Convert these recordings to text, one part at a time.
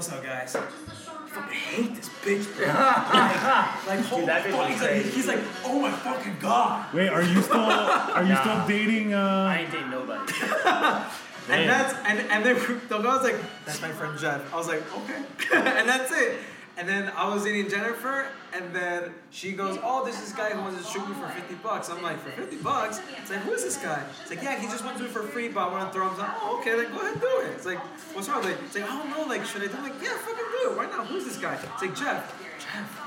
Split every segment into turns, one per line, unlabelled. so, guys. I fucking hate this bitch, bro. like, like, holy
that bitch
fuck.
was
He's like,
crazy.
he's like, oh my fucking god.
Wait, are you still are you
Nah.
still dating?
I
Uh,
ain't dating nobody.
Man.
And that's and and then the guy was like, "That's my friend Jeff." I was like, "Okay," and that's it. And then I was dating Jennifer, and then she goes, "Oh, there's this guy who wants to shoot me for fifty bucks." I'm like, "For fifty bucks?" It's like, "Who is this guy?" It's like, "Yeah, he just wants to do it for free, but I want to throw him." I'm like, "Oh, okay, like go ahead, do it." It's like, "What's wrong?" Like, it's like, "I don't know, like should I?" do it?" I'm like, "Yeah, fucking do it. Why not? Who's this guy?" It's like Jeff. Jeff.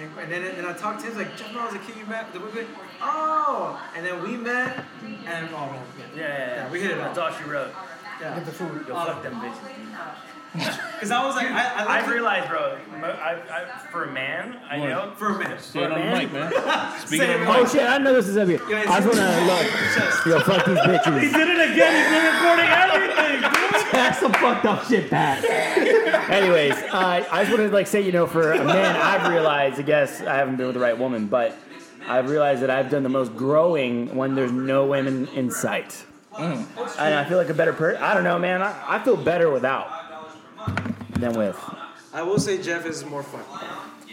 And, and then and I talked to him like Jeff, when I was a kid, you met the woman. Oh, and then we met, and oh man,
Yeah, yeah, yeah.
we hit it
That's
off.
all she wrote.
yeah.
Get the food.
Yo, fuck them bitches. dude.
Because I was like, I, I,
I
looked
realized, bro. mo- I, I, for a man, I
What?
know.
at- for a minute.
Say it on the
man.
mic, man. Speak
Say
it
it,
on the
man.
mic.
Oh shit, I know this is up here.
Guys,
I just wanna look.
Just,
Yo, fuck these bitches.
He did it again. He's been recording everything. dude.
That's some fucked up shit, Pat. Anyways, uh, I just wanted to like say, you know, for a man, I've realized, I guess I haven't been with the right woman, but I've realized that I've done the most growing when there's no women in sight. And I feel like a better person. I don't know, man. I, I feel better without than with.
I will say Jeff is more fun.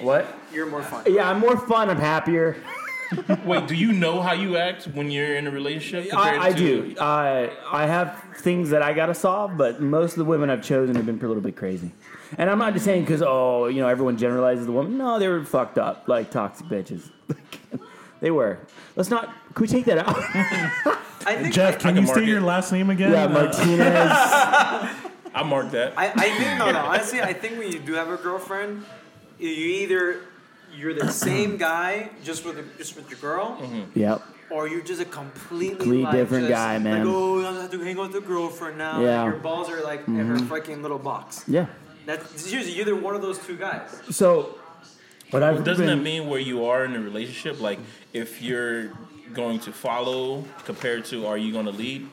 What?
You're more fun.
Yeah, I'm more fun. I'm happier.
Wait, do you know how you act when you're in a relationship? compared
I, I
to-
do. I I have things that I gotta solve, but most of the women I've chosen have been a little bit crazy. And I'm not just saying because oh, you know, everyone generalizes the woman. No, they were fucked up, like toxic bitches. they were. Let's not. Could we take that out?
I think.
Jeff, can
can
you
mark
state
it.
your last name again?
yeah,
Uh,
Martinez.
I mark that.
I, I think no, no. Honestly, I think when you do have a girlfriend, you either you're the same guy just with the, just with your girl,
yep.
or you're just a completely
Mm-hmm. Completely
like,
different
just
guy, man.
Like, oh, I have to hang out with the girlfriend now.
Yeah. Mm-hmm.
Your balls are like in her fucking little box.
Yeah.
That's it's usually either one of those two guys.
So, what I've
Doesn't that
been-
mean where you are in a relationship? Like, if you're going to follow compared to are you going to lead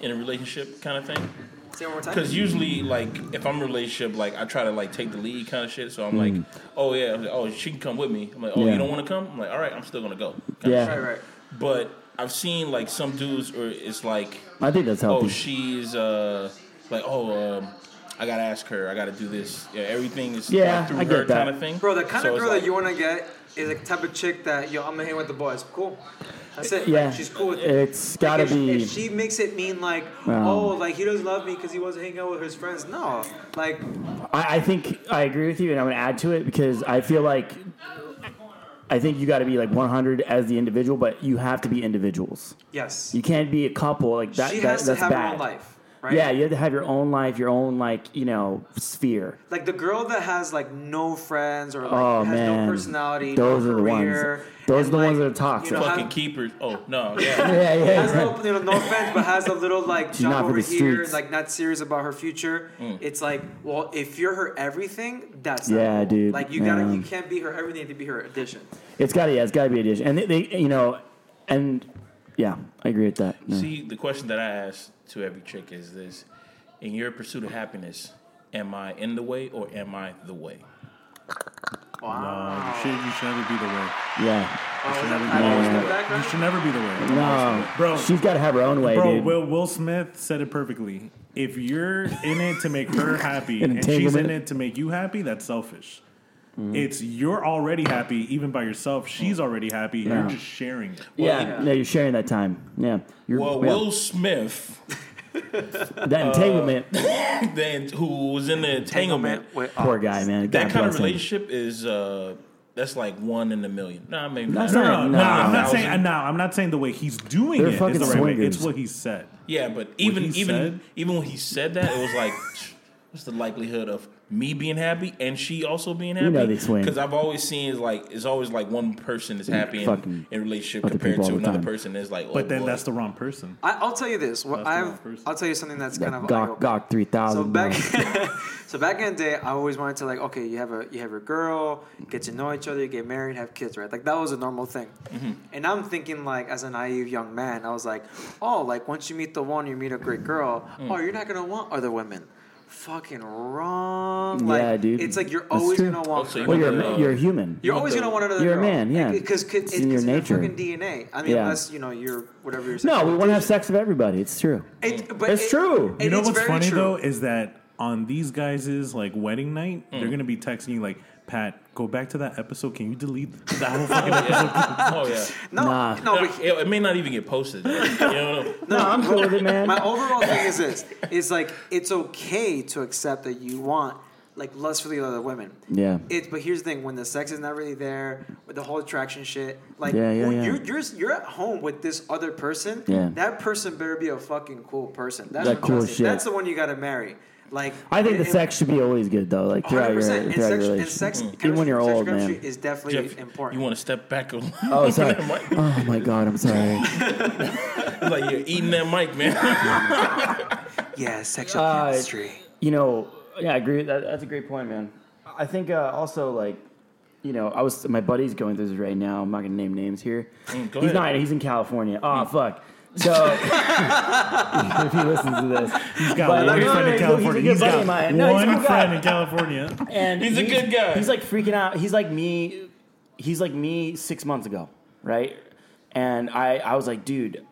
in a relationship kind of thing?
Say it one more time.
Because usually, like, if I'm in a relationship, like, I try to like take the lead kind of shit. So I'm like, oh yeah, I'm like, oh she can come with me. I'm like, oh
Mm. Yeah.
you don't want to come? I'm like, all right, I'm still gonna go. kind of
Yeah.
shit.
Right, right.
But I've seen like some dudes, or it's like,
I think that's healthy.
oh she's uh like oh um, I gotta ask her, I gotta do this. Yeah, everything is like,
Yeah,
through
I get
her
that.
kind of thing.
Bro, the kind
So
of
it's
girl
like-
that you want to get is the type of chick that yo, I'm gonna hang with the boys. Cool, that's it.
yeah.
Like, she's cool with it.
It's gotta
Like, if,
be.
If she makes it mean like,
Wow.
oh, like he doesn't love me because he wasn't hanging out with his friends. No, like
I, I think I agree with you, and I'm going to add to it because I feel like I think you got to be like 100 as the individual, but you have to be individuals.
yes,
You can't be a couple like that.
she
that-
has to
that's
have
bad.
her own life, right?
Yeah, you have to have your own life, your own like you know sphere.
Like the girl that has like no friends or like
Oh,
has
man.
no personality.
Those
no
are the ones-
career,
those
and,
are the ones
like,
that are toxic.
You know,
fucking
have,
keepers. Oh no, yeah.
Yeah,
has
yeah.
no, you know, no offense, but has a little like
She's
jump
not for
over
the
here,
streets. Mm.
and, like not serious about her future. It's like, well, if you're her everything, that's not
Yeah,
cool.
dude,
Like you gotta, you
um,
can't be her everything to be her addition.
It's got to yeah, it's got to be a dish, and they, they you know, and yeah, I agree with that. Yeah.
See, the question that I ask to every chick is this: In your pursuit of happiness, am I in the way or am I the way?
Uh, you should you should never be the way.
yeah.
Oh, is that
never
Pat
do
Lewis in
that.
the
You
background?
should never be the way.
No,
Bro.
she's got to have her own way,
Bro,
dude.
Will, Will Smith said it perfectly. If you're in it to make her happy
An
and she's
entanglement.
in
Mm-hmm.
it to make you happy, that's selfish. It's you're already happy even by yourself. She's already happy.
Yeah.
You're just sharing it.
yeah, no, you're sharing that time. Yeah, you're,
Well,
yeah.
Will uh, Smith,
that entanglement.
then who was in the entanglement,
Entanglement with-
Poor guy, man. God
that kind of
bless him.
relationship is uh, that's like one in a million. Nah, maybe
That's
not.
not-
No, no,
No,
I'm not
thousand.
saying. uh, No, I'm not saying the way he's doing
They're
it is
fucking
the right way.
swingers.
It's what he said.
Yeah, but even
he
even
said?
even when he said that, it was like, what's the likelihood of me being happy and she also being happy?
know they swing.
I've always seen it's like it's always like one person is happy in,
Fucking
in a relationship
other
compared
people
to
all the
another
time.
person. It's like, oh,
But then
boy.
that's the wrong person.
I, I'll tell you this. What
That's the wrong
I've,
person.
I'll tell you something that's kind
That
of
Gawk,
eye-opening.
Gawk 3000.
So
man.
back, so back in the day, I always wanted to like, okay, you have a you have your girl, get to know each other, you get married, have kids, right? Like that was a normal thing.
Mm-hmm.
And I'm thinking like, as a naive young man, I was like, oh, like once you meet the one, you meet a great girl.
Mm.
Oh, you're not gonna want other women. Fucking wrong. Like,
Yeah, dude.
It's like you're
That's
always
true.
gonna want.
Also, you
well,
want
you're,
the-
a ma- you're a human.
You're always gonna want another.
You're a
girl.
man, yeah.
Because it's,
It's in your
it's in your
nature.
fucking DNA. I mean,
Yeah.
unless you know you're whatever you're.
no, we want to have sex with everybody. It's true.
It, but
It's true. You
it-
You know
it's
what's
very
funny
true.
though is that on these guys' like wedding night,
Mm.
they're gonna be texting you like, Pat, go back to that episode. Can you delete that whole fucking episode?
Oh yeah.
No,
Nah.
no, but
It, it may not even get posted. You know?
No, I'm cool with it, man.
My overall thing is this: it's like it's okay to accept that you want like lust for the other women.
Yeah.
It's but here's the thing: when the sex is not really there, with the whole attraction shit, like
Yeah, yeah,
when
yeah.
you're you're you're at home with this other person.
Yeah.
That person better be a fucking cool person. That's
That
what
cool
cool shit.
shit.
That's the one you gotta marry. Like
I think the
and-
sex should be always good though, like
and-
throughout your
100%,
throughout
and
your
sex, and
relationship.
sex
Even when you're
chemistry-
old,
sex
man.
chemistry is definitely
Jeff,
important.
you want to step back? a-
Oh, sorry.
That mic?
Oh my god, I'm sorry.
like you're eating that mic, man.
yeah, sexual
Uh,
chemistry.
you know, yeah, I agree. That, that's a great point, man. I think uh, also like, you know, I was my buddy's going through this right now. I'm not gonna name names here.
Mm, go
he's
ahead. Mm.
not. He's in California. Oh fuck. So if he listens to this,
He's got
But-
one
No, no, no,
friend in
he's a-
California.
he's a good buddy
got
of mine. No, he's a
one
cool guy.
friend in California.
and
He's a good guy.
He's like freaking out. He's like me. He's like me six months ago, right? And I, I was like, dude,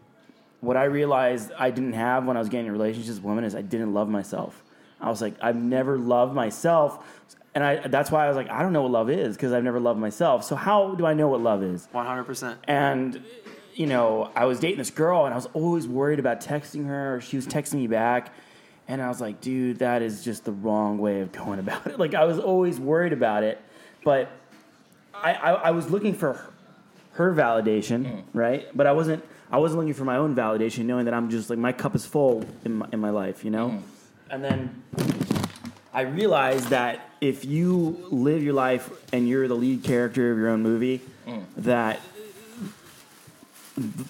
what I realized I didn't have when I was getting in relationships with women is I didn't love myself. I was like, I've never loved myself. And I, that's why I was like, I don't know what love is because I've never loved myself. So how do I know what love is?
One hundred percent.
and you know i was dating this girl and i was always worried about texting her or she was texting me back and i was like dude that is just the wrong way of going about it like i was always worried about it but i i, I was looking for her, her validation
Mm.
right but i wasn't i wasn't looking for my own validation knowing that i'm just like my cup is full in my, in my life you
Mm.
know and then I realized that if you live your life and you're the lead character of your own movie,
Mm.
that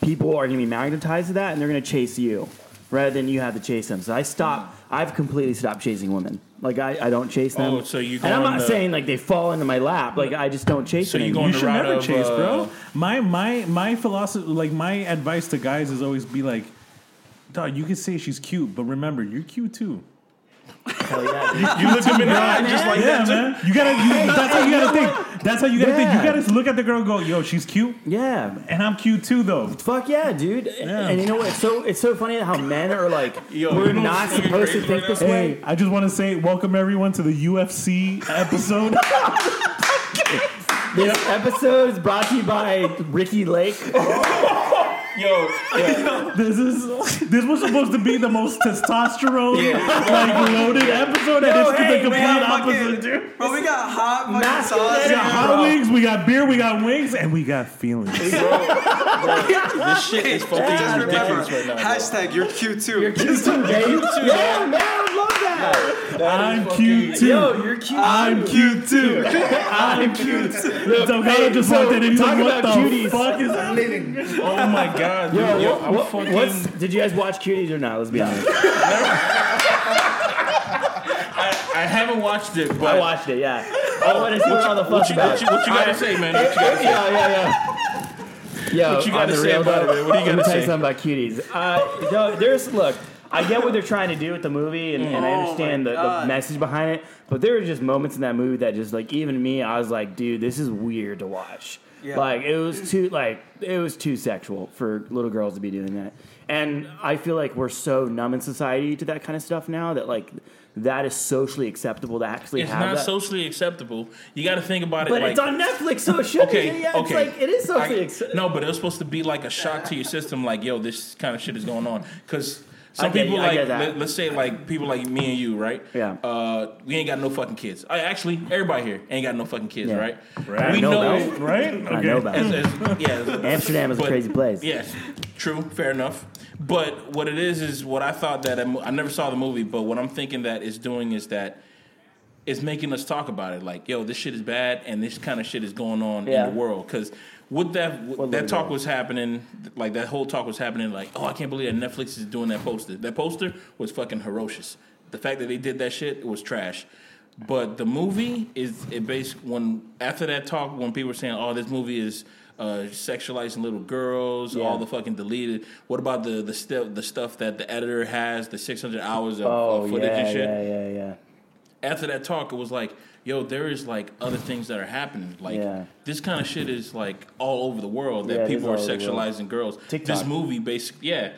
people are going to be magnetized to that and they're going to chase you rather than you have to chase them. So I stop. I've completely stopped chasing women. Like I, I don't chase them.
Mm. Oh, so you
and I'm
go on
not
the-
saying like they fall into my lap. Like I just don't chase
So
them.
you go
anymore.
You
on the
should
route
never
of,
chase,
uh,
bro. My my my philosophy, like my advice to guys is always be like, dog, you can say she's cute, but remember, you're cute too.
Hell yeah, dude.
You look him in the eye just like
yeah,
that.
man. You gotta. You, that's how you gotta think. That's how you gotta think.
Yeah.
You gotta look at the girl, and go, yo, she's cute,
yeah.
and I'm cute too, though.
Fuck yeah, dude! And-
Yeah.
And you know what? It's so it's so funny how men are like,
Yo,
we're
you know
not
what's fucking
supposed to
crazy
think
right
this
now?
way.
Hey, I just want to say welcome everyone to the UFC episode.
This episode is brought to you by Ricky Lake.
Yo,
this is this was supposed to be the most testosterone like loaded episode, and it's
hey,
the complete
Oh, Man,
opposite, dude.
fucking, bro, we got hot fucking
Massive
sauce.
We got
here,
hot
bro.
wings, we got beer, we got wings, and we got feelings.
this shit is
Just
fucking
remember,
ridiculous right now. bro.
hashtag you're cute too.
yeah, man, I love that.
I'm cute too.
Yo, you're cute.
I'm cute too. I'm cute. Delgado just
so
looked at it. He's
talk
like, "What the
about cuties."
fuck is happening?"
Oh my god, dude.
Yo,
Yo,
what-
I'm
what-
fucking.
what's- did you guys watch Cuties or not? Let's be honest.
I, I haven't watched it, but
I watched it. Yeah. I want to see what all the fuck
what you,
about.
what you, what you gotta say, man? What you gotta
yeah, yeah, yeah. Yo,
What you gotta
on the
say
real
about
though,
it, man? What do you
let me
gotta
tell
say?
something about cuties. Uh, no, there's look. I get what they're trying to do with the movie, and, and I
Oh
understand
my
the, the
God.
message behind it. But there were just moments in that movie that just like even me, I was like, dude, this is weird to watch.
Yeah.
Like it was too like it was too sexual for little girls to be doing that. And I feel like we're so numb in society to that kind of stuff now that like that is socially acceptable to actually
it's
have
not
that.
socially acceptable. You gotta think about it.
but
like,
it's on Netflix, so it should be.
Okay,
Yeah,
okay.
it's like it is socially
I-
acceptable.
No, but it was supposed to be like a shock to your system. Like, yo, this kind of shit is going on. Because
I
some
get
people
you, I
like,
get that.
let, us say like people like me and you, right?
Yeah.
Uh, we ain't got no fucking kids. I, actually, everybody here ain't got no fucking kids,
Yeah.
right?
Right.
We
I know
know.
about
Right?
I know about
as-
it.
as- yeah, as-
Amsterdam is a
but-
crazy place.
Yes, true, fair enough. But what it is is what I thought that I'm- I never saw the movie, but what I'm thinking that it's doing is that it's making us talk about it. Like, yo, this shit is bad, and this kind of shit is going on
Yeah.
in the world. Because with that,
What
that talk
little
was happening, like that whole talk was happening. Like, oh, I can't believe that Netflix is doing that poster. That poster was fucking ferocious. The fact that they did that shit was trash. But the movie is it based when after that talk when people were saying, oh, this movie is. Uh, sexualizing little girls,
Yeah.
all the fucking deleted. What about the the, stu- the stuff that the editor has, the 600 hours of
Oh,
uh, footage
yeah,
and shit?
yeah, yeah, yeah.
after that talk, it was like, yo, there is like other things that are happening. Like
Yeah.
this kind of shit is like all over the world that
Yeah, it is
people are
all over the world.
sexualizing girls.
TikTok.
This movie, basically, yeah.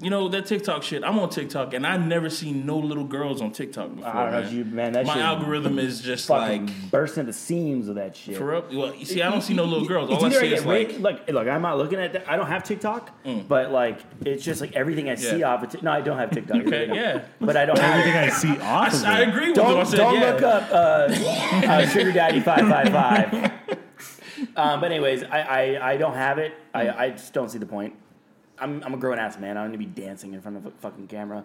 you know that TikTok shit. I'm on TikTok, and I've never seen no little girls on TikTok before.
I don't know,
man.
you- man, that
my
shit-
algorithm is just
Fucking
like
bursting at the seams of that shit.
for up. Well, you see, I don't see no little girls.
It's
All I
either
see
get
is
ra-
like Mm.
look, look. I'm not looking at that. I don't have TikTok, but like, it's just like everything I see
Yeah.
off of. T- no, I don't have TikTok.
okay, yeah.
but I don't. Have,
Everything I see off of
I
it.
agree with
don't
them. I said,
don't
yeah.
look up uh, uh, Sugar Daddy five five five. Um, but anyways, I, I, I don't have it.
Mm.
I, I just don't see the point. I'm, I'm a grown ass man. I don't need to be dancing in front of a fucking camera.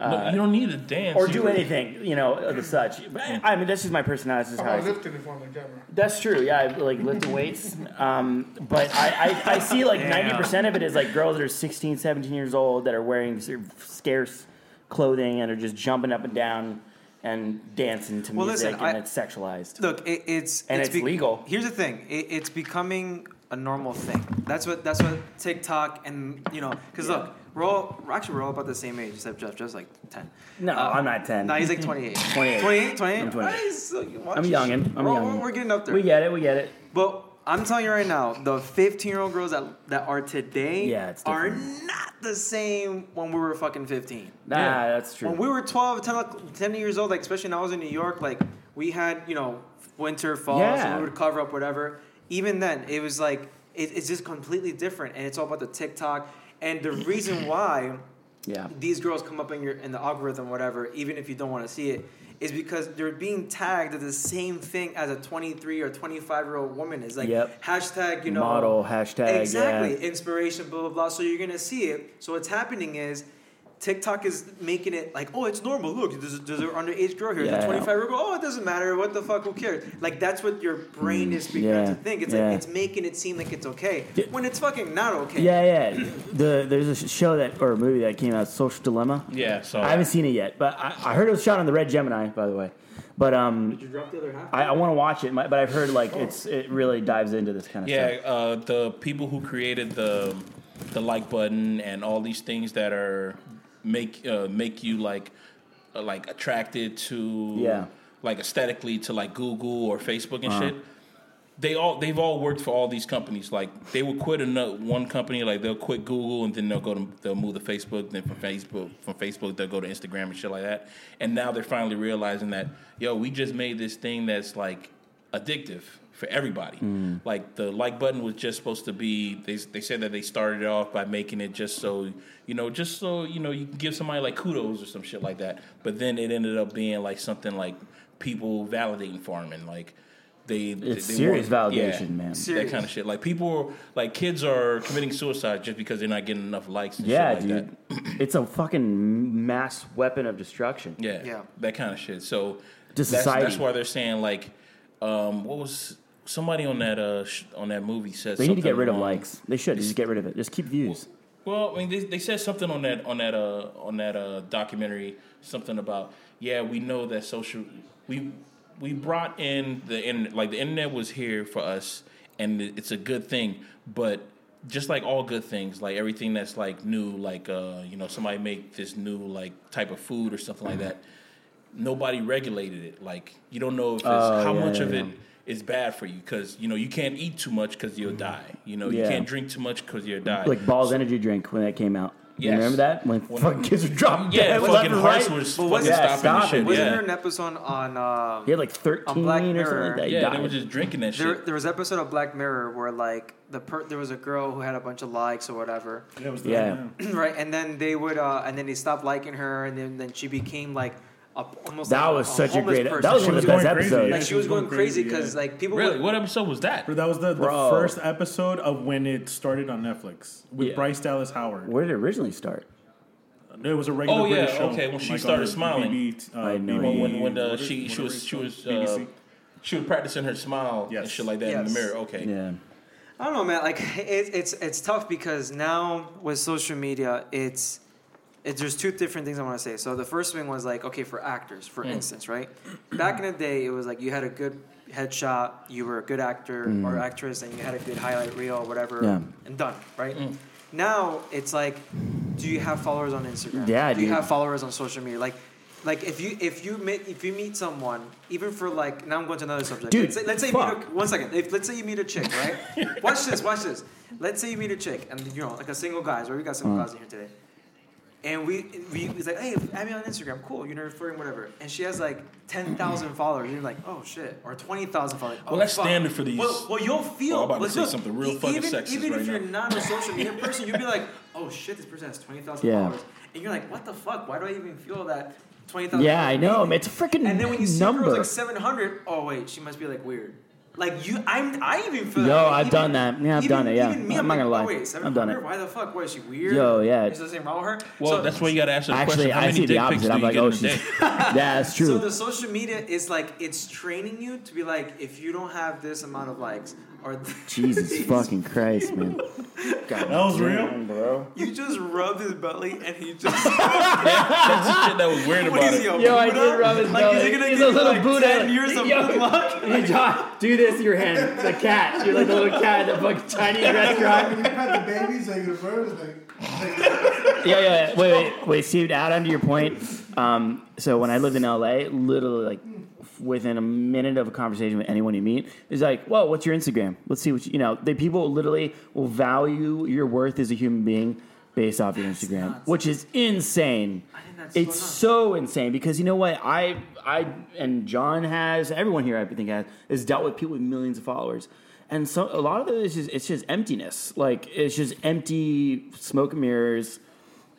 Look, you don't need to dance
or
You-
do anything, you know, of the such. But I mean, that's just my personality. That's just how I
I'm
see it.
lifting in front of the camera.
That's true. Yeah, I like lift weights. Um, but I, I, I see like ninety percent of it is like girls that are 16, 17 years old that are wearing sort of scarce clothing and are just jumping up and down and dancing to
Well,
music,
listen,
and
I-
it's sexualized.
Look, it, it's
And it's legal.
Here's the thing: it, it's becoming a normal thing. That's what that's what TikTok and you know, because look, we're all we're actually we're all about the same age, except Jeff. Jeff's like ten.
No, I'm not 10.
No, he's like 28.
28.
28. 28.
I'm 28.
Nice. Look, watch
I'm
your
youngin'.
shit.
I'm
we're,
youngin'.
We're, we're getting up there.
We get it. We get it.
But I'm telling you right now, the 15 year old girls that that are today
Yeah, it's
are
different.
not the same when we were fucking 15.
Nah, that's true.
When we were 12, 10, o- 10 years old, like especially when I was in New York, like we had, you know, winter, fall, so
Yeah.
we would cover up whatever. Even then, it was like it, it's just completely different, and it's all about the TikTok. And the reason why
yeah.
these girls come up in your in the algorithm, whatever, even if you don't want to see it, is because they're being tagged as the same thing as a 23 or 25 year old woman. Is like
Yep.
hashtag, you know,
Model hashtag.
exactly
Yeah.
inspiration, blah blah blah. So you're gonna see it. So what's happening is. TikTok is making it like, oh, it's normal. Look, there's, there's an underage girl here. There's
Yeah.
a 25 year old. Oh, it doesn't matter. What the fuck? Who cares? Like that's what your brain is beginning
Mm, yeah,
to think. It's
yeah.
like it's making it seem like it's okay
Yeah.
when it's fucking not okay.
Yeah, yeah. The there's a show that or a movie that came out, Social Dilemma.
Yeah, so
I haven't seen it yet, but I, I heard it was shot on the Red Gemini, by the way. But um,
Did you drop the other half?
I, I want to watch it, my- but I've heard like it's it really dives into this kind of
yeah,
stuff.
uh, the people who created the the like button and all these things that are make uh, make you like uh, like attracted to
Yeah. Uh-huh.
like aesthetically to like Google or Facebook and shit. They all they've all worked for all these companies. Like they will quit another one company, like they'll quit Google and then they'll go to they'll move to Facebook. Then from Facebook from Facebook they'll go to Instagram and shit like that. And now they're finally realizing that yo, we just made this thing that's like addictive for everybody. Like the like button was just supposed to be. They they said that they started it off by making it just so you know, just so you know, you can give somebody like kudos or some shit like that. But then it ended up being like something like people validating for him and like they
It's
they
serious
want- yeah,
validation, man.
That kind of shit. Like people, like kids are committing suicide just because they're not getting enough likes. And
Yeah,
shit like That.
dude, it's a fucking mass weapon of destruction.
Yeah,
Yeah.
that kind of shit. So
To
that's, that's
society.
why they're saying like, um, what was somebody on that uh, sh- on that movie said
They need to get
something
rid of
along-
likes. They should just get rid of it. Just keep views.
Well, I mean, they, they said something on that on that uh, on that uh, documentary, something about yeah, we know that social we we brought in the internet, like the internet was here for us, and it- it's a good thing, but. Just like all good things, like everything that's like new, like uh, you know, somebody make this new like type of food or something like that. Nobody regulated it. Like you don't know if it's
Oh,
how
yeah,
much
yeah,
of
yeah.
it is bad for you because you know you can't eat too much because you'll die. You know you
Mm-hmm. Yeah.
can't drink too much because you'll die.
Like Ball's energy drink when that came out. You
Yes.
remember that when,
When-
fucking kids were dropping
Yeah,
dead left
fucking
and
hearts
right?
were just
But
fucking
wasn't-
Yeah,
stopping the
stop it.
shit.
Wasn't
Yeah,
there an episode on? Um,
He had like thirteen
Black
or something
Mirror.
like that. He
yeah, they
died.
were just drinking that shit.
There, there was an episode of Black Mirror where like the per- there was a girl who had a bunch of likes or whatever,
Yeah, it was the-
Yeah.
right? And then they would uh, and then they stopped liking her, and then, then she became like a, almost
that
like
was
a, a
such a
homeless
great.
Person.
That was
She
one of the
going
best
crazy.
episodes.
Yeah,
like she was going crazy because like people
really,
were
what episode was that?
That was the, the
Bro.
first episode of when it started on Netflix with
Yeah.
Bryce Dallas Howard.
Where did it originally start?
It was a regular
Oh, yeah,
British show.
okay, when she
on
started
the
smiling.
BB, uh,
I know,
BB,
yeah.
when when uh,
whatever-
she
whatever
she was
it's
she
called,
was uh,
BBC.
she was practicing her smile and
Yes.
shit like that in the
Yes.
mirror. Okay,
Yeah.
I don't know, man. Like it, it's it's tough because now with social media, it's it, there's two different things I want to say. So the first thing was like, okay, for actors, for instance, right? Back in the day, it was like you had a good headshot, you were a good actor or actress, and you had a good highlight reel or whatever,
Mm. Yeah.
and done, right? Now it's like, do you have followers on Instagram?
Yeah,
do you
dude.
have followers on social media? Like, like if you if you meet if you meet someone, even for like now I'm going to another subject.
Dude,
let's say, let's say you
fuck.
meet a, one second. If, let's say you meet a chick,
Mm.
right? watch this. Watch this. Let's say you meet a chick, and you know, like a single guys, right? We got single guys in here today. And we, we was like, hey, add me on Instagram. Cool, you're never flirting, whatever. And she has like 10,000 followers. And you're like, oh shit. Or 20,000 followers.
Well,
Oh,
that's
fuck.
standard for these- Oh,
Well, well you'll feel.
I'm about to
but
say
look,
something real
e-
fucking
even,
sexist
Even
right
if you're
now.
not a social media person, you'll be like, oh shit, this person has 20,000
Yeah.
followers. And you're like, what the fuck? Why do I even feel that 20,000
Yeah, I
followers
know.
mean?
It's a freaking
And then when you see
number.
girls like 700, oh wait, she must be like weird. Like you, I'm, I even feel.
Yo,
that. Like,
I've
even-
done that. Yeah, I've
even-
done it, yeah.
even me,
I'm
I'm like,
not gonna lie.
Oh, wait,
I've done it.
700? Why the fuck? What is she weird?
Yo, yeah.
Is there something wrong with her?
Well,
so,
that's why you got to ask that
Actually,
question. How
I
many
see the
dick pics
opposite.
do
I'm
you
like,
get
oh,
in a
she's.
day?
yeah, that's true.
So the social media is like it's training you to be like, if you don't have this amount of likes or
Jesus fucking Christ, man. God,
That was real?
bro.
you just rubbed his belly and he just
That's the shit that was weird
what
about
is he,
it.
a
Yo, I did
Buddha?
rub his
like,
belly.
Is he gonna
He's
give
a
you,
little
like
Buddha.
ten years of
Yo.
good luck?
Hey, John, do this with your hand. The cat. You're like the little cat at a fucking Chinese restaurant.
When you pet the babies, like the birds, like.
yeah, yeah. yeah. Wait, wait, wait. Steve, to add on to your point, um, so when I lived in LA, literally like f- within a minute of a conversation with anyone you meet, it's like, "Whoa, what's your Instagram? Let's see what you, you know." They people literally will value your worth as a human being based off your Instagram,
nuts.
which is insane.
I think that's so
It's
nuts.
so insane because you know what I I and John has everyone here I think has has dealt with people with millions of followers. And so a lot of this is it's just emptiness. Like it's just empty smoke and mirrors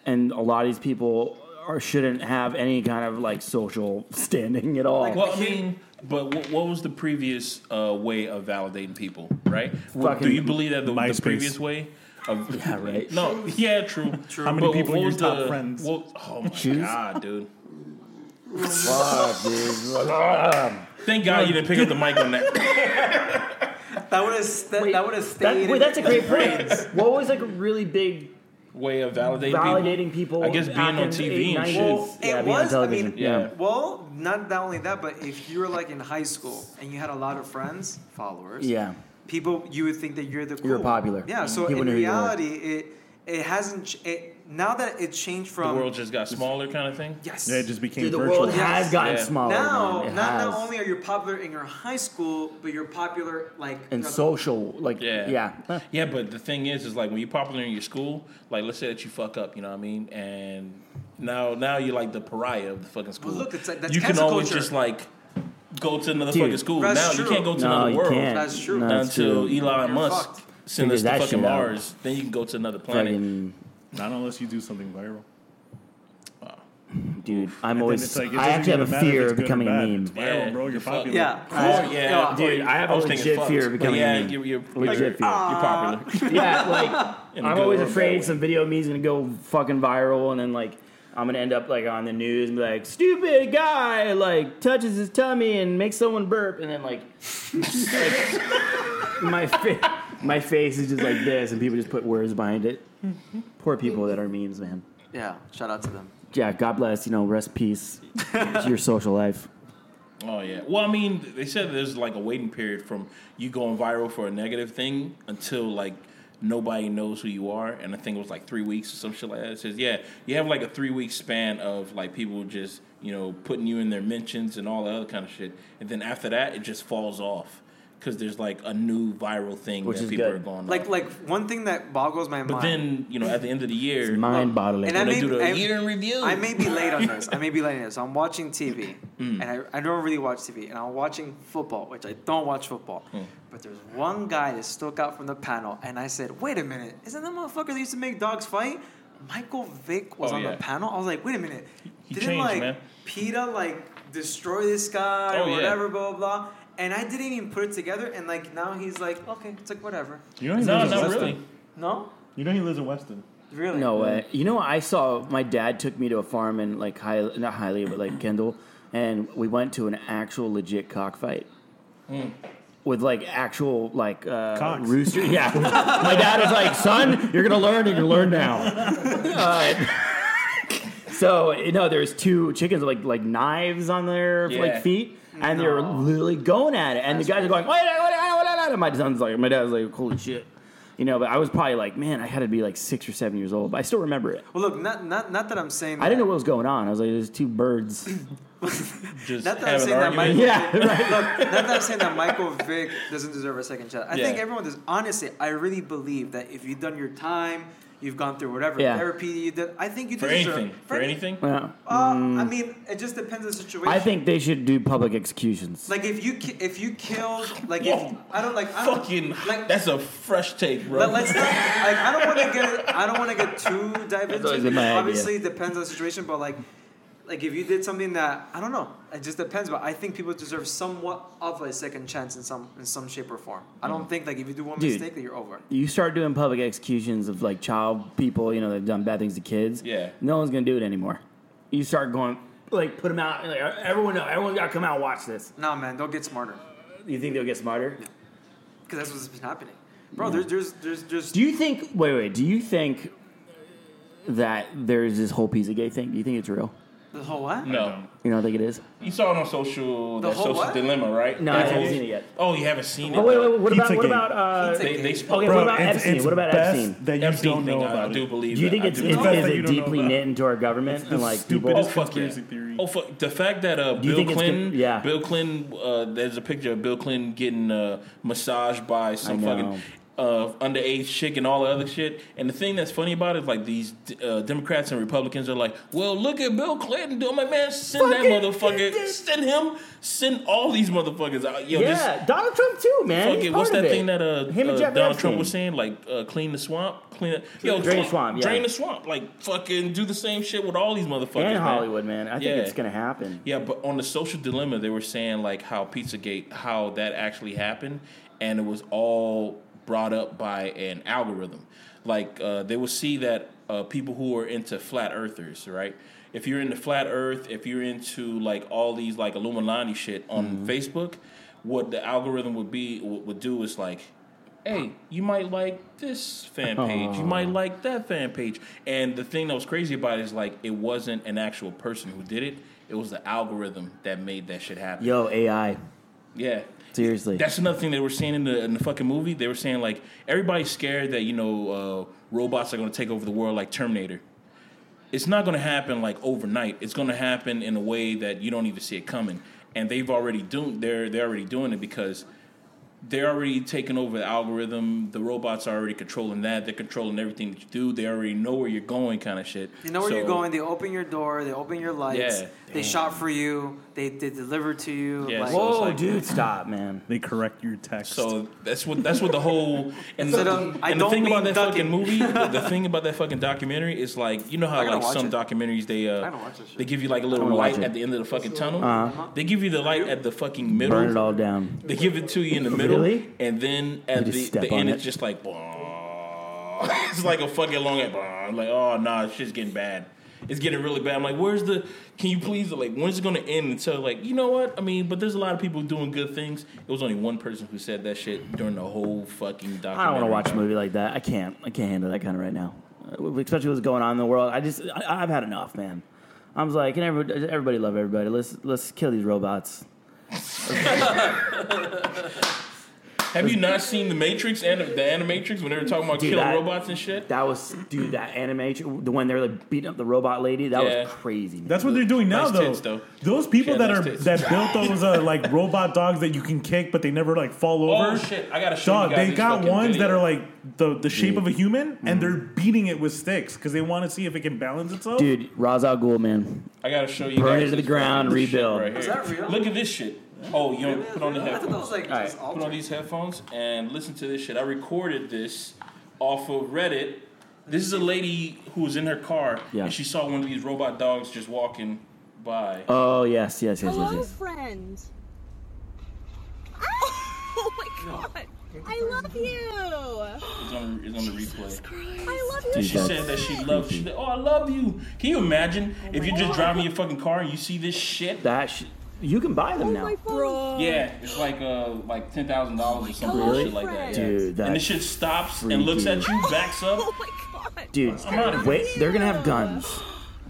and a lot of these people are shouldn't have any kind of like social standing at all.
Well, I mean, but what, what was the previous uh, way of validating people, right? Well, do
Fucking
you believe that the, the
MySpace.
previous way? Of, yeah,
right.
No, yeah, true. true.
How many people in your top friends?
oh my
Choose?
god, dude!
Fuck, dude.
Thank God you didn't pick up the mic on that.
That would have st- that would have stayed.
That, wait,
in-
that's a great point. what was like a really big
way of validating,
validating people?
I guess being
back
on
in the
TV and
80s?
shit. Well,
yeah,
it
being on
was. I
television.
mean,
Yeah.
yeah.
Well, not that only that, but if you were like in high school and you had a lot of friends, followers,
Yeah.
people, you would think that you're the cool
You're
one.
popular.
Yeah. So
People
in
know who you are.
reality, it it hasn't. ch- It, now that it changed
people.
from
The world just got smaller, kind of thing.
yes,
Yeah, it just became
Dude, the
virtual.
world has gotten
Yeah.
smaller.
now
man. It
not
has.
not only are you popular in your high school, but you're popular like throughout
and
the-
social, like
Yeah.
yeah,
Yeah, but the thing is, is like when you're popular in your school, like let's say that you fuck up, you know what I mean? And now now you're like the pariah of the fucking school.
look, it's like- that's
you can
cancel
always
culture.
just like go to another
Dude.
fucking school.
That's
Now you
true.
can't go to
No,
another
you
world
can't.
That's true.
No, it's
until
true.
You're
Elon Musk
fucked.
send
Figures
us to
that
fucking
shit out.
Mars. Then you can go to another planet.
Fucking-
Not unless you do something viral.
dude, I'm
then
always.
it's like, it
I
doesn't
actually have a
even matter if
fear
it's
of
good or
becoming a
bad.
meme.
It's viral,
Yeah.
bro. You're
You fuck-
popular.
Yeah.
Oh yeah,
Yeah.
Dude, I have a
was thinking
legit
fucked.
fear of
But
becoming
yeah,
a meme.
you're, you're,
Legit
you're,
fear.
you're popular.
yeah, like
In a
I'm
good
always
or a bad
afraid
way.
some video of me is gonna go fucking viral, and then like I'm gonna end up like on the news and be like, "Stupid guy like touches his tummy and makes someone burp," and then like, like, my fa- my face is just like this, and people just put words behind it. Poor people that are memes, man.
Yeah. Shout out to them.
Yeah, God bless. You know, rest in peace. to your social life.
Oh yeah. Well, I mean, they said there's like a waiting period from you going viral for a negative thing until like nobody knows who you are, and I think it was like three weeks or some shit like that. It says yeah, you have like a three week span of like people just you know putting you in their mentions and all that other kind of shit, and then after that it just falls off because there's like a new viral thing
Which
that
is
people
good.
are going
Like
on.
like one thing that boggles my
But
mind.
then you know at the end of the year.
Mind boggling.
and I
when they
may-
do the
I-
year in review.
I may be late on this. I may be late on this. I'm watching TV,
Hmm.
and I, I don't really watch TV, and I'm watching football, which I don't watch football.
Hmm.
But there's one guy that stuck out from the panel, and I said, "Wait a minute, isn't that motherfucker that used to make dogs fight?" Michael Vick was
Oh,
on
yeah.
the panel. I was like, "Wait a minute,
he
didn't
changed,
like
man.
PETA like destroy this guy
Oh,
or
yeah.
whatever, blah blah blah." And I didn't even put it together, and like now he's like, "Okay, it's like whatever."
You know he
no,
lives in
not
Weston.
really.
No,
You know he lives in Weston.
really?
No way. You know, I saw my dad took me to a farm in like High, not Highly, but like Kendall, and we went to an actual legit cockfight. With like actual like uh,
Cocks.
rooster, yeah. My dad was like, "Son, you're gonna learn, and you learn now." Uh, so you know, there's two chickens with like like knives on their
Yeah.
like feet, and they were literally going at it. And the guys are going, "Wait, wait, wait, wait, wait!" And my son's like, my dad's like, "Holy shit!" You know, but I was probably like, man, I had to be like six or seven years old, but I still remember it.
Well, look, not not not that I'm saying.
I didn't
that.
know what was going on. I was like, there's two birds.
Just
Not that I'm
have an
saying that
argument.
Michael
Yeah,
Vick, look, not that I'm saying that Michael Vick doesn't deserve a second shot. I think
Yeah.
everyone does. Honestly, I really believe that if you've done your time, you've gone through, whatever
Yeah.
therapy you did. I think you
For
deserve
anything. For anything?
Yeah.
Uh, I mean, it just depends on the situation.
Mm. I think they should do public executions.
like if you ki- if you killed like if
Whoa.
I don't like I don't,
Fucking.
like
That's a fresh take, bro.
Let, us not like I don't want to get I don't want to get too dive into.
always
it,
been my idea.
Obviously, it depends on the situation, but like. Like if you did something that I don't know, it just depends. But I think people deserve somewhat of a second chance in some in some shape or form. I don't think like if you do one
Dude.
mistake that you're over.
You start doing public executions of like child people, you know, they've done bad things to kids.
Yeah.
No one's gonna do it anymore. You start going like put them out. and, Like everyone, know, everyone got to come out and watch this.
Nah, man, don't get smarter
You think they'll get smarter?
because that's what's been happening, bro. There's there's there's there's
Do you think? Wait, wait. Do you think that there's this whole piece of gay thing? Do you think it's real?
the whole what?
no.
You don't think it is?
You saw it on social,
The
that
whole
social
what?
dilemma, right?
No, I
That's
haven't
all-
seen it yet.
Oh, you haven't seen it?
Oh, wait, wait.
though.
wait what about what
Pizzagate.
about? Uh,
Pizzagate.
They, they spoke
okay,
about
what about Epstein? what about
best
Epstein?
That you
Epstein
don't
thing.
know
I- I
about
do
it.
believe
Do you
that.
think
I
it's,
do
it's
believe-
That's
is
that you
it
don't know
deeply
about.
knit into our government and like people?
Oh
stupidest
fuck yeah!
conspiracy theory.
Oh fuck! The fact that uh,
you
Bill
think it's
Clinton,
con- yeah.
Bill Clinton, uh, there's a picture of Bill Clinton getting uh, massaged by some
know.
fucking uh, underage chick and all the other shit. And the thing that's funny about it is like these uh, Democrats and Republicans are like, "Well, look at Bill Clinton doing." I'm like, man, send that motherfucker, send him, send all these motherfuckers out. Yo, just
yeah, Donald Trump too, man. He's
Fuck it, what's
part of
that
it.
thing that uh,
him
uh,
and Jeff
Donald
Epstein.
Trump was saying? Like, uh, clean the swamp, clean it. Yo,
Drain the
fuck,
swamp, yeah.
drain the swamp. Like, fucking do the same shit with all these motherfuckers.
and
man.
Hollywood, man. I think
Yeah.
it's gonna happen.
Yeah, but on the social dilemma, they were saying like how Pizzagate, how that actually happened, and it was all brought up by an algorithm. Like uh, they will see that uh, people who are into flat earthers, right? If you're into flat Earth, if you're into like all these like Illuminati shit on Facebook, what the algorithm would be would would do is like hey, you might like this fan page. You might like that fan page. And the thing that was crazy about it is like it wasn't an actual person who did it. It was the algorithm that made that shit happen.
Yo, AI.
Yeah.
Seriously.
That's another thing they were saying in the in the fucking movie. They were saying like everybody's scared that you know uh, robots are going to take over the world like Terminator. It's not going to happen like overnight. It's going to happen in a way that you don't even see it coming. And they've already doing they're they're already doing it because they're already taking over the algorithm. The robots are already controlling that. They're controlling everything that you do. They already know where you're going, kind of shit.
You know where
So-
you're going. They open your door. They open your lights.
Yeah.
They shop for you. They, they deliver to you.
Yeah,
like,
so-
Whoa,
it's like-
dude, stop, man.
They correct your text.
So that's what that's what the whole and,
So
the,
don't- I
and the
don't
thing about
mean
that
ducking.
fucking movie, the, the thing about that fucking documentary is like you know how
I gotta
like
watch
some
it.
documentaries they
I
uh
don't watch this shit.
they give you like a
I'm
little
gonna watch
light
it. Uh-huh.
at the end of the fucking tunnel. They give you the light at the fucking middle.
Burn it all down.
They give it to you in the middle,
Really?
and then at
You just
the,
step
the
on
end,
it.
it's just like "Bah." it's like a fucking long like, "Bah." I'm like oh nah, shit's getting bad. It's getting really bad. I'm like, where's the? Can you please like, when's it gonna end? Until like, you know what? I mean, but there's a lot of people doing good things. It was only one person who said that shit during the whole fucking documentary.
I don't want to watch a movie like that. I can't. I can't handle that kind of right now. Uh, Especially what's going on in the world. I just, I, I've had enough, man. I'm just like, can everybody, everybody love everybody? Let's let's kill these robots.
Have you not seen the Matrix and the Animatrix when they were talking about
Dude,
killing
that-
robots and shit?
That was, dude, that animation, the one they were like beating up the robot lady. That
Yeah.
was crazy. Man.
That's what they're doing now,
Nice
though.
tits, though.
Those people
Yeah,
that
nice
are
tits.
that built those uh, like robot dogs that you can kick, but they never like fall over.
Oh shit! I gotta show
Dog,
you guys
they
this
got
fucking
ones that
video.
are like the the shape of a human,
Mm.
and they're beating it with sticks because they want to see if it can balance itself.
Dude, Ra's al Ghul, man.
I gotta show you.
Burn
guys
it to the
this
ground,
fucking shit
rebuild.
Right
Is
here.
that real?
Look at this shit. Oh, you don't put on the
I thought that
headphones.
was like
All
just
right.
Put on
altered.
these headphones and listen to this shit. I recorded this off of Reddit. This is a lady who was in her car
Yeah.
and she saw one of these robot dogs just walking by.
Oh yes, yes, yes, yes,
Hello,
yes.
friend. Oh my god. I love you.
It's on, it's on the replay.
I love you.
Dude,
She
that's
said that she loved. She said, "Oh, I love you." Can you imagine
Oh
if you're just driving your fucking car and you see this shit?
That sh- you can buy them now,
My bro.
Yeah, it's like uh like ten thousand
Oh
dollars or something
Really?
shit like that. Yeah.
dude. That
And this shit stops and looks at you, backs up.
Oh my god.
dude.
I'm out of here.
Wait, they're gonna have guns.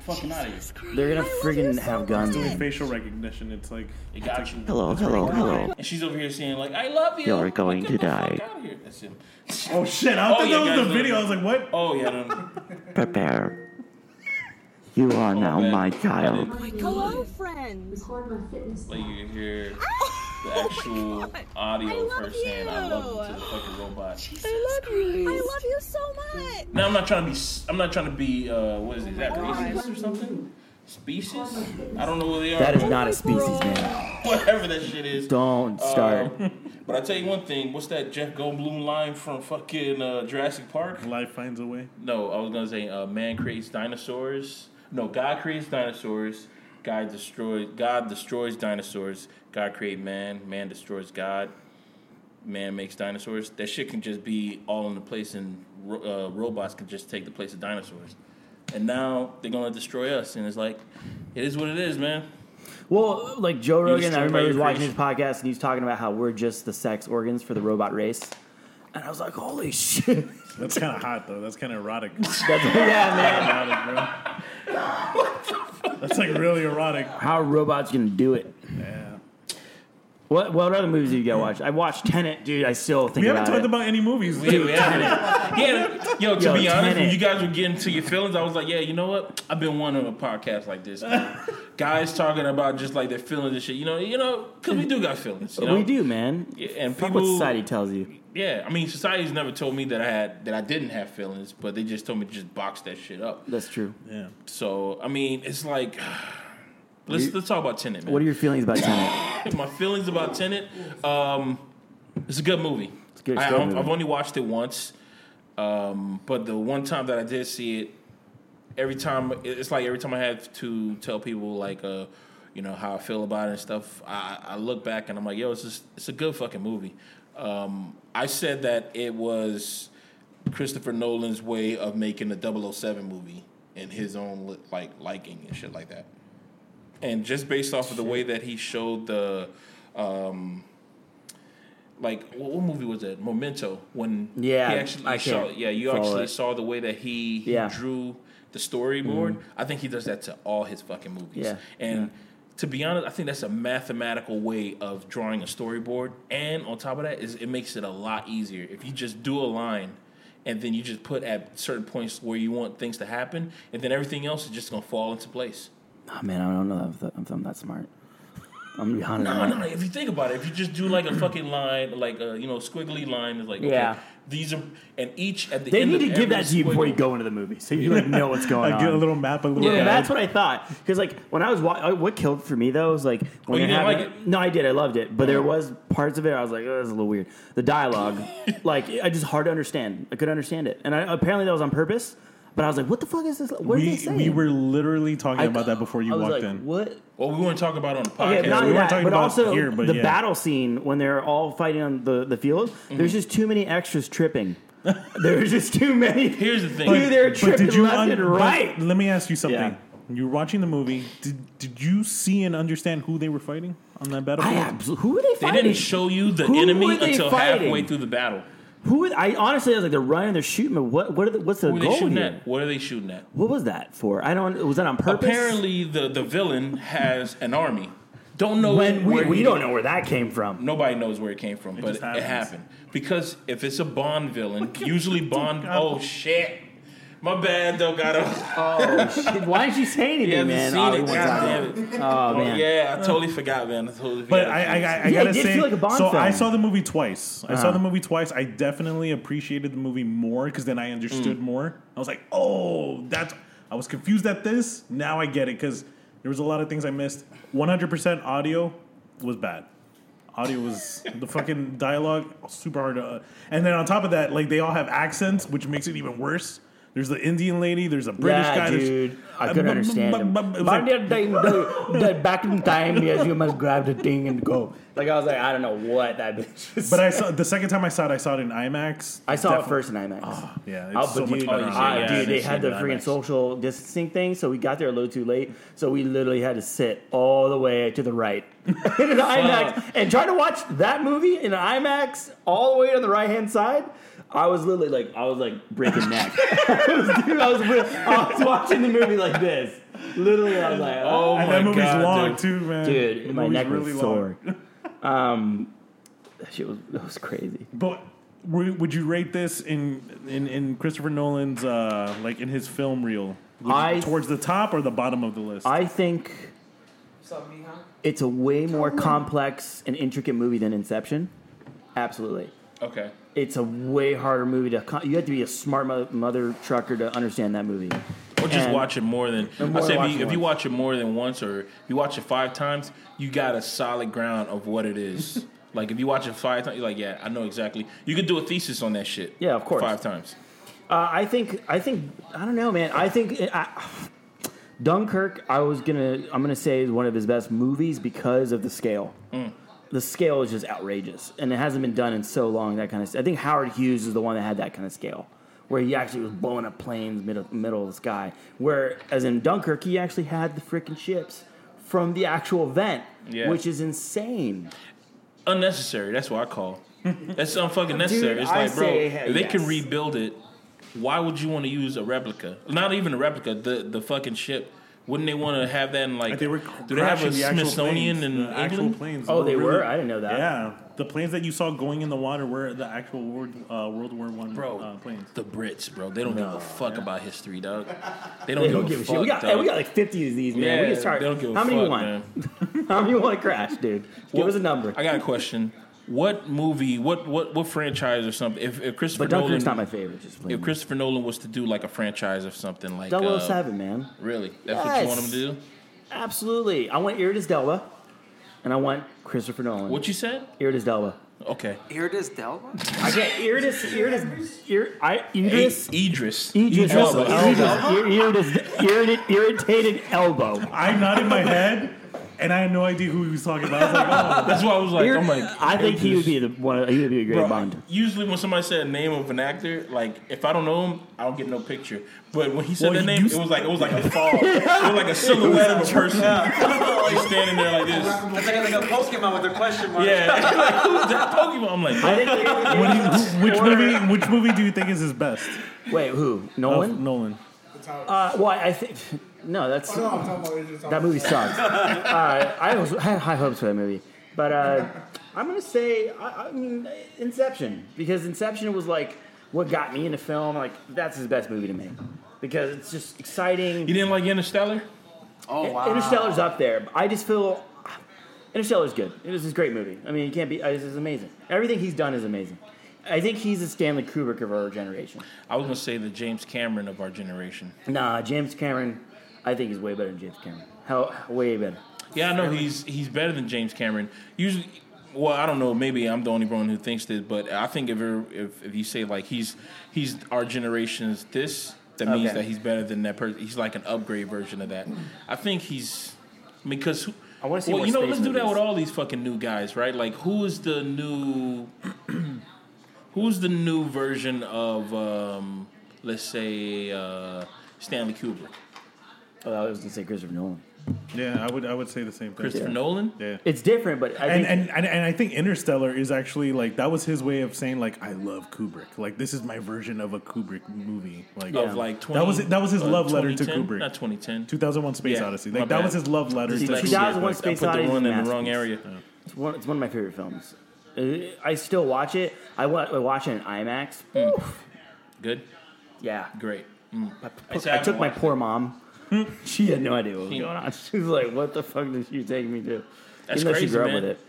Fucking out of here.
They're gonna friggin' have guns.
Doing facial recognition, it's like
It got you.
Hello, hello, hello.
And she's over here saying like, "I love you."
You're going
Get the
to
fuck
die.
out of here. That's him.
oh shit! I
Oh,
thought
yeah,
that was
guys,
the
no.
video. I was like, what?
Oh yeah. No.
Prepare. You are now
Oh, man.
my child.
Hello, friend.
Like you hear.
Oh
the actual
God. I
audio
love
firsthand. I love
you.
it to the fucking robot.
I love you. I love you so much.
Now I'm not trying to be. s- I'm not trying to be. Uh, what is it? Is that racist or something? Species? I don't know what they are.
That is
but
not a species, man.
whatever that shit is.
Don't start.
Um, but I tell you one thing. What's that Jeff Goldblum line from fucking uh, Jurassic Park?
Life finds a way.
No, I was gonna say uh, man creates dinosaurs. No, God creates dinosaurs. God destroys. God destroys dinosaurs. God create man. Man destroys God. Man makes dinosaurs. That shit can just be all in the place, and ro- uh, robots can just take the place of dinosaurs. And now they're gonna destroy us, and it's like, it is what it is, man.
Well, like Joe
just
Rogan, I
don't
remember
buy
he was
your
watching his podcast and he was talking about how we're just the sex organs for the robot race. And I was like, holy shit.
That's kind of hot though. That's kind of erotic.
That's, yeah, man.
Erotic, bro. That's like really erotic.
How are robots going to do it?
Yeah.
What, what other movies have you got watch? I watched Tenet, dude. I still think
We haven't
about
talked
it.
about any movies.
We, we had it. Yeah, yo, to
Yo,
be honest, when
Tenet.
you guys were getting to your feelings, I was like, yeah, you know what? I've been wanting a podcast like this. guys talking about just like their feelings and shit. You know, you know, because we do got feelings. You know?
We do, man.
Yeah, and
Fuck what
people-
society tells you.
Yeah, I mean, society's never told me that I had that I didn't have feelings, but they just told me to just box that shit up.
That's true.
Yeah.
So I mean, it's like. Let's, let's talk about Tenet, man.
What are your feelings about Tenet?
My feelings about Tenet. Um, it's a good movie. It's
good, it's
I,
a good
I've-
movie.
I've only watched it once, um, but the one time that I did see it, every time it- it's like every time I have to tell people like, uh, you know, how I feel about it and stuff. I, I look back and I'm like, yo, it's just, it's a good fucking movie. Um, I said that it was Christopher Nolan's way of making a 007 movie in his own li- like liking and shit like that and just based off of the way that he showed the um like what, what movie was that memento when
Yeah,
he actually
I
saw
can't
yeah you
follow
actually
it.
saw the way that he, he
Yeah. Mm-hmm.
drew the storyboard i think he does that to all his fucking movies
Yeah,
and to be honest i think that's a mathematical way of drawing a storyboard and on top of that is it makes it a lot easier if you just do a line and then you just put at certain points where you want things to happen and then everything else is just gonna fall into place
Oh, man, I don't know if th- if I'm that smart. I'm gonna be honest.
No, no, no. If you think about it, if you just do like a fucking line, like a you know squiggly line, is like okay,
Yeah.
These are and each at the
They
end
need to
of
give
every
that to you before you
squiggle-
go into the movie, so you like know what's going
I
on.
get a little map, a little
Yeah.
guide.
That's what I thought. Because like when I was wa- what killed for me though was like
Oh,
when
you
they're
didn't
having-
like
No, I did. I loved it, but there was parts of it I was like, oh, that's a little weird. The dialogue, like I just hard to understand. I couldn't understand it, and I, apparently that was on purpose. But I was like, what the fuck is this? What are they
we,
saying?
we were literally talking
I-
about that before you
I was like,
walked in.
What?
Well, we want to talk about it on the podcast.
Okay, but not
we
only
weren't
that,
talking
but
about
also
here, but
the
yeah.
battle scene when they're all fighting on the, the field.
Mm-hmm.
There's just too many extras tripping. there's just too many.
Here's the thing.
Dude, they're tripping left
un-
and
but
right.
Let me ask you something.
Yeah.
You're watching the movie. Did did you see and understand who they were fighting on that
I
battlefield?
absolutely. Who are they
they
fighting?
didn't show you the
Who
enemy
were they
until halfway
fighting?
through the battle.
Who? Is, I honestly, I was like, they're running, they're shooting, but what? What? Are the, what's the
Who are they
goal
shooting
here?
at? What are they shooting at?
What was that for? I don't. Was that on purpose?
Apparently, the the villain has an army. Don't know
when we,
where
we
he-
don't know where that came from.
Nobody knows where it came from, but
just
it
happens.
happened because if it's a Bond villain, usually Bond. Oh shit! My bad, Delgado.
Oh shit! Why didn't you say anything,
Yeah,
man?
man.
Oh,
Seen
he
it.
wants
God
out.
damn it.
Oh,
Oh,
man.
yeah, I totally forgot, man. I totally
But
forgot.
I, I, I, I
Yeah, it
gotta
did
say,
feel like a Bond
so I
film. Uh-huh.
saw the movie twice. I saw the movie twice. I definitely appreciated the movie more because then I understood more. I was like, oh, that's. I was confused at this. Now I get it because there was a lot of things I missed. One hundred percent audio was bad. Audio was the fucking dialogue super hard. To, uh, and then on top of that, like they all have accents, which makes it even worse. There's the Indian lady. There's a British
yeah,
guy. there's- Uh,
dude. I couldn't
bu- bu-
understand
bu-
him.
bu- it was
Back
like-
in time, the- the- back in time, yes, you must grab the thing and go. Like I was like, I don't know what that bitch. Is.
But I saw the second time I saw it. I saw it in IMAX.
I saw
Definitely- Ah.
it first in IMAX.
Yeah, it's
Oh,
so
but
much
dude,
better.
oh,
on
ah,
IMAX.
yeah, I
dude, they
didn't
had
see
the
it in
freaking
IMAX.
social distancing thing, so we got there a little too late. So we literally had to sit all the way to the right in an IMAX and try to watch that movie in an IMAX all the way on the right hand side. I was literally like, I was like breaking neck. I, was, dude, I, was, real- I was watching the movie like this. Literally, I was like, oh,
Oh
And that
my
movie's
God,
long
dude.
too, man.
dude,
The
my
movie's
neck was
really long.
sore. um, that shit was that was crazy.
But w- would you rate this in in, in Christopher Nolan's uh, like in his film reel? Would-
I-
towards the top or the bottom of the list?
I think
Sup, mija?
it's a way more complex and intricate movie than Inception. Absolutely.
Okay.
It's a way harder movie to. Con- you have to be a smart mother, mother trucker to understand that movie.
Or just
And-
watch it more than.
And more
I say
watch
if,
it
you, if you watch it more than once, or if you watch it five times, you got a solid ground of what it is. like if you watch it five times, you're like, yeah, I know exactly. You could do a thesis on that shit.
Yeah, of course.
Five times.
Uh, I think. I think. I don't know, man. I think. I, Dunkirk. I was gonna. I'm gonna say is one of his best movies because of the scale. The scale is just outrageous, and it hasn't been done in so long. That kind of. I think Howard Hughes is the one that had that kind of scale, where he actually was blowing up planes middle middle of the sky. Whereas in Dunkirk, he actually had the freaking ships from the actual event,
Yeah.
which is insane.
Unnecessary. That's what I call. That's unfucking necessary.
Dude,
it's
I
like, bro,
say,
if they can
yes.
rebuild it, why would you want to use a replica? Not even a replica. The the fucking ship. Wouldn't they want to have that in like?
Like they were
do they have a
crashing the actual
Smithsonian
planes,
in
the actual
England?
planes?
Oh, they were? I didn't know that.
Yeah, the planes that you saw going in the water were the actual World, uh, World War One
Bro,
uh, planes.
the Brits, bro, they don't give a fuck about history, dog. They don't,
They don't give a shit. We got,
fuck,
hey, we got
dog.
like 50 of these, man.
Yeah,
we can start.
they don't give a
How many you
fuck,
want?
man.
How many you want to crash, dude? Give
Well,
us a number.
I got a question. What movie? What what what franchise or something? If, if Christopher
But Dunkirk's not
Nolan,
my favorite. Just plain.
if Christopher Nolan was to do like a franchise of something like uh,
007, man.
really, that's what you
Yes.
want him to do?
Absolutely. I want Iridis Delva, and I want Christopher Nolan.
What you said?
Iridis Delva.
Okay,
Here it is, Delva.
I get Iridis. Iridis. Ir, I, Idris.
I- E-, Idris. Oh,
Idris
Elba.
Elba. Idris. Iridis. Irid, irritated elbow.
I nodded my head, and I had no idea who he was talking about. I was like, oh.
That's why I was like, I'm like,
I think he would be the one. He would be a great
Bro,
Bond.
Usually, when somebody said a name of an actor, like if I don't know him, I don't get no picture. But when he said
Well,
the
you
name,
used-
it was like it was like a fall, it was like a silhouette of a person like standing there like this.
That's like, like a Pokemon with a question mark.
Yeah, like, who's that Pokemon? I'm like,
I think. Iridis-
oh, What do you- who- which movie? Which movie do you think is his best?
Wait, who?
Of
Nolan?
Nolan.
Oh.
Uh, well, I think no. That's
No, I'm talking about Idris Elba.
that movie sucked. uh, I, was, I had high hopes for that movie, but uh, I'm gonna say I, I mean, Inception because Inception was like what got me into film. Like that's his best movie to me because it's just exciting.
you didn't like Interstellar?
Oh wow.
Interstellar's up there. I just feel Interstellar's good. It was a great movie. I mean, you can't be. This is amazing. Everything he's done is amazing. I think he's a Stanley Kubrick of our generation.
I was gonna say the James Cameron of our generation.
Nah, James Cameron, I think he's way better than James Cameron. How way better.
Yeah, I know he's he's better than James Cameron. Usually, well, I don't know. Maybe I'm the only one who thinks this, but I think if you're- if, if you say like he's he's our generation's this, that means
Okay.
that he's better than that person. He's like an upgrade version of that. I think he's because who,
I wanna see
Well,
more
you know,
space
let's do that
movies.
with all these fucking new guys, right? Like, who is the new who's the new version of um, let's say uh, Stanley Kubrick,
Oh, I was gonna say Christopher Nolan.
Yeah, I would. I would say the same thing.
Christopher Nolan?
Yeah.
It's different, but I
And,
think
and, and and I think Interstellar is actually like that was his way of saying like I love Kubrick like this is my version of a Kubrick movie like
of like 20,
that was that was his
uh,
love letter to
2010?
Kubrick
Not 2010.
2001 Space
Yeah,
Odyssey
my
like that
bad.
was his love letter to
Dyslexia.
Kubrick.
2001
I
Space
put the
Odyssey
one
is
in the wrong
masterpiece.
area.
it's one, it's one of my favorite films. Uh, I still watch it. I wa- I watch it in IMAX. Oof.
Good,
Yeah,
great. Mm.
I,
I said I
I took
haven't
my
watched
poor mom.
Hmm.
she had no idea what was going on. She was like, "What the fuck did you take me to?"
That's
Even though she
crazy,
grew
man.
up with it.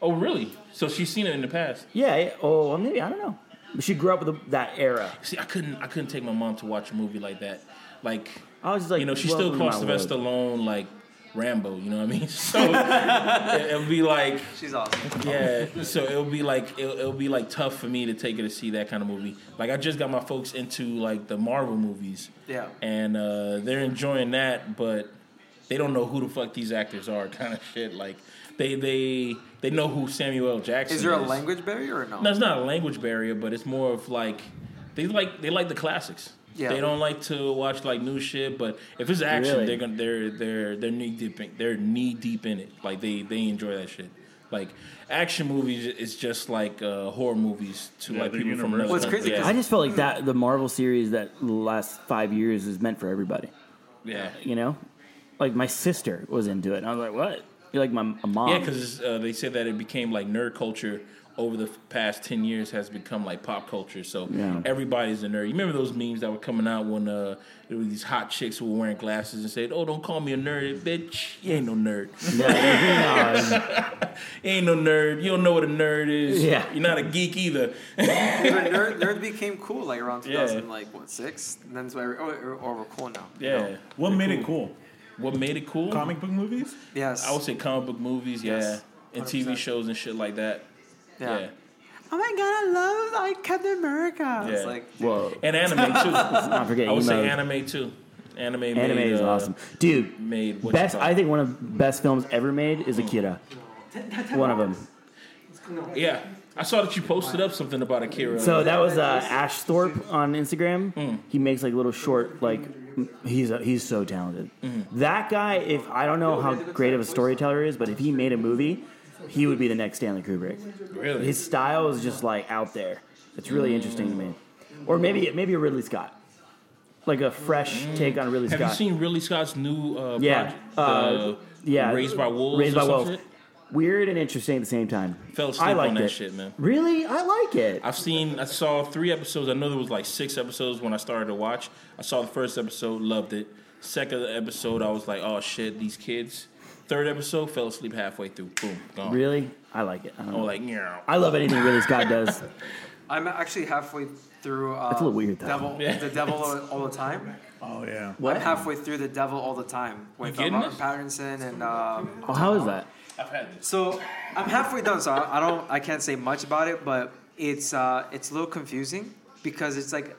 Oh, really? So she's seen it in the past.
Yeah. yeah. Oh, well, maybe I don't know. But she grew up with the, that era.
See, I couldn't, I couldn't take my mom to watch a movie like that. Like,
I was just like,
you know, she
welcome to
still calls
my
Sylvester
world.
Stallone like Rambo. You know what I mean? So it, will be like,
She's awesome.
yeah. So it'll be like, it'll, it'll be like tough for me to take her to see that kind of movie. Like, I just got my folks into like the Marvel movies.
Yeah.
and uh, they're enjoying that, but they don't know who the fuck these actors are, kind of shit. Like they they they know who Samuel L. Jackson is.
Is there a language barrier or no?
No, it's not a language barrier, but it's more of like they like they like the classics.
Yeah.
They don't like to watch like new shit, but if it's action,
Really?
they're gonna they're they're they're knee deep in, they're knee deep in it. Like they they enjoy that shit. Like action movies is just like uh, horror movies to
Yeah,
like
they're
people from another
universal.
What's
country.
crazy, 'cause
I just felt like that the Marvel series that the last five years is meant for everybody.
yeah, yeah.
you know? Like my sister was into it, and I was like, "What?" You're like my a mom.
Yeah, because uh, they said that it became like nerd culture over the past 10 years has become like pop culture. So
Yeah.
everybody's a nerd. You remember those memes that were coming out when uh, there were these hot chicks who were wearing glasses and said, Oh, don't call me a nerd, bitch. You ain't no nerd.
Yeah.
You ain't no nerd. You don't know what a nerd is.
Yeah.
You're not a geek either.
Nerd, nerd, nerd became cool like around
Yeah.
2000, like what six? And then that's why oh, or, or we're cool now.
Yeah.
What made it cool?
What made it cool?
Comic book movies?
Yes,
I would say comic book movies, yeah.
Yes.
And TV
100%.
shows and shit like that.
yeah.
yeah.
Oh my god, I love like Captain America. It's
Yeah.
like
Whoa.
And anime too.
Not forget
I would say
emo.
anime too. Anime.
Anime
made,
is
uh,
awesome, dude.
Made what
Best, I think one of best films ever made is Akira. One of them.
Yeah, I saw that you posted up something about Akira.
So that was uh, Ash Thorpe on Instagram. He makes like little short like m- he's a, he's so talented. That guy, if I don't know how great of a storyteller he is, but if he made a movie, he would be the next Stanley Kubrick.
really?
His style is just like out there. It's really interesting to me. Or maybe maybe a Ridley Scott, like a fresh take on Ridley
Have
Scott.
you seen Ridley Scott's new? Uh,
Yeah.
project,
Uh,
the
yeah.
Raised by Wolves.
Raised
or
by
some
Wolves.
shit?
Weird and interesting at the same time.
Fell asleep
I liked
on that
it.
shit, man.
Really, I like it.
I've seen. I saw three episodes. I know there was like six episodes when I started to watch. I saw the first episode, loved it. Second episode, I was like, oh shit, these kids. Third episode, fell asleep halfway through. Boom, gone.
Really, I like it. I, don't
I was
know.
like, yeah.
I love anything Ridley Scott does.
I'm actually halfway through. Uh,
That's a little weird, though.
Devil,
Yeah.
the devil all, all the time.
Oh yeah.
I'm halfway through the devil all the time with uh,
getting
Robert
this?
Pattinson and. Um,
Oh, how is that?
I've had this.
so I'm halfway done, so I, I don't, I can't say much about it, but it's uh, it's a little confusing because it's like.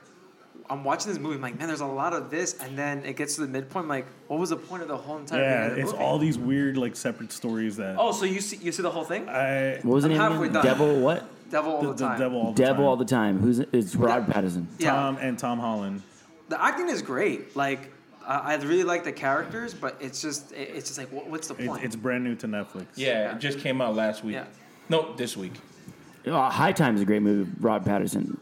I'm watching this movie. I'm like, man, there's a lot of this, and then it gets to the midpoint. I'm like, what was the point of the whole entire?
Yeah,
thing in the
it's
movie?
all these weird like separate stories that
Oh, so you see, you see the whole thing?
I
What was the
I'm
name?
halfway
again?
done.
Devil what?
Devil all
Uh, the,
the,
the
time.
devil all the
Devil
time.
all the time. Who's it's Rod Patterson?
Tom and Tom Holland.
the acting is great. Like I, I really like the characters, but it's just it, it's just like what, what's the
It,
point?
it's brand new to Netflix.
Yeah, it just came out last week.
Yeah.
No, this week.
Oh, High Times is a great movie. Rod Patterson.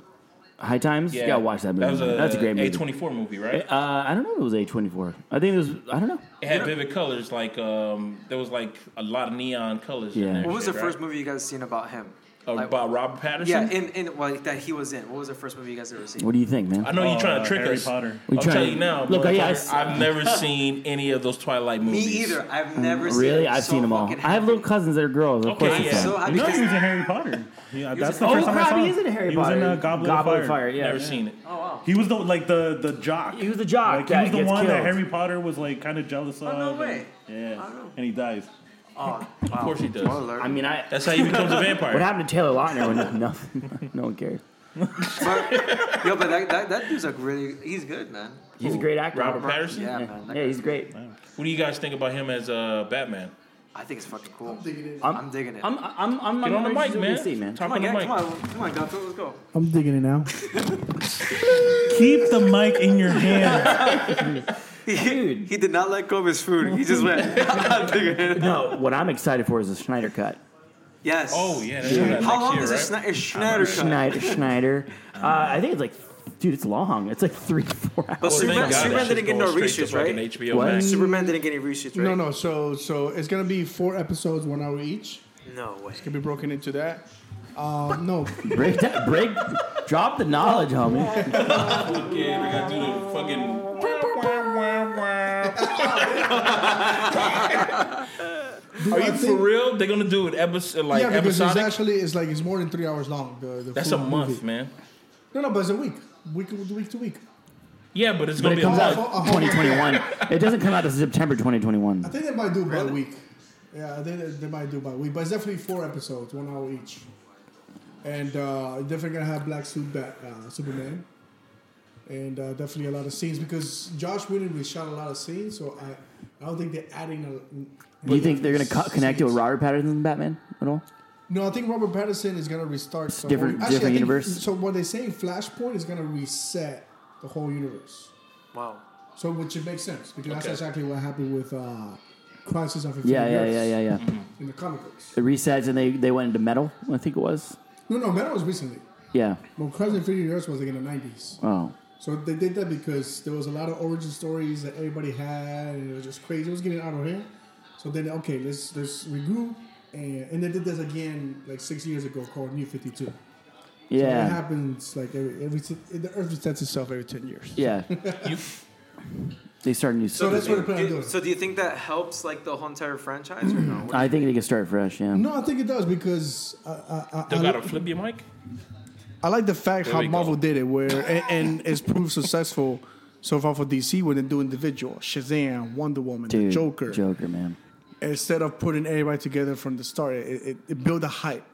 High Times.
Yeah,
You gotta watch that movie.
was
That's a great movie.
A24 movie, right?
Uh, I don't know if it was A twenty four. I think it was. I don't know.
It had vivid colors, like um, there was like a lot of neon colors.
Yeah.
In there,
what was the
shit,
first
right?
movie you guys seen about him?
Uh,
Like-
about Robert Patterson?
Yeah, in in well, that he was in. What was the first movie you guys ever seen?
What do you think, man?
I know
Oh,
you're trying to trick
Harry
us.
Potter.
We
I'm
trying-
telling you now.
Look, I- I
motherfucker,
s-
I've never seen any of those Twilight
Me
movies.
either. I've never seen.
Really,
it.
I've
So
seen them all.
fucking
I have
happy.
little cousins that are girls. Of
Okay,
course,
yeah.
it's
So
them.
happy
No, he was in
because
Harry Potter. Yeah,
was
that's
in-
the
Oh,
first time I
crap,
saw him.
he is in Harry
he
Potter.
was in uh, Goblet, of Fire.
Yeah.
Never seen it.
Oh.
He was the like the the jock.
He was the jock
Like,
that
he was the
gets
one that
killed.
Harry Potter was like kind of jealous of.
Oh, no
and-
way.
Yeah.
don't know.
And he dies.
oh,
Of course he does.
I mean, I.
That's how he becomes a
What
vampire.
happened to Taylor Lautner? When nothing, no one cares.
but, yo, but that, that, that dude's like really he's good, man.
He's a great actor.
Robert Patterson.
Yeah,
Yeah,
man. that
yeah,
guy-
he's great.
What do you guys think about him as uh, Batman?
I think it's fucking cool. I'm
digging it.
I'm, digging it.
I'm, I'm, I'm,
Get
I'm
on the mic, man.
See, man.
Talk
come
on
on,
the
yeah,
mic.
come on, come on, Gonzo, let's go.
I'm digging it now.
Keep the mic in your hand.
Dude.
He did not let go of his food. He just went. I'm digging it.
No, what I'm excited for is the Schneider cut.
Yes.
Oh yeah, that's coming out
How long
next
is
year,
a
right?
Schne- is Schneider cut?
Schneider, Schneider. Uh, I think it's like, dude, it's long. It's like three, four
But
hours.
Well, thank
Superman,
God that
Superman
shit's
didn't get
going
no
straight to
reshoots,
fucking
right?
HBO
What?
Max.
Superman didn't get any reshoots, right?
No, no. So, so it's gonna be four episodes, one hour each.
No way.
Can be broken into that. Um, no,
break, that, break, drop the knowledge, homie.
Yeah, we gotta do the fucking.
Are you
For real, they're gonna do it episode like
Yeah, because
episodic.
it's actually it's like it's more than three hours long. The, the
That's a
full
month,
movie.
man.
No, no, but it's a week, week week to week.
Yeah, but it's
But
gonna
it
be a
comes
month.
out
whole- a whole-
2021. It doesn't come out until September
I
2021.
think they might do by week. Yeah, I think they, they might do by week, but it's definitely four episodes, one hour each. And uh, definitely gonna have Black Suit Bat, uh, Superman, and uh, definitely a lot of scenes because Josh Whedon we shot a lot of scenes, so I, I don't think they're adding. A,
Do you think they're gonna co- connect it with
scenes.
Robert Patterson Batman at all?
No, I think Robert Pattinson is gonna restart. the
different-
whole- I
different
think-
universe.
So what they say, Flashpoint is gonna reset the whole universe.
Wow.
So which it makes sense because
Okay.
that's exactly what happened with uh, Crisis on Infinite
Yeah, yeah,
Earths
yeah, yeah, yeah.
in the comic books.
It resets and they, they went into metal. I think it was.
No, no, Metal was recently.
Yeah.
Well, Crisis on Infinite Earths was like in the nineties.
Oh.
So they did that because there was a lot of origin stories that everybody had, and it was just crazy. It was getting out of hand. So then, okay, let's let's regroup, and, and they did this again like six years ago called New Fifty Two.
Yeah.
it happens like every every si- the Earth resets itself every ten years.
Yeah. they start a new.
So that's what they plan on
Do,
doing.
so do you think that helps like the whole entire franchise or
Mm.
no?
I think they can start fresh. Yeah.
No, I think it does because I, I, I,
They
I-
gotta flip your mic.
I like the fact
There
how
we go.
Marvel did it, where and, and it's proved successful so far for DC when they do individual Shazam, Wonder Woman, the
Dude,
Joker.
Joker, man.
Instead of putting everybody together from the start, it, it, it built a hype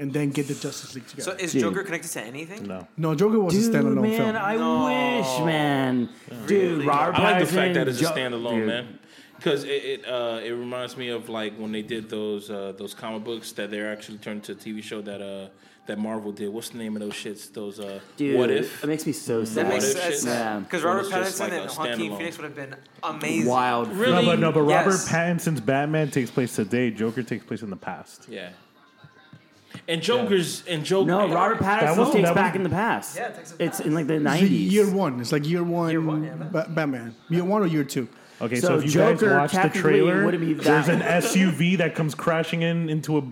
and then get the Justice League
So
together.
is
Dude.
Joker connected to anything?
No.
no, Joker was
Dude,
a standalone
man,
film.
I
No.
wish, man. Dude,
Really?
Robert
I like the
Pattinson,
fact that it's a
Jo-
standalone,
Dude.
man. Because it it, uh, it reminds me of like when they did those uh, those comic books that they're actually turned to a TV show that uh, that Marvel did. What's the name of those shits? Those uh,
Dude,
what if?
It makes me so sad.
That
What
makes
if shit?
sense.
Yeah.
Because
Or
Robert
it's
Pattinson
just like a
and Joaquin
standalone.
Phoenix would have been amazing.
Wild.
Really?
No, but no, but Robert
Yes.
Pattinson's Batman takes place today. Joker takes place in the past.
Yeah. And Joker's and Joker.
No, Robert Pattinson
was-
takes
that
back
was-
in the past.
Yeah, it takes it
It's
back.
in like the
It's like
nineties.
year one. It's like year one,
Year one, yeah, man.
Ba- Batman. Year one or year two?
Okay,
So
so, if you
Joker
guys watch the
technically
trailer,
wouldn't be that-
there's an SUV that comes crashing in into a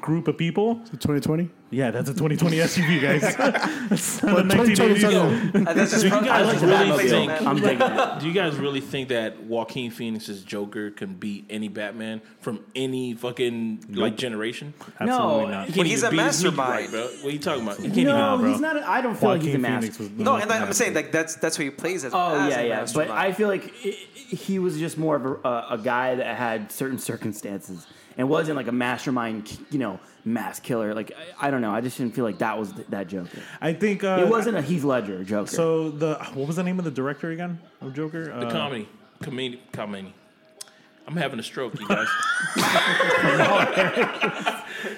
group of people.
2020?
Yeah, that's a 2020 SUV, guys. that's not a
But 2020
1980s.
And that's just pro-
guys
that's just
really
probably
think-
based on
I'm
that.
digging it.
Do you guys really think that Joaquin Phoenix's Joker can beat any Batman from any fucking like generation?
Absolutely not.
He
Well,
can't
he's
even
a
beat his weak
mastermind.
right, bro. What are you talking about? He can't even.
No,
bro.
he's not. A, I don't feel like he's a
Joaquin
master.
was
No, and like, I'm saying like that's that's what he plays as.
Oh
as
yeah,
a
yeah. But
mastermind.
I feel like i he was just more of a, a, a guy that had certain circumstances and wasn't like a mastermind, you know, mass killer. Like I, I don't know. I just didn't feel like that was th- that Joker.
I think uh,
It wasn't a Heath Ledger Joker.
So the what was the name of the director again of Joker? Uh,
The comedy, comedy, comedy. I'm having a stroke, you guys.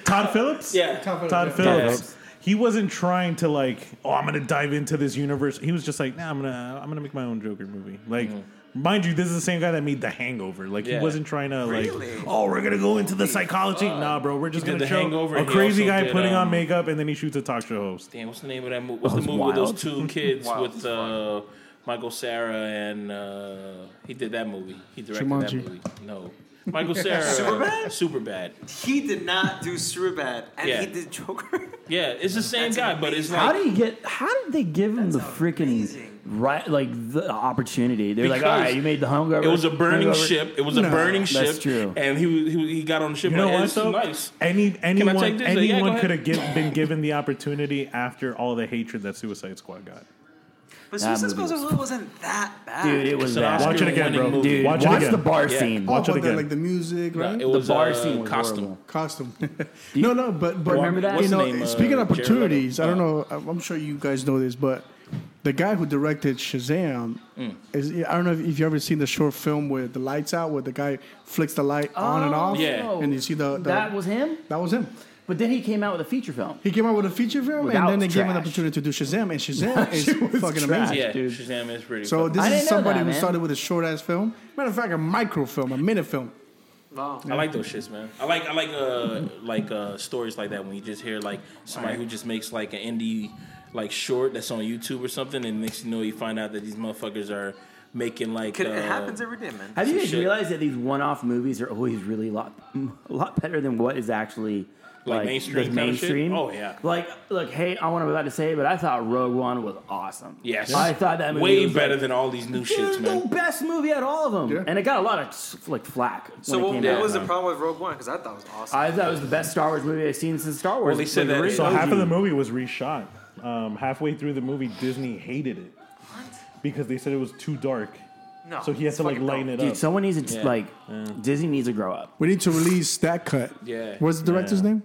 Todd Phillips.
yeah.
Todd,
Todd
Phillips.
Phillips.
He wasn't trying to like, oh, I'm gonna dive into this universe. He was just like, nah, I'm gonna, I'm gonna make my own Joker movie. Like, mind you, this is the same guy that made The Hangover. Like,
Mm-hmm. Yeah.
he wasn't trying to like,
Really?
oh, we're gonna go into the psychology. Nah, bro, we're just
He did
gonna
The
show
Hangover
a
and he
crazy
also
guy
did,
putting on
um,
makeup and then he shoots a talk show host.
Damn, what's the name of that movie? What's the
was
movie with
wild.
those two kids with uh, Michael Sarah and uh, he did that movie. He directed that
Jumanji.
movie. No, Michael Sarah. Superbad. Superbad.
he did not do Superbad, and
Yeah.
he did Joker.
Yeah, it's the same guy, but it's like
how do you get? How did they give him the freaking
amazing.
right? Like the opportunity? They're like, all
Because
right, you made the hungover.
it was a burning
hungover.
ship. It was a
No,
burning
that's
ship.
true.
And he was- he, was- he got on the ship.
You know
like,
what
"This is
though?
Nice.
Any
take
anyone
this? Yeah, go
anyone
ahead.
could have give, been given the opportunity after all the hatred that Suicide Squad got.
But
That
Suicide
movie
Squad really wasn't that bad.
Dude, it was
It's an
bad.
Watch it again,
Oscar-winning
bro.
movie.
Dude, watch,
Watch it again.
the bar
Yeah.
scene.
Oh,
Watch it
but the,
again.
like the music,
No,
right?
it was
the bar
uh,
scene was
costume.
horrible.
costume. no, no, but but
Remember that?
What's
You
the
know,
name, uh,
speaking of
Jared Leto? Uh.
opportunities, I don't know. I'm I'm sure you guys know this, but the guy who directed Shazam
Mm.
is. I don't know if, if you ever seen the short film with the lights out, where the guy flicks the light on and off.
Oh, Yeah.
and you see the, the
Oh. That was him.
that was him.
But then he came out with a feature film.
He came out with a feature film,
Without
and then they gave him an
trash.
opportunity to do Shazam, and Shazam is
She was
fucking
trash.
amazing.
Yeah,
dude.
Shazam is pretty.
So
fucking-
this
I didn't
is
know
somebody
that,
who
man.
started with a short ass film. Matter of fact, a micro film, a minute film.
Wow.
I like those shits, man. I like I like uh like uh stories like that when you just hear like somebody who just makes like an indie like short that's on YouTube or something, and next you know you find out that these motherfuckers are making like
Could-
uh,
it happens every day, man.
Have you
Some
guys
shit.
realized that these one-off movies are always really a lot, a lot better than what is actually
Like
like,
mainstream
the
kind of shit?
mainstream?
Oh, yeah.
Like, look, hey, I want to about to say, it, but I thought Rogue One was awesome.
yes,
I thought that movie
way
was
better
like,
than all these new
it was
shits,
the
man.
best movie out of all of them,
Yeah.
and it got a lot of like flack.
So
when
what,
it came
what
out.
was the problem with Rogue One? Because I thought it was awesome.
I thought it was the best Star Wars movie I've seen since Star Wars.
they said
Like,
that-
really
So
Oh,
half of
OG.
the movie was reshot. Um, halfway through the movie, Disney hated it because they said it was too dark.
no.
So he had
it's
to like
fucking
lighten
dumb.
it
Dude,
up.
someone needs to
Yeah.
like Disney needs to grow up.
We need to release that cut.
Yeah.
What's the director's
Yeah.
name?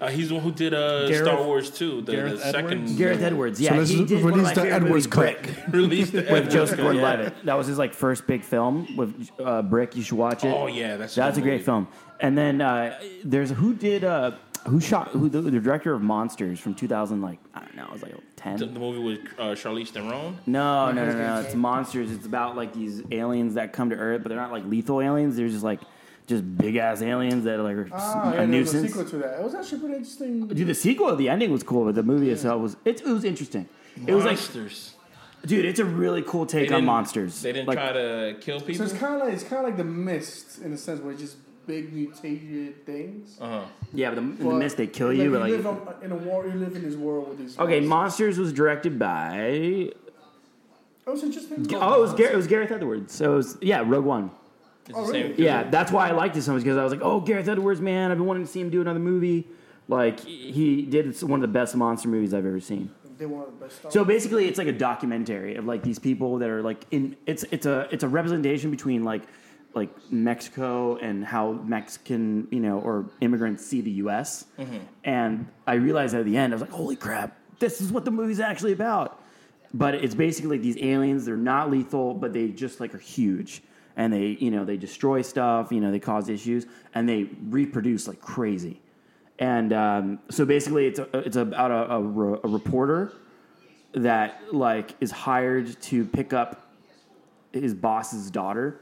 Uh, he's the one who did uh, Star
Gareth-
Wars 2, the, the
Gareth
second
Edwards?
Gareth Edwards, yeah,
let's
he did one of
release
my
the
favorite
Edwards
movies,
cut.
Brick.
Ah,
release. The
with Joseph
Gordon-Levitt.
Gordon-Levitt. That was his like first big film with uh, Brick. You should watch it.
Oh, yeah, that's a
that's a
good
great
movie.
film. And then uh, there's who did uh, who shot who the, the director of Monsters from 2000 like I don't know it was like
The,
10.
the movie with uh, Charlize Theron.
No, no, no, no. It's Monsters. It's about like these aliens that come to Earth, but they're not like lethal aliens. They're just like just big ass aliens that are like are s- a nuisance.
to that. It was actually pretty interesting.
Dude, the sequel, the ending was cool, but the movie itself was it, it was interesting. It was like,
Monsters.
dude, it's a really cool
They
take on
didn't-
monsters.
They didn't
like,
try to kill people.
kind of like it's kind of like the mist in a sense where it just
big mutated things.
Uh huh.
Yeah, but in the
But,
mist they kill you.
Like,
Like,
live on- in a war. You live in this world with these.
okay,
monsters.
Monsters was directed by
That was interesting.
oh it was Gareth, it was Gareth Edwards. So it was yeah Rogue One.
It's
Oh,
the same.
really?
Yeah, that's why I liked this so much because I was like oh Gareth Edwards man I've been wanting to see him do another movie. Like he did one of the best monster movies I've ever seen.
They wanted the best. Star
So
Wars.
basically, it's like a documentary of like these people that are like in. It's it's a it's a representation between like like Mexico and how Mexican you know or immigrants see the U.S. And I realized at the end, I was like, holy crap, this is what the movie's actually about. But it's basically like these aliens. They're not lethal, but they just like are huge. And they, you know, they destroy stuff. You know, they cause issues, and they reproduce like crazy. And um, so basically, it's a, it's about a, a, re- a reporter that like is hired to pick up his boss's daughter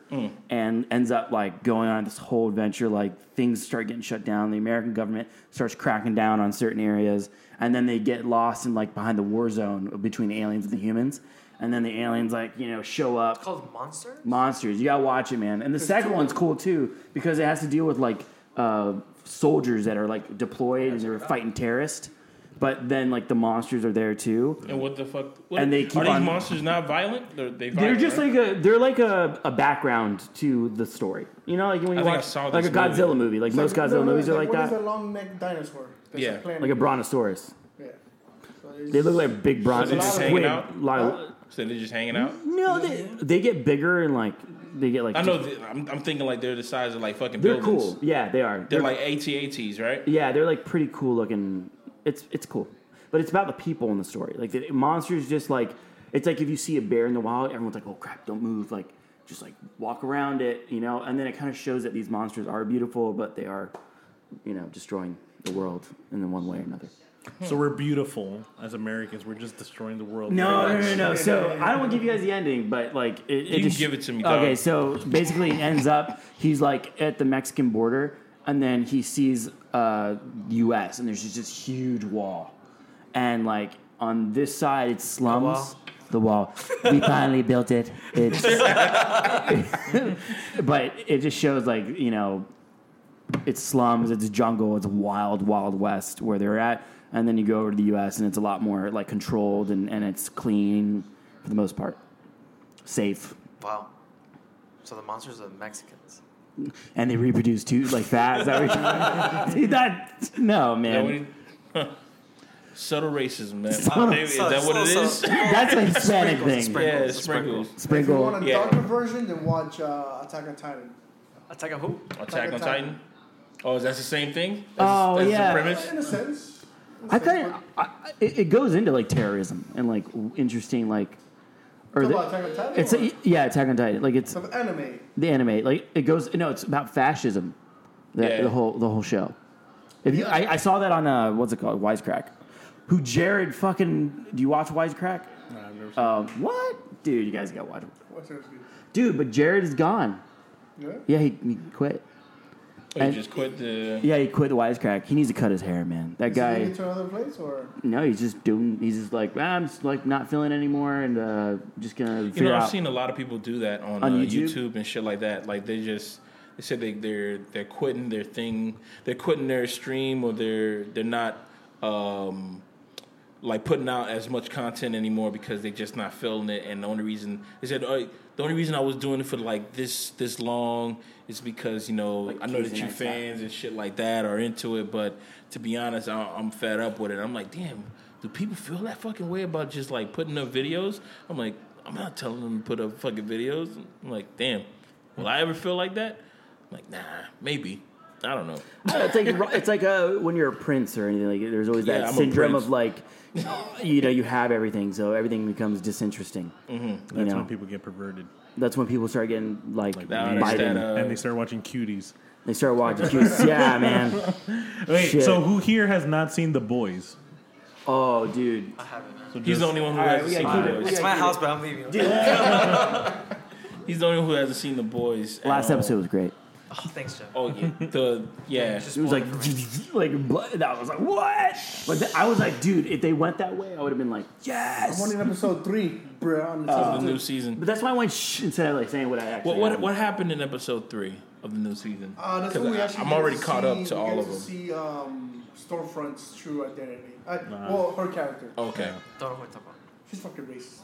and ends up like going on this whole adventure like things start getting shut down the american government starts cracking down on certain areas and then they get lost in like behind the war zone between the aliens and the humans and then the aliens like you know show up
Called Monster?
monsters. You gotta watch it, man. And the second one's cool too because it has to deal with like uh, soldiers that are like deployed and they're fighting terrorists. But then like the monsters are there too.
And what the fuck? What,
And they keep
are these
on-
monsters not violent? They're, they
They're
violent,
just
right?
like a they're like a, a background to the story. You know, like when you
I think I
watch
saw
like a
this
Godzilla
movie.
movie, like most
No,
Godzilla
no,
movies
it's
are like
What is a
that,
long neck dinosaur? That's
Yeah.
planet.
like a brontosaurus.
Yeah. So it's-
They look like big
they're just
brontosaurus.
hanging out?
Like,
So they're just hanging out.
no, they, they get bigger and like they get like
I know. th- I'm, I'm thinking like they're the size of like fucking
they're
buildings.
cool. Yeah, they are.
They're like ATATs, right?
Yeah, they're like pretty cool looking. It's it's cool, but it's about the people in the story. Like the monsters, just like it's like if you see a bear in the wild, everyone's like, "Oh crap, don't move!" Like just like walk around it, you know. And then it kind of shows that these monsters are beautiful, but they are, you know, destroying the world in the one way or another.
So we're beautiful as Americans. We're just destroying the world.
No, no, no, no. So I don't want to give you guys the ending, but like it, it
You
just
give it to me, dog.
Okay, so basically, it ends up he's like at the Mexican border, and then he sees uh, U.S. and there's just this huge wall, and like on this side it's slums. The wall. We finally built it. It's, but it just shows like you know it's slums, it's jungle, it's wild, wild west where they're at. And then you go over to the U.S. and it's a lot more like controlled and, and it's clean for the most part, safe,
Wow. So the monsters are Mexicans.
and they reproduce too like fast. Is that what you're trying to- See, that no
That
man,
what it- Subtle racism, man.
Subtle-
Maybe- is that what it
so-
is?
so-
that's a Hispanic
Sprinkles,
thing.
sprinkles,
Yeah,
sprinkles.
sprinkles.
If you want
Sprinkle.
a
Yeah.
darker version, then watch uh, Attack on Titan.
Attack on who?
Attack on
on
Titan.
Titan.
Oh, is that the same thing? That's,
Oh,
that's
yeah.
The premise?
In a sense. in a
I
sense,
kind
but-
of it, it goes into like terrorism and like w- interesting like or
Talk
the-
about Attack on Titan.
it's a, e- yeah Attack on Titan like it's
some anime.
the anime. Like it goes. No, it's about fascism. The,
Yeah.
the whole the whole show. If you, I, I saw that on uh, what's it called, Wisecrack. Who Jared fucking? Do you watch Wisecrack? No, I've never. Seen what, dude? You guys gotta watch it,
What's it?
dude. But Jared is gone.
Yeah.
Yeah, he, he quit.
Oh, you
And-
just quit the.
Yeah, he quit Wisecrack. He needs to cut his hair, man. That
Did you
guy.
get to another place or?
No, he's just doing. He's just like "Ah, I'm just like not feeling anymore, and uh, just gonna
You
figure
know, I've
out.
seen a lot of people do that on,
On
uh,
YouTube?
YouTube? and shit like that. Like they just they said they they're they're quitting their thing, they're quitting their stream, or they're they're not um, like putting out as much content anymore because they're just not feeling it. And the only reason they said oh, the only reason I was doing it for like this this long is because you know I know that
Tuesday
you
night
fans and shit like that are into it, but to be honest, I, I'm fed up with it. I'm like, damn, do people feel that fucking way about just like putting up videos? I'm like, I'm not telling them to put up fucking videos. I'm like, damn, will I ever feel like that? I'm like, nah, maybe. I don't know.
it's like it's like uh, when you're a prince or anything. Like there's always
Yeah,
that
I'm a
syndrome
prince.
of like, you know, you have everything, so everything becomes disinteresting. Mm-hmm. You
That's
know,
when people get perverted
that's when people start getting like, biting.
Nah, that's that, uh,
and they start watching cuties.
they start watching. cues. yeah, man.
Wait,
shit.
so who here has not seen The Boys?
Oh, dude.
So
he's
just-
the only one who
All right,
hasn't
we
seen
gotta keep
the
it.
boys.
We
It's my house, but I'm leaving.
He's the only one who hasn't seen the boys. um, at
Last
all.
episode was great.
Oh, thanks, Jeff.
Oh yeah, the yeah.
Just
It was
spoiled
like,
it for me.
like blood. I was like, what? But th- I was like, dude, if they went that way, I would have been like,
I'm
yes.
only in episode three, bro.
the new season.
But that's why I went shh instead of like saying what I actually.
What what
am.
what happened in episode three? of the new season.
Uh, that's
'Cause
when we
I-
actually
I'm
get
already
to
caught
see,
up
we
to all
get
of them.
See um, Stormfront's true identity. Uh, Well, her character.
Okay.
Don't know what I'm talking
She's fucking racist.
about.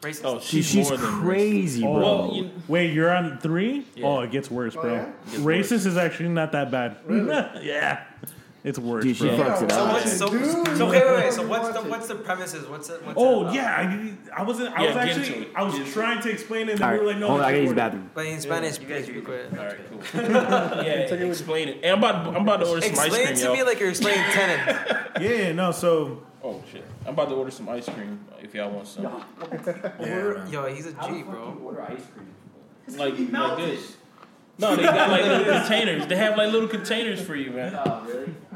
Racist.
Oh,
She's,
she's,
she's
more than
crazy,
Oh,
bro.
Well, you-
wait, you're on three? Oh, it gets worse,
Oh,
bro.
yeah?
gets
Racist is actually not that bad. yeah, it's worse,
Dude, she
bro.
fucks it
So
up.
much-
What's, so,
Dude.
so wait, wait, wait. So
Watch
what's the
it.
what's the premises? What's it? What's it
Oh
about?
yeah, I, I wasn't. I
Yeah,
was
get
actually.
into it.
I was
Get into
trying to explain it, and
All
we
right,
were like, "No,
hold on, I
it's
gotta use the bathroom.
recorded.
But in Spanish,
You guys
please be
read
quiet.
All right, cool. yeah, explain it. And I'm about, I'm about to order some ice
Explain
cream,
to
y'all.
me like you're explaining tenant.
Yeah, no. So
oh shit, I'm about to order some ice cream if y'all want some.
Yo, he's a G, bro.
Like, like this. No, they got like little containers. They have like little containers for you, man.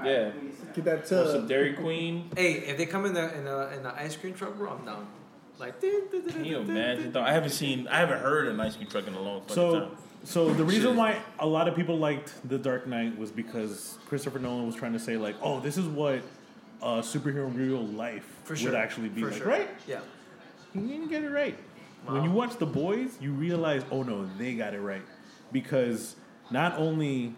Yeah.
Get that uh,
Or some
tub.
Dairy Queen.
Hey, if they come in the in the in the ice cream truck, bro, I'm down. Like,
Can you imagine? Though? I haven't seen, I haven't heard an ice cream truck in a long fucking
so
time.
so the
Shit.
reason why a lot of people liked The Dark Knight was because Christopher Nolan was trying to say like, "Oh, this is what uh, superhero in real life
For sure.
would actually be
For
like."
sure.
Right?
yeah.
He didn't get it right. When you watch The Boys, you realize, oh no, they got it right. Because not only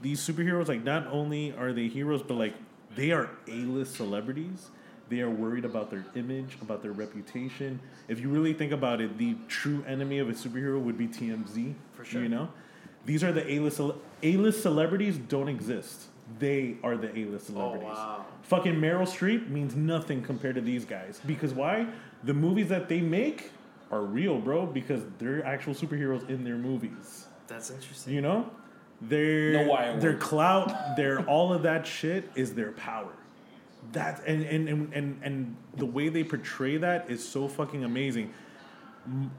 these superheroes, like, not only are they heroes, but like, they are A list celebrities. They are worried about their image, about their reputation. If you really think about it, the true enemy of a superhero would be TMZ.
For sure.
You know? These are the A list cele- A list celebrities don't exist. They are the A list celebrities.
Oh, wow.
Fucking Meryl Streep means nothing compared to these guys. Because why? The movies that they make are real, bro, because they're actual superheroes in their movies.
That's interesting.
You know? Their
No wire
their
work.
clout, their all of that shit is their power. That and and, and and and the way they portray that is so fucking amazing. M-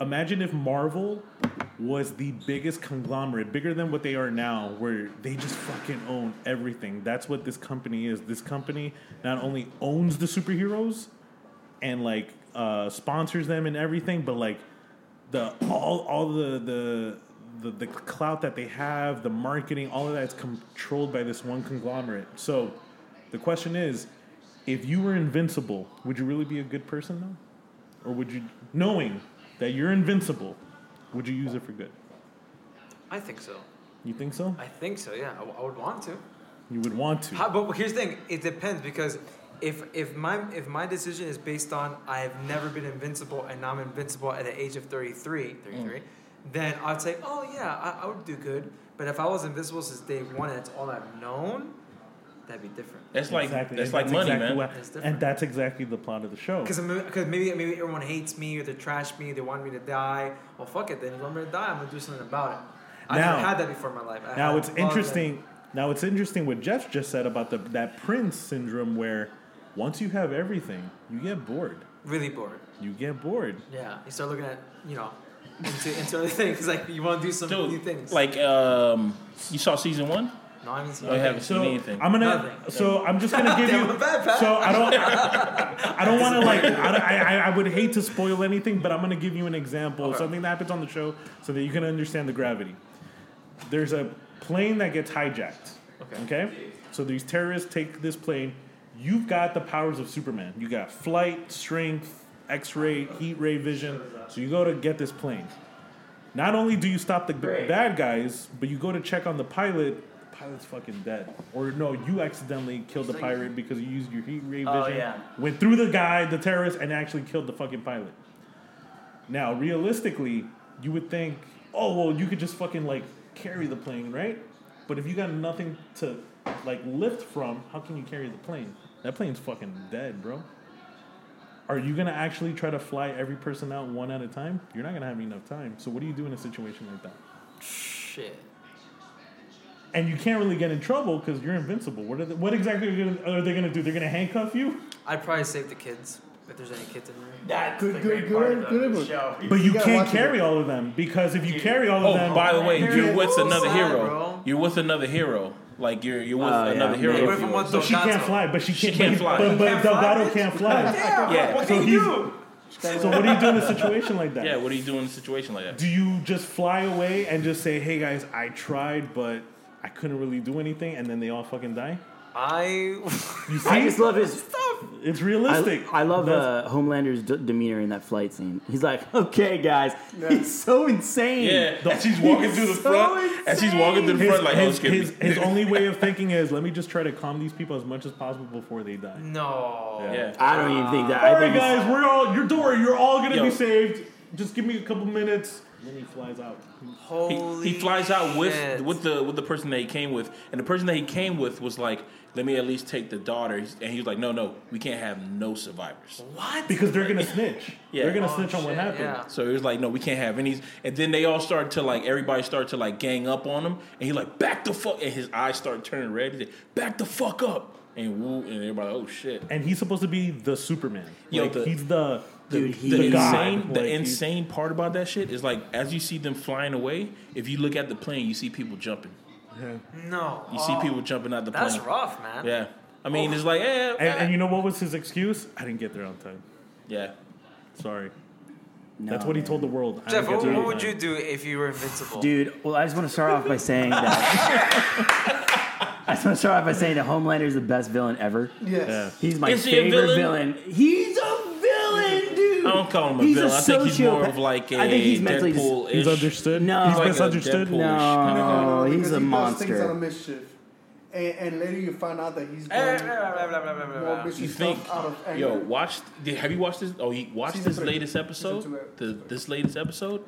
Imagine if Marvel was the biggest conglomerate, bigger than what they are now, where they just fucking own everything. That's what this company is. This company not only owns the superheroes and like uh, sponsors them and everything, but like the all all the the the, the clout that they have, the marketing, all of that's controlled by this one conglomerate. So the question is, if you were invincible, would you really be a good person though? Or would you knowing that you're invincible, would you use it for good?
I think so.
You think so?
I think so. Yeah, I, w- I would want to.
You would want to.
How, but here's the thing: it depends because if if my if my decision is based on I have never been invincible and now I'm invincible at the age of 33, 33, then I'd say, oh yeah, I, I would do good. But if I was invincible since day one and that's all I've known, that'd be different.
That's like
Exactly.
that's
And
like money,
exactly
man.
what-
That's different.
and that's exactly the plot of the show.
Because because maybe maybe everyone hates me or they trash me, they want me to die. Well, fuck it. Then if I'm gonna die, I'm gonna do something about it. I
Now-
never had that before in my life. I
Now
had
it's
love and-
interesting. Now it's interesting what Jeff just said about the that prince syndrome, where once you have everything, you get bored.
Really bored.
You get bored.
Yeah, you start looking at you know into, into other things like you want to do some new
Dude,
things.
like um, you saw season one?
no, I haven't seen
Oh, I
it.
haven't
So
seen anything.
I'm gonna.
Nothing.
So I'm just gonna give you.
Damn, bad, bad.
So I don't. I don't want to like. I, don't- I, I- I would hate to spoil anything, but I'm gonna give you an example of something that happens on the show so that you can understand the gravity. There's a plane that gets hijacked. Okay. So these terrorists take this plane. You've got the powers of Superman. You got flight, strength, X-ray, heat ray vision. So you go to get this plane. Not only do you stop the b- bad guys, but you go to check on the pilot. The pilot's fucking dead. Or no, you accidentally killed the pirate because you used your heat ray vision.
Oh, yeah.
Went through the guy, the terrorist, and actually killed the fucking pilot. Now, realistically, you would think, oh well, you could just fucking like carry the plane, right? But if you got nothing to like lift from, how can you carry the plane? That plane's fucking dead, bro. Are you gonna actually try to fly every person out one at a time? You're not gonna have enough time. So what do you do in a situation like that?
shit.
And you can't really get in trouble because you're invincible. What, are they, what exactly are, you gonna, are they gonna do? They're gonna handcuff you,
I'd probably save the kids if there's any kids in the room.
That's
Good-
the
good-
great
good-
part
good
of the
input.
show.
but you,
gotta
can't
watch it.
carry all of them because if you carry all of them,
Oh, by the way,
There
you're
it
with
is.
another
Sad,
hero.
bro.
You're with another hero. Like you're you're with
Oh, yeah.
another
Hey,
hero.
what
of
if I'm
yours.
with
so she can't
Delgado?
fly, but she can't.
can't
but-
fly.
But, but
Can't fly,
Delgado
bitch.
can't fly.
Damn,
Yeah.
what
So
can you
he's-
do?
so what do you do in a situation like that?
Yeah, what do you do in a situation like that?
do you just fly away and just say, "Hey guys, I tried, but I couldn't really do anything," and then they all fucking die?
I
You
I
see?
just love his
stop
It's
I,
realistic.
I love
That's-
uh, Homelander's d- demeanor in that flight scene. He's like, "Okay, guys, he's so insane."
Yeah, as she's walking through the
So
front, as she's walking through the
his,
front, like, oh,
his,
skip
his,
me.
his only way of thinking is let me just try to calm these people as much as possible before they
Mm.
die.
No.
Yeah.
I don't even think that.
All
I
right,
think it's-
guys, we're all you're door. You're all gonna
Yo.
be saved. Just give me a couple minutes. Then he flies out.
Holy.
he, he flies out with
shit.
with the with the person that he came with, and the person that he came with was like, "Let me at least take the daughter," and he was like, "No, no, we can't have no survivors."
What?
Because they're gonna snitch.
Yeah.
They're gonna
Oh,
snitch on what
shit,
happened.
yeah.
So he was like, "No, we can't have any." And then they all start to like everybody started to like gang up on him, and he like back the fuck, and his eyes start turning red. He's like, "Back the fuck up!" And woo, and everybody, "Oh shit!"
And he's supposed to be the Superman.
Yo,
Like,
the-
he's the
Dude,
the,
The
god.
insane the
Like, he's-
insane part about that shit is like as you see them flying away, if you look at the plane, you see people jumping.
No.
You
Oh,
see people jumping out the plane.
That's rough, man.
Yeah. I mean, it's like, eh,
And, and you know what was his excuse? I didn't get there on time.
yeah.
Sorry.
No,
That's what he
man.
told the world. I
Jeff,
didn't
what,
get there
what
on
would
time.
you do if you were invincible?
Dude, well, I just want to start off by saying that. I just want to start off by saying that Homelander is the best villain ever.
Yes.
Yeah.
He's my
Is he a
favorite
villain?
villain? He's a villain, dude.
I don't call him a
He's
villain. I think he's more
sociopath.
of like a
I think he's mentally dis-
Deadpool
He's understood.
No.
He's
Like a
misunderstood.
Deadpool.
No,
because
he's a
Oh,
he does Things out of
monster.
mischief, and, and later you find out that he's
Eh,
doing
blah, blah, blah, blah, blah, blah,
more
blah.
mischief
You think?
stuff out of anger.
Yo, watch. Did, have you watched this? Oh, he watched
Season
this
three.
latest
Season
episode.
two,
The, this latest episode,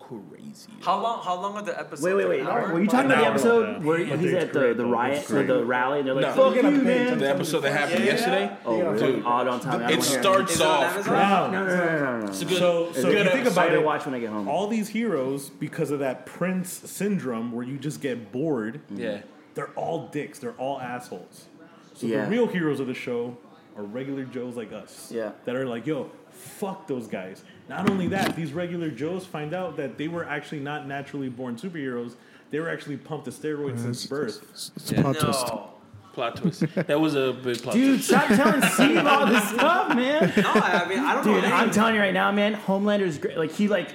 crazy.
How long? How long are the episodes?
Wait, wait, wait.
An hour?
Were you talking about the
Now,
episode
yeah.
where
But
he's
it's
at the,
great,
the
though.
riot
It's
or
great.
the rally and they're like,
No.
fuck you, man.
the episode that happened yesterday.
Oh, really?
Dude.
Oh, don't tell me. I don't
It
wanna hear
starts
Is it on
off.
Amazon?
Wow.
No, no, no, no, no, no.
It's a good.
So,
it's a
so
good uh,
you think
episode.
about
Sorry to
it.
watch when I get home.
All these heroes, because of that prince syndrome, where you just get bored.
Yeah.
They're all dicks. They're all assholes. So
Yeah.
the real heroes of the show are regular Joes like us.
Yeah.
That are like, yo, fuck those guys. Not only that, these regular Joes find out that they were actually not naturally born superheroes. They were actually pumped with steroids since birth.
It's a plot twist.
No.
Plot twist. That was a big plot
Dude,
twist.
stop telling Steve all this stuff, man.
No, I mean I don't
Dude,
know.
I'm telling you right now, man. Homelander is great. Like he, like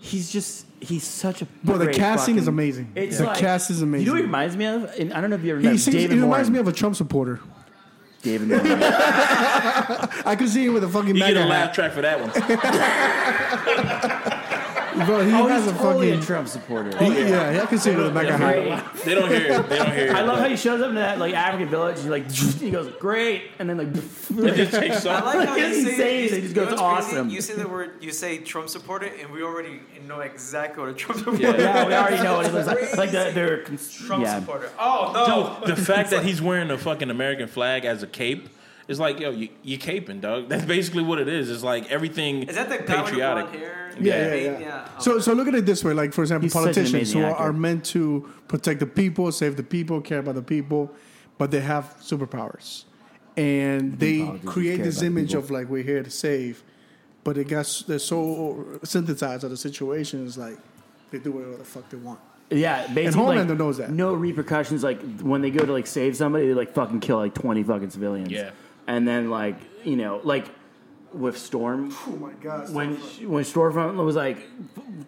he's just he's such a.
Bro, the
great
casting
fucking-
is amazing.
It's
The
like-
cast is amazing.
You know what he reminds me of? And I don't know if you ever met
He,
him,
seems, he
David
reminds
Morton.
me of a Trump supporter.
David Morton.
I could see him with a fucking
You get
MAGA
a laugh
hat.
track for that one.
Bro, he
oh,
has
he's
a
totally
fucking.
a Trump supporter.
yeah. Oh, yeah, I can see him with a MAGA hat.
Great.
They don't hear it. They don't hear it.
I love how he shows up in that like African village. He's like, he goes great, and then
It
like,
just takes
I
off.
like how you
He
say
says it, he just
you
goes,
know what's crazy?
"Awesome."
You say the word, you say Trump supporter, and we already know exactly what a Trump supporter.
Yeah.
is.
yeah, we already know what it looks like. Like the, they're const-
Trump
yeah.
supporter. Oh no!
Dude, the fact that he's wearing a fucking American flag as a cape is like, yo, you, you caping, dog. That's basically what it is. It's like everything
Is that the guy with the
patriotic.
blonde hair?
Yeah, yeah, yeah.
yeah. yeah.
So, so look at it this way. Like, for example,
He's such an
politicians who
amazing
are,
actor.
are meant to protect the people, save the people, care about the people, but they have superpowers, and they
politicians
create
care
this
about the
image
people.
of like we're here to save, but it got s- they're so synthesized of the situation is like they do whatever the fuck they want.
Yeah, basically,
Homelander
like,
knows that.
no repercussions. Like when they go to like save somebody, they like fucking kill like twenty fucking civilians.
Yeah.
and then like you know like with Storm
oh my god.
when
Stormfront.
she- when Stormfront was like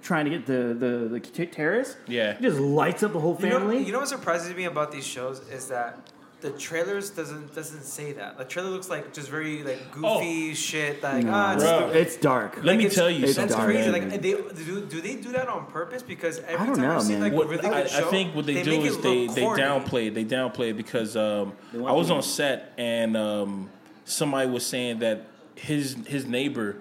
trying to get the the the t- terrorists,
Yeah.
he just lights up the whole
You know-
family.
You know, what surprises me about these shows is that the trailers doesn't doesn't say that. The trailer looks like just very like
Oh.
goofy shit. Like
Mm.
ah, it's
Bro.
stupid.
it's dark.
Let
Like,
me
it's-
tell you
it's
something.
That's
dark,
crazy. Like
man.
they do, do they do that on purpose? Because every
I don't
time
know,
I've seen
man.
like
What,
a really
I, I
good show,
think what they, do
make
is
it
they,
look
they
corny.
downplay it. They downplay it because um, I was on set and um, somebody was saying that his his neighbor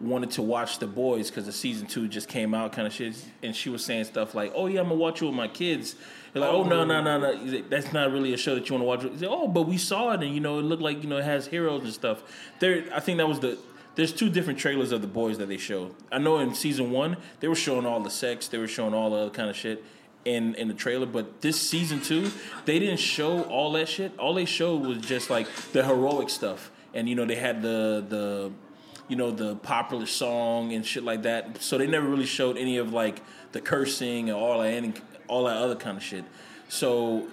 wanted to watch The Boys because the season two just came out, kind of shit. And she was saying stuff like, "Oh yeah, I'm gonna watch it with my kids." They're like, "Oh no, no, no, no, He's like, that's not really a show that you want to watch." He's like, "Oh, but we saw it, and you know, it looked like you know it has heroes and stuff." There, I think that was the there's two different trailers of the boys that they showed. I know in season one they were showing all the sex, they were showing all the other kind of shit in in the trailer. But this season two, they didn't show all that shit. All they showed was just like the heroic stuff, and you know they had the the you know the popular song and shit like that. So they never really showed any of like the cursing and all that and all that other kind of shit. So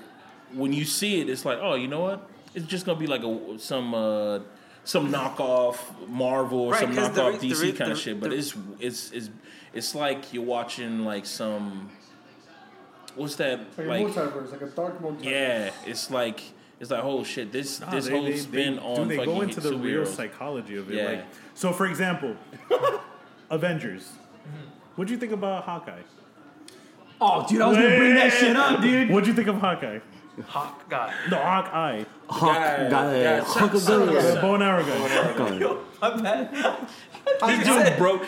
when you see it, it's like, oh, you know what? It's just gonna be like a some uh, some knockoff Marvel or
Right,
some
'cause the
knockoff
re- the
DC
re-
kind
the
of
re-
shit. But
the-
it's it's it's it's like you're watching like some what's that
like,
like
a multiverse, like a dark multiverse.
yeah, it's like it's like, oh shit, this
Nah,
this
they-
whole
they- they-
spin on
dude, they
fucking
go into the real
superheroes.
psychology of it.
Yeah.
Like, so, for example, Avengers. What do you think about Hawkeye?
Oh, dude, I was gonna bring that shit up, dude.
What do you think of Hawkeye?
Hawk guy.
No, Hawkeye.
Hawk
Yeah,
guy,
yeah,
Hawk
suck, suck,
guy.
suck.
The bow and arrow guy.
My bad.
This dude broke.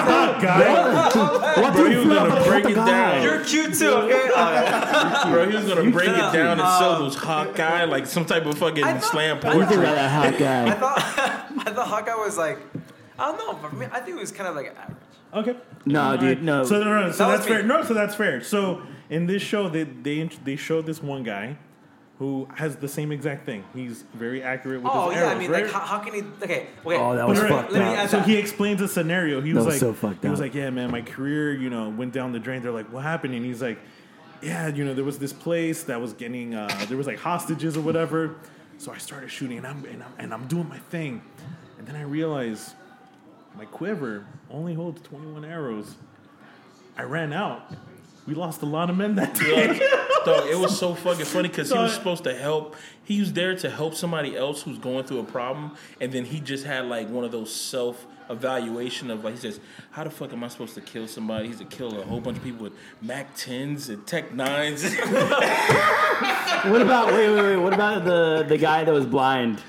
Hawkeye.
What
Bro,
the
he was gonna
fuck?
break it down.
You're cute too, okay? All right.
Bro, he was gonna break it
cannot.
down in syllables.
Uh,
Hawkeye, like some type of fucking
I thought-
slam
I
poetry.
Look at that hot
I
guy.
thought I thought Hawkeye was like I don't know, but I, mean, I think it was kind of like average.
Okay.
No, dude, no.
So, no, no, so
That was
that's
me.
fair. No, so that's fair. So in this show, they they int- they show this one guy who has the same exact thing. He's very accurate with
Oh
his
yeah,
arrows,
I mean,
right?
like how, how can he? Okay, okay.
Oh, that was
Right.
fucked
Let me
up.
ask-
so he explains a scenario. He
That
was,
was
like,
so fucked
he was
up.
like, yeah, man, my career, you know, went down the drain. They're like, what happened? And he's like, yeah, you know, there was this place that was getting, uh, there was like hostages or whatever. So I started shooting, and I'm and I'm, and I'm doing my thing, and then I realize my quiver only holds 21 arrows. I ran out. We lost a lot of men that day.
Dog, it was so fucking funny because he was
Dog.
supposed to help. He was there to help somebody else who's going through a problem, and then he just had like one of those self evaluation of like he says, "How the fuck am I supposed to kill somebody?" He's to kill a whole bunch of people with Mac tens and Tech nines.
What about wait, wait, wait? What about the the guy that was blind?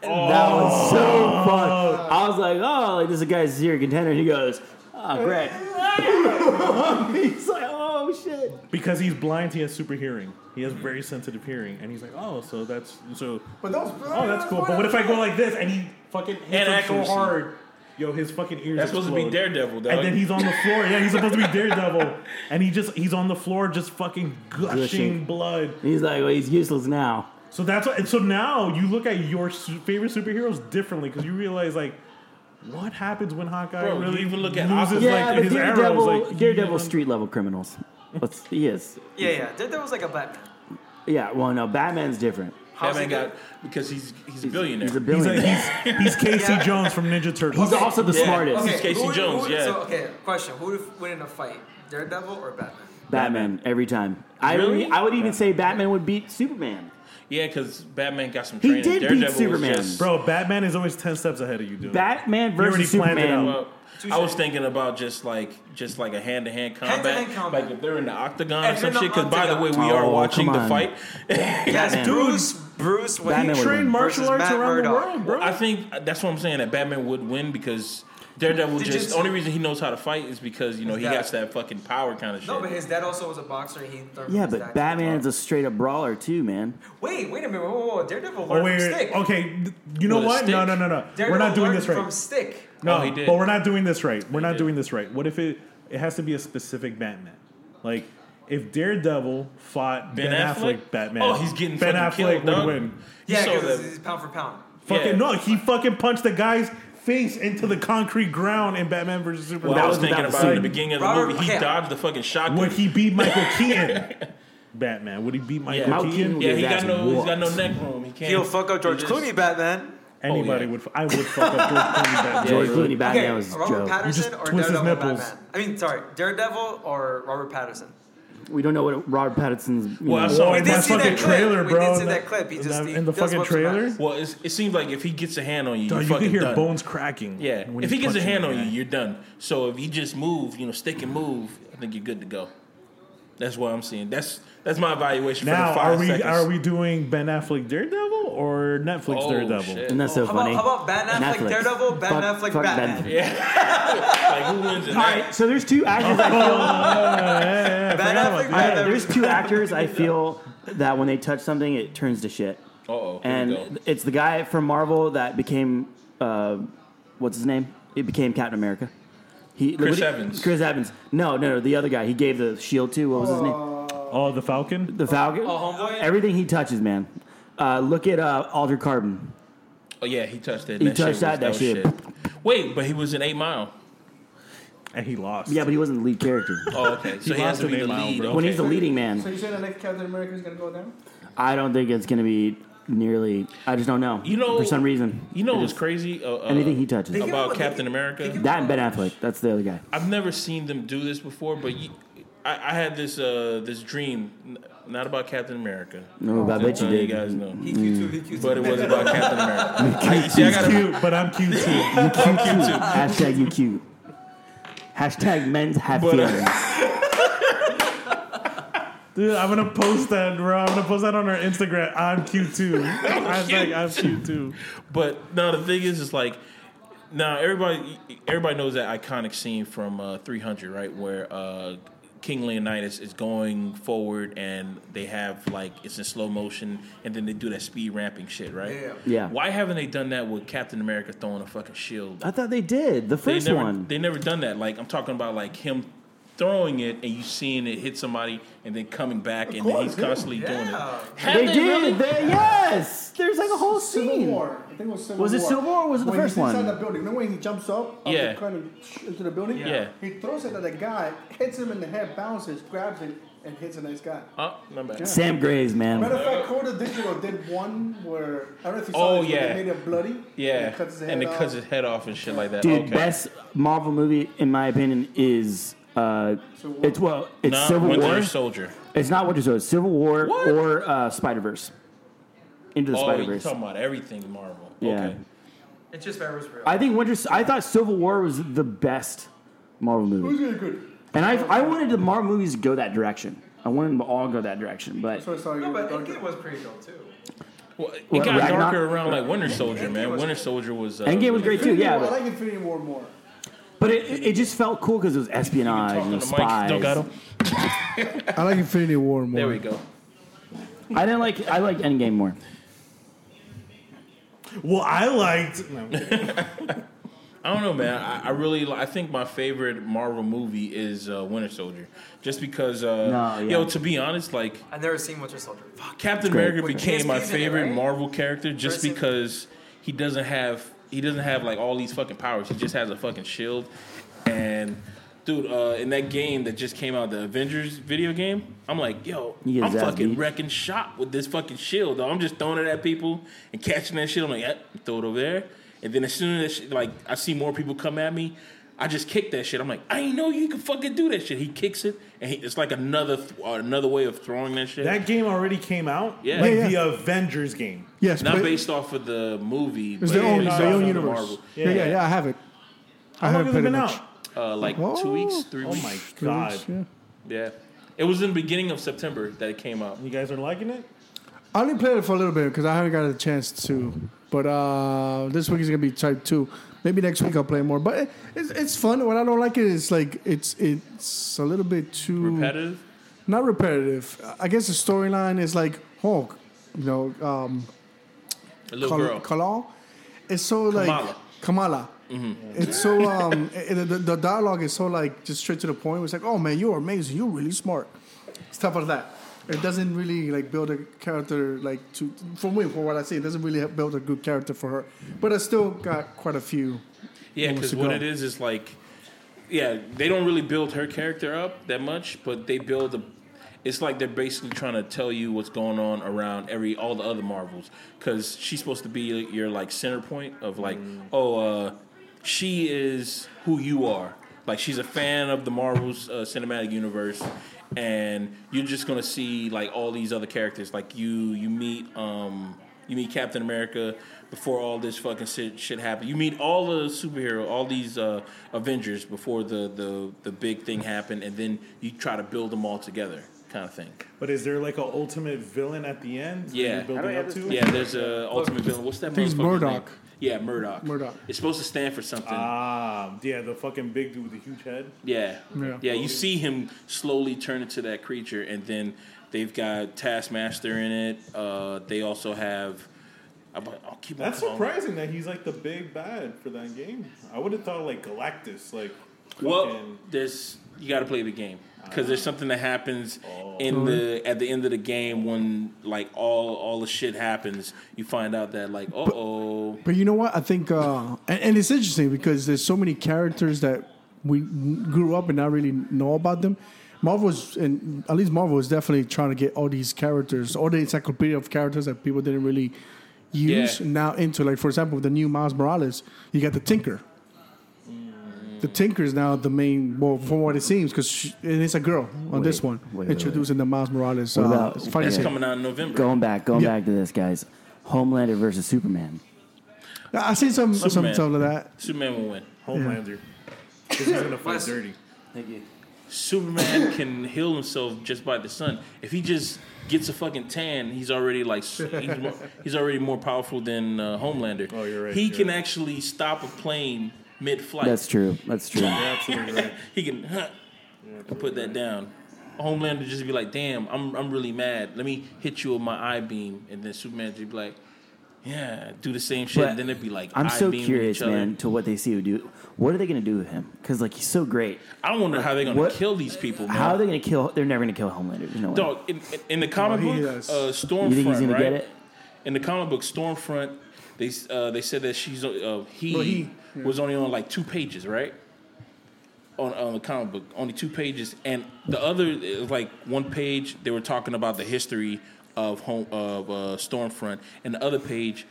That was so fun. I was like, oh, like this is a guy's zero contender. And he goes, oh, great. He's like, oh shit.
because he's blind, he has super hearing. He has very sensitive hearing, and he's like, oh, so that's so.
But that was
Oh, that's cool. But what if I go like this and he fucking hits him so
accuracy.
hard? Yo, his fucking ears.
That's supposed to be
explode.
Daredevil, dog.
And then he's on the floor. Yeah, he's supposed to be Daredevil, and he just he's on the floor just fucking gushing,
Gushing.
blood.
And he's like, well, he's useless now.
So that's what, and so now you look at your su- favorite superheroes differently because you realize like. What happens when Hawkeye
Bro, you
really
even look at
loses like
Aquaman.
Yeah, but
his
Daredevil,
arrows? Like, um,
Daredevil street level criminals. What's he is?
Yeah, yeah. There, there was like a Batman.
Yeah, well, no, Batman's different.
How's
Batman
he good?
got because he's he's a billionaire.
He's a
He's, like,
billionaire. He's,
he's, he's Casey Jones from Ninja Turtles.
also the
Yeah.
smartest.
Okay. Casey
who would-
Jones,
who would-
yeah.
So okay, question: Who would win in a fight, Daredevil or Batman?
Batman every time. I
Really?
would, e, I would even say Batman would beat Superman.
yeah, because Batman got some
He
training.
did beat
Daredevil was
Superman.
just-
Bro, Batman is always ten steps ahead of you, dude.
Batman
already
versus
planned it
Superman.
out.
Well, I was thinking about just like just like a hand to hand combat,
Hand-to-hand combat.
like if they're in the octagon or
If
some
they're in
shit.
the
Because by the way, we
octagon.
are
Oh,
watching
come
the
on.
fight.
Yes,
Batman.
Bruce. Bruce Wayne.
Batman would
trained
win.
martial
Versus
arts
Matt
around the
Murdock.
world, bro.
I think that's what I'm saying. That Batman would win because Daredevil
Did
just
you-
the only reason he knows how to fight is because you know he
Yeah.
got that fucking power kind of shit.
No, but his dad also was a boxer. He learned
Yeah,
from his dad
but
to
Batman is
talk.
a straight up brawler too, man.
Wait, wait a minute. Whoa, whoa, whoa. Daredevil
Oh
learned
wait,
from
wait,
Stick.
okay. th- You know
With a
what? No,
stick.
no, no, no.
Daredevil
We're not doing
learned
this right.
From Stick.
No,
Oh, he did.
but we're not doing this right. We're not
did.
doing this right. What if it? It has to be a specific Batman. Like if Daredevil fought Ben,
Ben
Affleck?
Affleck?
Batman.
Oh, he's getting
Ben Affleck
fucking killed,
would
dog.
win.
Yeah,
So
because
the-
he's pound for pound.
Fucking
Yeah.
no, he fucking punched the guy's face into the concrete ground in Batman versus Superman.
Well, I was
was- that
thinking
was
about in the
like-
beginning of the
Robert-
movie. He
okay.
dodged the fucking shotgun.
would he beat Michael Keaton? Batman. Would he beat Michael
Michael
Keaton?
yeah, he got
That's
no, he's got no
what?
neck room. He can't.
He'll fuck up George
he just-
Clooney, Batman.
Anybody
Oh, yeah.
would. f- I would fuck up George Clooney Batman.
George
yeah.
Clooney Batman
okay,
was a
Robert
joke.
Patterson
just
or
twist his
Daredevil
nipples.
Batman? I mean, sorry, Daredevil or Robert Patterson?
we don't know what Robert Pattinson's. you
Well, I
know.
saw
Oh,
it.
in
did
that
see that
fucking
clip.
trailer,
We
bro.
did see
in
that clip. He
in
just-
that-
he
in the
does
fucking
what's the matter.
trailer.
Well, it's, it seems like if he gets a hand on you,
Dog,
you
you
fucking
can hear
done.
bones cracking.
Yeah,
when
if he
he's
gets a
punching
hand
the
on
guy.
you, you're done. So if you just move, you know, stick and move, I think you're good to go. That's what I'm seeing. That's that's my evaluation
now
for the five
are we
seconds.
are we doing Ben Affleck Daredevil or Netflix
Oh,
Daredevil?
shit.
Isn't that so
How about,
funny?
how about Ben Affleck,
Netflix.
Daredevil, Ben
Fuck-
Affleck,
fuck
Batman?
Ben.
Like who wins it?
All right, so there's two actors I feel.
Yeah, I
Ben
forgot
Affleck,
about
Ben
that.
Affleck.
there's two actors I feel that when they touch something, it turns to shit.
Uh-oh, here we go.
And it's the guy from Marvel that became, uh, what's his name? It became Captain America. He,
Chris
what did-
Evans.
Chris Evans. No, no, no, the other guy. He gave the shield to. What was his name?
Oh, the Falcon.
The Falcon.
Oh, homeboy?
Everything he touches, man. Uh, look at uh, Alder Carbon.
Oh yeah, he touched that.
He
that
touched
shit
that-
was-
that
was shit. Wait, but he was in Eight Mile.
and he lost.
Yeah, but he wasn't the lead character.
Oh okay, so he,
lost
has to
in
be the
Eight Mile,
lead.
bro.
okay.
When he's the leading
So
man,
you saying the next Captain America is gonna go down?
I don't think it's going to be nearly. I just don't know.
you know,
for some reason,
you know
It
what's
just-
crazy uh, uh,
Anything he touches.
They give him
about
a- they
Captain
give-
America?
they give him
That and
a-
Ben Affleck. That's the other guy.
I've never seen them do this before, but you, I, I had this uh, this dream, n- not about Captain America.
No, I bet
Just
you
letting
did.
Oh, You guys know.
He cute too, he cute
But it
too.
was about Captain America.
You're
I- see, I
cute
gotta-
too.
Cute, but I'm cute too.
You cute too.
I'm cute too.
Hashtag you cute. Hashtag men have
But, uh,
feelings.
Dude, I'm gonna post that, bro. I'm gonna post that on our Instagram. I'm cute too. I'm like, I'm cute too.
But no, the thing is, is like now everybody everybody knows that iconic scene from uh, 300, right, where uh, King Leonidas is going forward and they have like it's in slow motion and then they do that speed ramping shit, right?
Yeah. Yeah.
Why haven't they done that with Captain America throwing a fucking shield?
I thought they did the first
they never,
one.
They never done that. Like I'm talking about like him throwing it and you seeing it hit somebody and then coming back and then he's
course, yeah.
constantly doing
Uh,
it. Have
They, did.
really?
They, yes. There's like a whole scene.
Civil War. I think it was Civil
Was it
War.
Civil War or was it the
when
first
he's
one?
inside the building. Remember when he jumps up, up
Yeah.
the kind of sh- into the building?
Yeah. Yeah.
He throws it at a guy, hits him in the head, bounces, grabs it, and hits the next guy.
Oh, my bad.
Yeah.
Sam Graves, man.
Matter of fact, Coda Digital did one where I don't know if you saw
Oh
this, but
yeah,
they made it bloody. and
Yeah,
it cuts his head
and it
off.
cuts his head off and shit like that.
Dude,
okay.
best Marvel movie in my opinion is uh, it's well, it's
Not
Civil
Winter
War.
Soldier.
It's not Winter Soldier. It's Civil War or uh, Spider Verse. Into the
Oh,
Spider
you're
Verse.
talking about everything Marvel.
Yeah.
Okay.
It's just very real.
I think Winter. I thought Civil War was the best Marvel movie,
really good.
and I I wanted the Marvel movies to go that direction. I wanted them to all go that direction, but
So sorry.
No, but Endgame was pretty dope too.
Well, it
What,
got
Ragnarok?
darker around like Winter Soldier, man. Winter Soldier was. Uh,
Endgame was great too.
Infinity
Yeah,
War, I
but,
like Infinity War more.
but it, it just felt cool because it was espionage and
on the mic,
spies.
Delgado.
I like Infinity War more.
There we go.
I didn't like. I liked Endgame more.
Well, I liked. No,
I don't know, man. I, I really, li- I think my favorite Marvel movie is uh, Winter Soldier, just because. Uh,
No, yeah.
Yo, to be honest, like
I've never seen Winter Soldier. Fuck.
Captain
great.
America
Wait,
became my
PSP's in it,
favorite
right?
Marvel character just
Versus-
because he doesn't have he doesn't have like all these fucking powers. He just has a fucking shield. And dude, uh, in that game that just came out, the Avengers video game, I'm like, yo,
You get
I'm
his ass
fucking
beat.
wrecking shop with this fucking shield. Though. I'm just throwing it at people and catching that shit. I'm like, yep, throw it over there. And then as soon as that shit- like I see more people come at me. I just kick that shit. I'm like, I ain't know you could fucking do that shit. He kicks it, and he, it's like another th- another way of throwing that shit.
that game already came out.
Yeah.
like
Yeah,
the Avengers game.
Yes,
Not
but
based off of the movie.
it's
but
their own,
based
their
off
own
of
universe.
Marvel.
Yeah, yeah, yeah, I have it. I
How long has
haven't
it
played
been
much.
out?
Uh, like two
Oh.
weeks, three
Oh
weeks.
my
Three
god!
weeks, yeah.
Yeah, it was in the beginning of September that it came out.
You guys are liking it?
I only played it for a little bit because I haven't got a chance to. But uh, this week is gonna be type two. Maybe next week I'll play more. But it, it's, it's fun. What I don't like is like it's it's a little bit too
Repetitive.
not repetitive. I guess the storyline is like Hulk, you know, um,
A little
Kal-
girl.
Kalal. It's so like
Kamala. Mm-hmm.
Kamala. It's so um, it, it- the, the dialogue is so like just straight to the point. It's like, oh man, you're amazing. You're really smart. Stuff like that. It doesn't really like build a character like to for me for what I see. It doesn't really build a good character for her. But I still got quite a few.
yeah,
moments
because
to
what
go.
it is is like, yeah, they don't really build her character up that much, but they build a. It's like they're basically trying to tell you what's going on around every all the other Marvels, because she's supposed to be your like center point of like,
Mm.
oh, uh, she is who you are. Like she's a fan of the Marvel's uh, cinematic universe, and you're just gonna see like all these other characters. Like you, you meet, um, you meet Captain America before all this fucking shit, shit happened. You meet all the superhero, all these uh, Avengers before the, the the big thing happened, and then you try to build them all together, kind of thing.
But is there like an ultimate villain at the end? that
Yeah.
you're building up to.
Yeah, there's a ultimate villain. What's that?
I think it's
motherfucker's
Murdoch.
name? Yeah, Murdoch.
Murdoch.
It's supposed to stand for something.
Ah, yeah, the fucking big dude with the huge head.
Yeah.
Yeah.
yeah. you see him slowly turn into that creature, and then they've got Taskmaster in it. Uh, they also have. I'm- I'll keep on
That's
calling-
surprising that he's like the big bad for that game. I would have thought like Galactus, like
Well,
fucking-
there's you got to play the game because there's something that happens in the at the end of the game when like all all the shit happens. You find out that like, uh oh,
But you know what? I think, uh, and, and it's interesting because there's so many characters that we grew up and not really know about them. Marvel's, and at least Marvel is definitely trying to get all these characters, all the encyclopedia of characters that people didn't really use
Yeah.
now into. Like, for example, the new Miles Morales, you got the Tinker. the Tinker's now the main, well, from what it seems, because it's a girl on
Wait,
this one
wait, wait,
introducing the Miles Morales.
What
uh,
about-
fighting
That's
scene.
coming out in November.
Going back, going
Yeah.
back to this, guys. Homelander versus Superman.
I I seen some some
Superman.
some of that.
Superman will win.
Homelander.
Because he's gonna fight dirty. Thank you. Superman can heal himself just by the sun. If he just gets a fucking tan, he's already like s- he's, more, he's already more powerful than uh, Homelander. Oh, you're
right,
He
you're
can
right.
actually stop a plane mid-flight.
That's true. That's true. You're
absolutely right.
he can huh, and put that down. Homelander just be like, "Damn, I'm I'm really mad. Let me hit you with my eye beam," and then Superman just be like, "Yeah, do the same shit."
But
then it'd be like,
I'm so
eye-beaming
curious,
each other.
man, to what they see would do. What are they gonna do with him? Because like he's so great.
I wonder how they're gonna
What-
kill these people. Man.
How are they gonna kill? They're never gonna kill Homelander. There's no way.
Dog, in, in- in the comic
No, he
book,
does.
uh, Stormfront,
You think he's gonna
right?
get it?
In the comic book, Stormfront, they s- uh, they said that she's uh, he,
Well, he- yeah.
was only on like two pages, right? On, on the comic book, only two pages, and the other it was like one page they were talking about the history of home of uh, Stormfront, and the other page,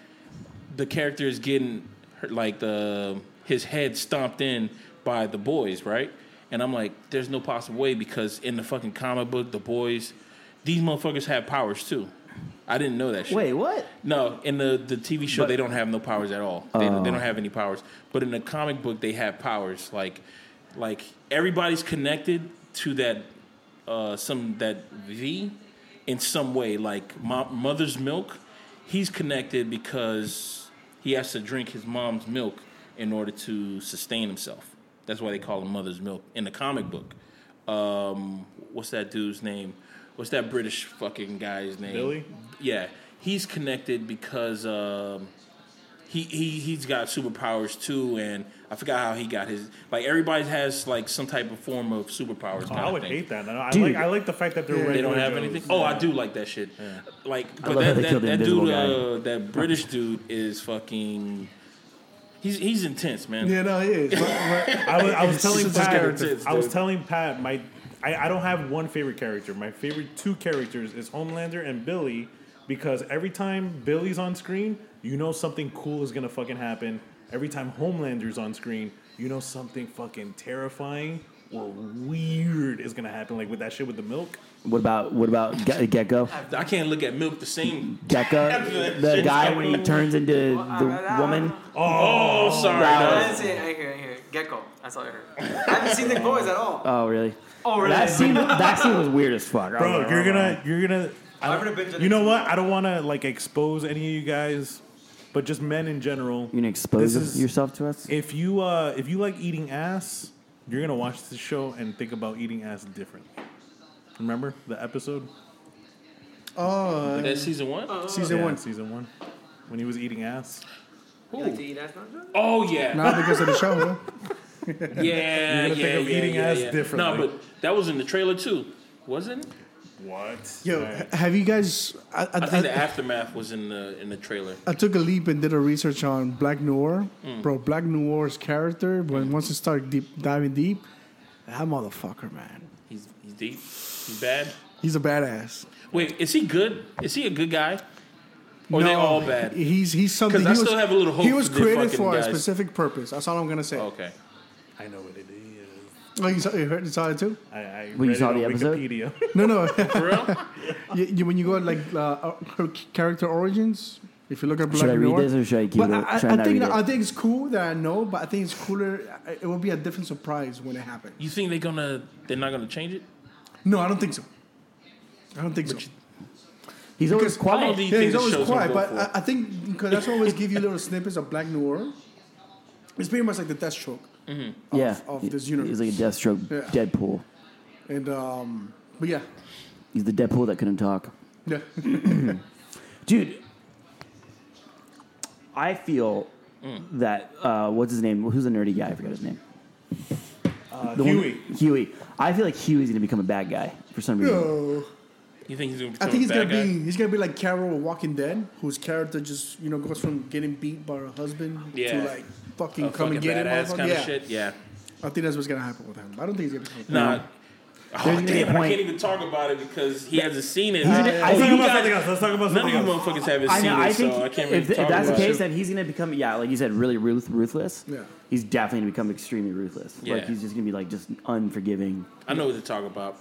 the character is getting her- like the his head stomped in by the boys, right? And I'm like, there's no possible way because in the fucking comic book, the boys, these motherfuckers have powers too. I didn't know that shit.
Wait, what?
No, in the, the TV show, they don't have no powers at all. They,
Oh.
they don't have any powers. But in the comic book, they have powers. Like, like everybody's connected to that uh, some that V in some way. Like mo- mother's milk, he's connected because he has to drink his mom's milk in order to sustain himself. That's why they call him mother's milk in the comic book. Um, what's that dude's name? What's that British fucking guy's name?
Billy?
Yeah, he's connected because. Um, he, he he's got superpowers too, and I forgot how he got his. Like everybody has like some type of form of superpowers.
Oh,
kinda
I would
thing.
hate that. I, I
Dude.
like I like the fact that they're
They don't
regular
have
Joes.
anything. Oh, I do like that shit. Like,
I
but
love how
that
they
that,
killed the
that
invisible
dude,
guy.
uh, that British dude is fucking. He's he's intense, man.
Yeah, no, he is.
I was, I was telling
He's
Pat.
intense,
I was
dude.
telling Pat my. I, I don't have one favorite character. My favorite two characters is Homelander and Billy, because every time Billy's on screen, you know something cool is gonna fucking happen. Every time Homelander's on screen, you know something fucking terrifying or weird is gonna happen. Like with that shit with the milk.
What about what about Ge- Gecko?
I can't look at Milk the same.
Oh,
Gecko, the guy when he turns into the woman.
Oh,
I
sorry.
That
didn't
was-
say it. I hear, I hear. it. Gecko. That's all I heard. I haven't seen the boys at all.
Oh really?
Oh, really?
That scene, that scene was weird as fuck. I was
Bro,
like,
you're
oh,
gonna you're gonna. I
I'm gonna binge it.
you know what? I don't want to like expose any of you guys, but just men in general.
You're gonna expose
This is-
yourself to us.
If you uh, if you like eating ass, you're gonna watch this show and think about eating ass differently. Remember the episode?
Oh,
Is that season one?
Season
Yeah,
one.
Season one. When he was eating ass.
You like to eat ass, Nando?
Oh yeah.
Not because of the show, huh?
Yeah,
You're gonna
yeah,
think of
yeah,
eating
yeah,
ass
yeah.
differently.
No, but that was in the trailer too, wasn't? it?
What?
Yo, h- have you guys? I, I,
I think the
I-
aftermath was in the in the trailer.
I took a leap and did a research on Black Noir,
Mm.
bro. Black Noir's character, when once you start deep diving deep, that motherfucker, man,
He's he's deep. He's bad.
he's a badass.
Wait, is he good? Is he a good guy? Or are they all bad?
He's he's something.
'Cause
he
I
was,
still have a little hope
He was
for the
created
fucking Oh.
for
guys.
a specific purpose. That's all I'm gonna say.
Okay.
I know what it is.
Oh, you saw, you heard, you saw it too?
I, I
Well, you
read
saw
it
the
on
episode?
Wikipedia.
No, no. you, you- when you go like uh, uh, her character origins, if you look at Black
Should I read
Noir,
this or should I keep
but
it?
I,
Should I
I
not
think
read it?
I think it's cool that I know, but I think it's cooler. I- It will be a different surprise when it happens.
You think they're gonna they're not gonna change it?
No, I don't think so. I don't think so.
He's always
Because- quiet. How long do you
Yeah,
think
he's
the
always
show's
quiet.
gonna
But
go
I,
for?
I think because that's always give you little snippets of Black Noir. It's pretty much like the death stroke.
yeah,
of this universe.
he's like a Deathstroke,
Yeah.
Deadpool.
And um, but yeah,
He's the Deadpool that couldn't talk.
yeah.
dude. I feel
Mm.
that uh, what's his name? Who's the nerdy guy? I forgot his name.
Uh,
The one-
Huey.
Huey. I feel like Huey's gonna become a bad guy for some reason.
No.
You think he's gonna
I
become
think
a
he's gonna
bad guy?
be he's gonna be like Carol in Walking Dead, whose character just you know goes from getting beat by her husband
Yeah.
to like fucking
a
come
fucking
and get him.
badass
motherfucker.
kind
yeah.
of shit? Yeah.
I think that's what's gonna happen with him. I don't think he's gonna.
Nah. Oh,
There's
damn,
a
I
point.
can't even talk about it because he hasn't seen
He's
it.
gonna- I think-
guys-
Let's talk about
None of
something
you
else.
motherfuckers haven't
I
seen
know.
it,
I think
so uh, I can't really
if, if
talk
that's the
about
case,
it.
then he's gonna become yeah, like you said, really ruth- ruthless. Yeah. He's definitely gonna become extremely ruthless.
Yeah.
Like he's just gonna be like just unforgiving.
I know what to talk about.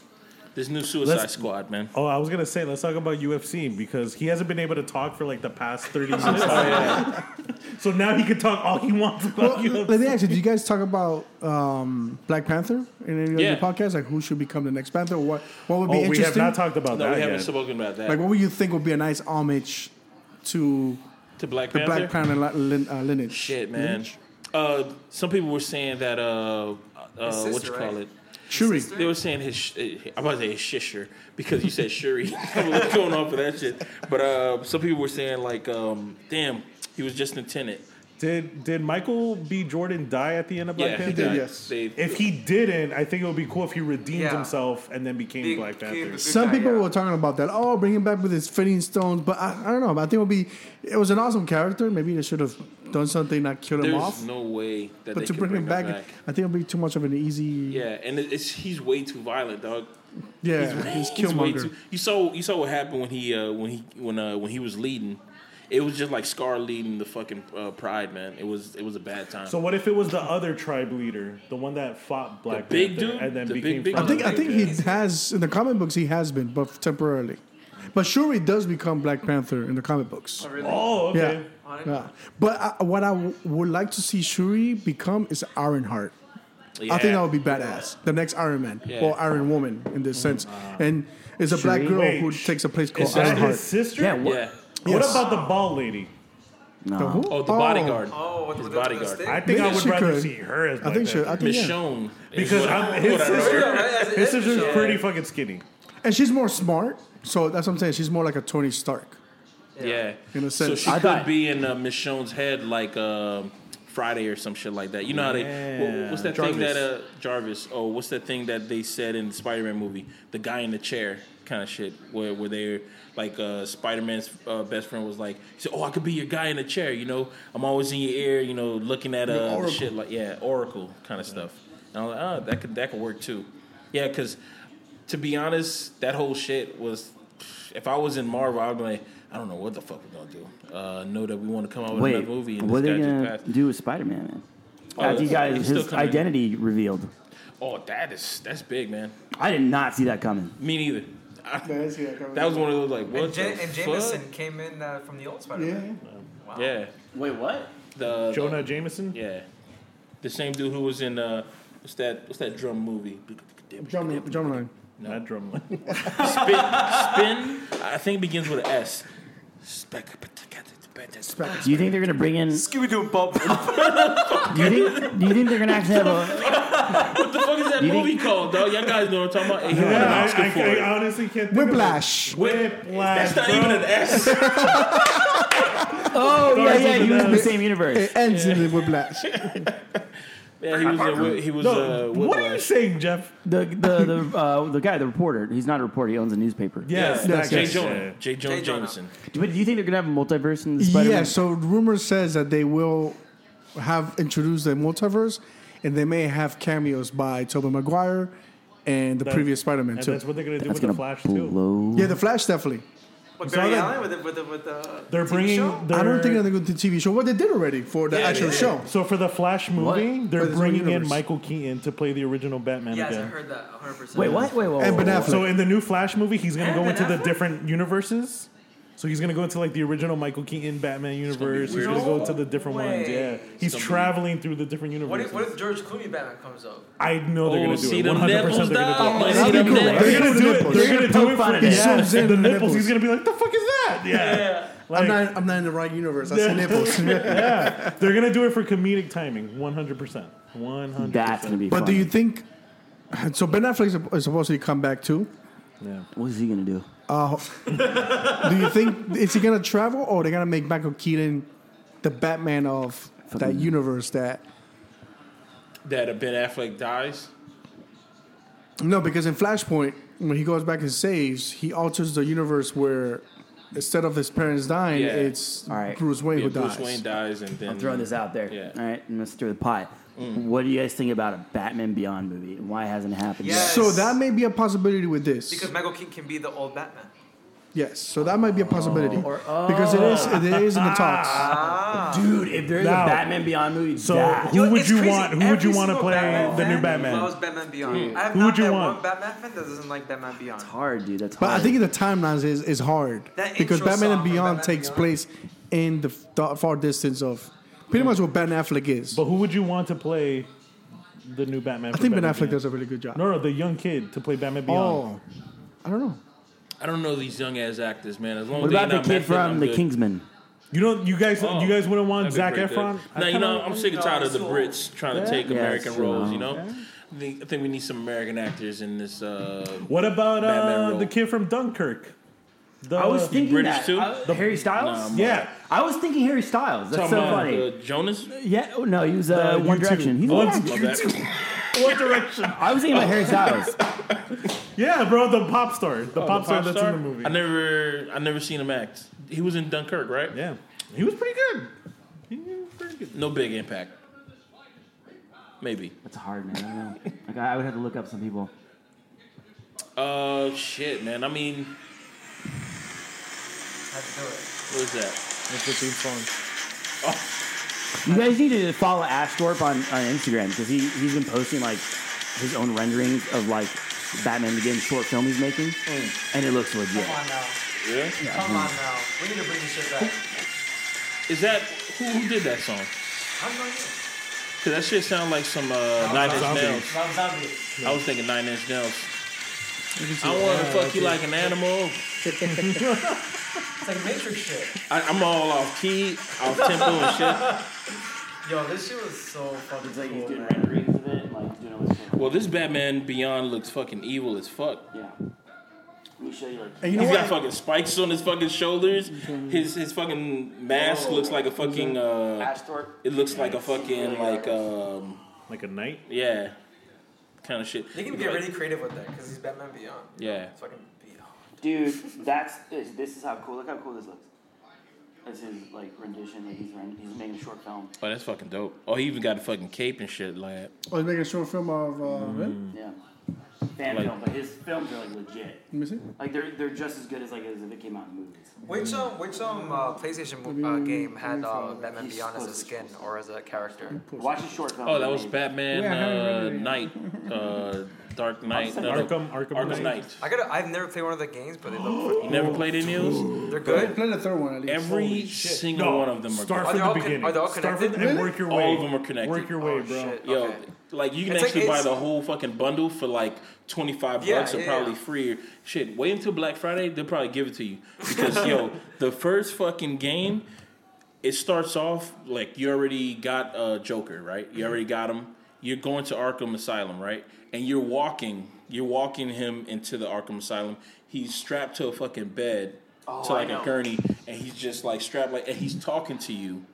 This new Suicide
Let's-
Squad, man.
Oh, I was gonna say let's talk about UFC because he hasn't been able to talk for like the past thirty
Oh,
minutes.
yeah.
So now he can talk all he wants about
Well,
UFC.
let me ask you: Do you guys talk about um, Black Panther in any of
Yeah.
your podcasts? Like, who should become the next Panther? What What would be
Oh, we
interesting?
have not talked about
No,
that
we haven't
yet.
spoken about that.
Like, what would you think would be a nice homage to
to Black
the
Panther.
Black Panther li- lin- uh, lineage?
Shit, man. Uh, some people were saying that uh, uh,
His
what you
sister,
call
right?
it.
Shuri.
They were saying his. Sh- eh, I'm about to say his shisher because you said Shuri. I'm like going off of that shit. But uh, some people were saying like, um, damn, he was just a tenant.
Did did Michael B. Jordan die at the end of Black
Yeah, he
Panther?
did, yes. They-
If he didn't, I think it would be cool if he redeemed
Yeah.
himself and then became
Be-
Black
became
Panther.
Some people were talking about that. Oh, bring him back with his fitting stones, but I, I don't know. But I think it would be. It was an awesome character. Maybe they should have done something, not kill him
There's
off.
no way that they
but to
could
bring, him back,
back.
I think it would be too much of an easy.
Yeah, and it- it's he's way too violent, dog.
Yeah, he's
way
Killmonger.
too. You saw you saw what happened when he uh, when he when uh, when he was leading. It was just like Scar leading the fucking uh, Pride, man. It was it was a bad time.
So what if it was the other tribe leader, the one that fought Black
big
Panther
dude?
and then
The big,
became?
big
Black
I think I
Panther?
think he has in the comic books he has been, but temporarily. But Shuri does become Black Panther in the comic books.
really? Oh, okay.
Yeah. yeah. But I, what I w- would like to see Shuri become is Ironheart. I think that would be badass. The next Iron Man
Yeah.
or Iron Woman in this sense, and it's a black
Shuri?
girl
Wait,
who
sh-
takes a place called
Is that
Ironheart.
his sister?
Yeah. What,
What about the bald lady?
The who?
Oh, the
Oh.
bodyguard.
Oh,
his bodyguard.
I think I
Maybe
would
she
rather
could.
see her as
I
Black
think she- I
Panther.
think, yeah.
Michonne is
Because
what I-
I'm, his
what I know
sister,
her as.
his sister's
Yeah.
pretty fucking skinny.
Oh, And she's more smart, so that's what I'm saying. She's more like a Tony Stark.
Yeah.
In a
So
sense.
she
I
could
thought-
be in uh, Miss Shone's head like uh, Friday or some shit like that. You know how they. wha- wha- what's that thing
Jarvis.
that uh, Jarvis? Oh, what's that thing that they said in the Spider Man movie? The guy in the chair kind of shit. Where where they like uh, Spider Man's uh, best friend was like, he said, "Oh, I could be your guy in the chair. You know, I'm always in your ear. You know, looking at
The
uh, the
Oracle.
shit like yeah, Oracle kind of stuff." And I'm like, "Oh, that could that could work too." Yeah, because to be honest, that whole shit was. If I was in Marvel, I'd be like, I don't know what the fuck we're gonna do. Uh, know that we want to come out with
Wait,
another movie, and
what are
this
they
guy
gonna
just passed.
do with Spider Man? Man,
Oh,
after you
it's-
guys
it's still
his
coming.
identity revealed,
Oh, that is that's big, man.
I did not see that coming.
Me neither. I- that was one of those like what
And, Jan-
the
and
fuck?
Jameson came in uh, from the old Spider-Man.
Yeah.
Wait, what?
The
Jonah
the-
Jameson.
Yeah, the same dude who was in uh, what's that? What's that drum movie?
Drum, drumline.
No.
Not drumline.
Spin, spin. I think it begins with an S. Spec.
Do you think they're gonna bring in?
Scooby Doo Bob.
Do you think, do you think they're gonna actually have a?
What the fuck is that
You
movie called, dog? Y'all guys know what I'm talking about. Hey, he won an
Yeah,
Oscar
I,
for
I-
it.
I honestly can't. Think
Whiplash.
Whiplash.
That's not even an S.
Oh yeah,
Stars
yeah,
of the
you were in the
Night.
same universe.
It ends in the Whiplash.
Yeah, he was. A, whi- he was.
No,
uh,
what are you saying, Jeff?
The the the uh, the guy, the reporter. He's not a reporter. He owns a newspaper.
Yes,
yeah,
that
Jay
guy.
Jonah. Jay Jonah Jameson.
Do- But do you think they're gonna have a multiverse in the Spider Man?
Yeah, so rumor says that they will have introduced the multiverse and they may have cameos by Tobey Maguire and the
That-
previous Spider Man
and
too.
that's what they're gonna do
That's
with
gonna
the Flash too.
blow.
yeah, the Flash definitely.
What
So
Barry
they-
Allen with the with the with the.
They're
TV
bringing.
show?
They're,
I don't think they're going to do the TV show. What they did already for the
Yeah,
actual
yeah, yeah.
show.
So for the Flash movie, they're
But it's
bringing in
universe.
Michael Keaton to play the original Batman
Yes, I
again.
heard that 100. percent
Wait, what? Wait, wait,
And
Oh,
Ben Affleck.
So in the new Flash movie, he's gonna
And
go
Ben
into the
Affleck?
different universes. So he's gonna go into like the original Michael Keaton Batman
gonna be
universe. He's
weird
gonna
as
go
fuck.
to the different ones.
way.
Yeah, he's
gonna be-
traveling through the different
What if, what
universes.
if George Clooney Batman comes up?
I know they're
Oh,
gonna do
see
it.
them
One hundred percent,
nipples,
they're
dog.
gonna do it.
That'd be
They're
cool.
gonna do it. They're gonna do it
Poke fun
for
at it.
he zooms in
Yeah.
the nipples.
Nipples.
He's gonna be like, "The fuck is that?" Yeah,
I'm,
Like-
not, I'm not in the right universe. I see nipples.
yeah. They're gonna do it for comedic timing. One hundred percent. One hundred.
That's gonna be.
But do
fun.
you think. So Ben Affleck is supposed to come back too.
What is he gonna do?
Uh, do you think is he gonna travel or they're gonna make Michael Keaton the Batman of that universe? That
That uh, Ben Affleck dies.
no, because in Flashpoint, when he goes back and saves, he alters the universe where instead of his parents dying,
Yeah.
it's
All right.
Bruce Wayne
Yeah,
who
Bruce
dies.
Wayne dies, and then
I'm throwing this out there.
Yeah. Mm.
All right, I'm gonna stir the pot. What do you guys think about a Batman Beyond movie? and Why hasn't it happened? yet?
So
that may be a possibility with this.
Because Michael Keaton can be the old Batman.
Yes, so that might be a possibility because it is it is in the
Ah.
talks.
Dude, if there is
Now-
a Batman Beyond movie,
So
that-
who Yo, would
It's crazy. Every single Batman fan Loves Batman Beyond.
Hmm.
I have
Who
not
would you
met
want?
one Batman fan that doesn't like Batman Beyond. It's
hard, dude. That's
But I think the timelines is, is hard
That
because
intro
Batman
song
and
from
Beyond
Batman
takes place in the f- the far distance of pretty much what Ben Affleck is.
But who would you want to play the new Batman?
I
for
think Ben
Batman Beyond?
Affleck does Oh. a really good job.
No, no, the young kid to play Batman Beyond.
I don't know.
I don't know these young ass actors, man. As long
What
as they
about
not
the kid
messed up, I'm
from The
good.
Kingsman?
You know, you guys,
Oh,
you guys wouldn't want
that'd be
Zac
pretty good.
Efron. I
No, you
kinda-
know, I'm sick and tired of the Brits trying to
Yeah.
take
Yeah,
American
sure.
roles. You know, I think- I think we need some American actors in this. Uh,
What about
Batman
uh,
role.
the kid from Dunkirk? The,
I was thinking British that. too?
I-
The-
Harry
Nah,
Styles.
I'm
Yeah.
I was thinking Harry Styles. That's
um, Talking
so
about,
funny.
uh, Jonas.
yeah, oh, no, he was uh, One Direction. He's
Oh,
One
my bad.
One Direction.
I was thinking about Harry Styles.
yeah, bro, the pop star, the
Oh,
pop star
pop
that's
star?
in the movie.
I never, I never seen him act. He was in Dunkirk, right?
Yeah, he was pretty good.
No big impact. Maybe.
It's hard, man. I don't know. Like, I I would have to look up some people.
Uh, shit, man. I mean, what is that?
That's the theme song.
You guys need to follow Ashtorp on, on Instagram because he, he's been posting like his own renderings of like Batman Begins short film he's making, and it looks legit.
Come on now.
Yeah.
Come on now. We need to bring this shit back.
Is that who, who did that song?
I'm going to.
Cause that shit sound like some uh, Nine Inch Nails.
Rob Zombie.
I was thinking Nine Inch Nails.
see
I
it.
want to
Yeah,
fuck you
dude.
like an animal.
It's like Matrix shit.
I, I'm all off key, off tempo and shit.
Yo, this shit was so fucking it's like cool, man.
of it and like doing it.
Well, this Batman Beyond looks fucking evil as fuck.
Yeah. Let me show you like.
He's
you know
got fucking spikes on his fucking shoulders. His his fucking mask
Whoa.
looks like a fucking. Uh,
Ashtorp.
it looks like a fucking like um
like a knight.
Yeah, kind of shit.
They can get really creative with that because he's Batman Beyond.
Yeah.
Fucking Beyond.
Dude, that's this, this is how cool. Look how cool this looks. That's his like rendition. Like, he's rend- he's making a short film.
Oh, that's fucking dope. Oh, he even got a fucking cape and shit, lad.
Oh, he's making a short film of uh,
Mm.
him?
Yeah. Fan
Like-
film, but his films are like legit.
Let me see.
Like they're they're just as good as like as if it came out in movies.
Which um which um uh, PlayStation mo- uh, game had uh, Batman Beyond as a skin or as a character?
Watch the short film.
Oh, that was Batman uh, Knight, uh, Dark Knight, no, no,
Arkham- Arkham Knight.
I gotta. I've never played one of the games, but they look.
You never played any of those?
They're good.
Play the third one at least. Oh,
Every single
No,
one of them are
start
good.
from
they
the
all con-
beginning.
are they all
Start from-
connected? Oh,
and work your
All
way.
of them are connected.
Work your way, bro.
Yo, like you can
It's like
actually buy
it's-
the whole fucking bundle for like twenty five
Yeah,
bucks or
yeah,
probably
yeah.
free. Shit, wait until Black Friday, they'll probably give it to you because yo, the first fucking game, it starts off like you already got uh, Joker, right? You already
Mm-hmm.
got him. You're going to Arkham Asylum, right? And you're walking, you're walking him into the Arkham Asylum. He's strapped to a fucking bed, to
Oh,
I
like a
know.
gurney, and he's just like strapped, like, and he's talking to you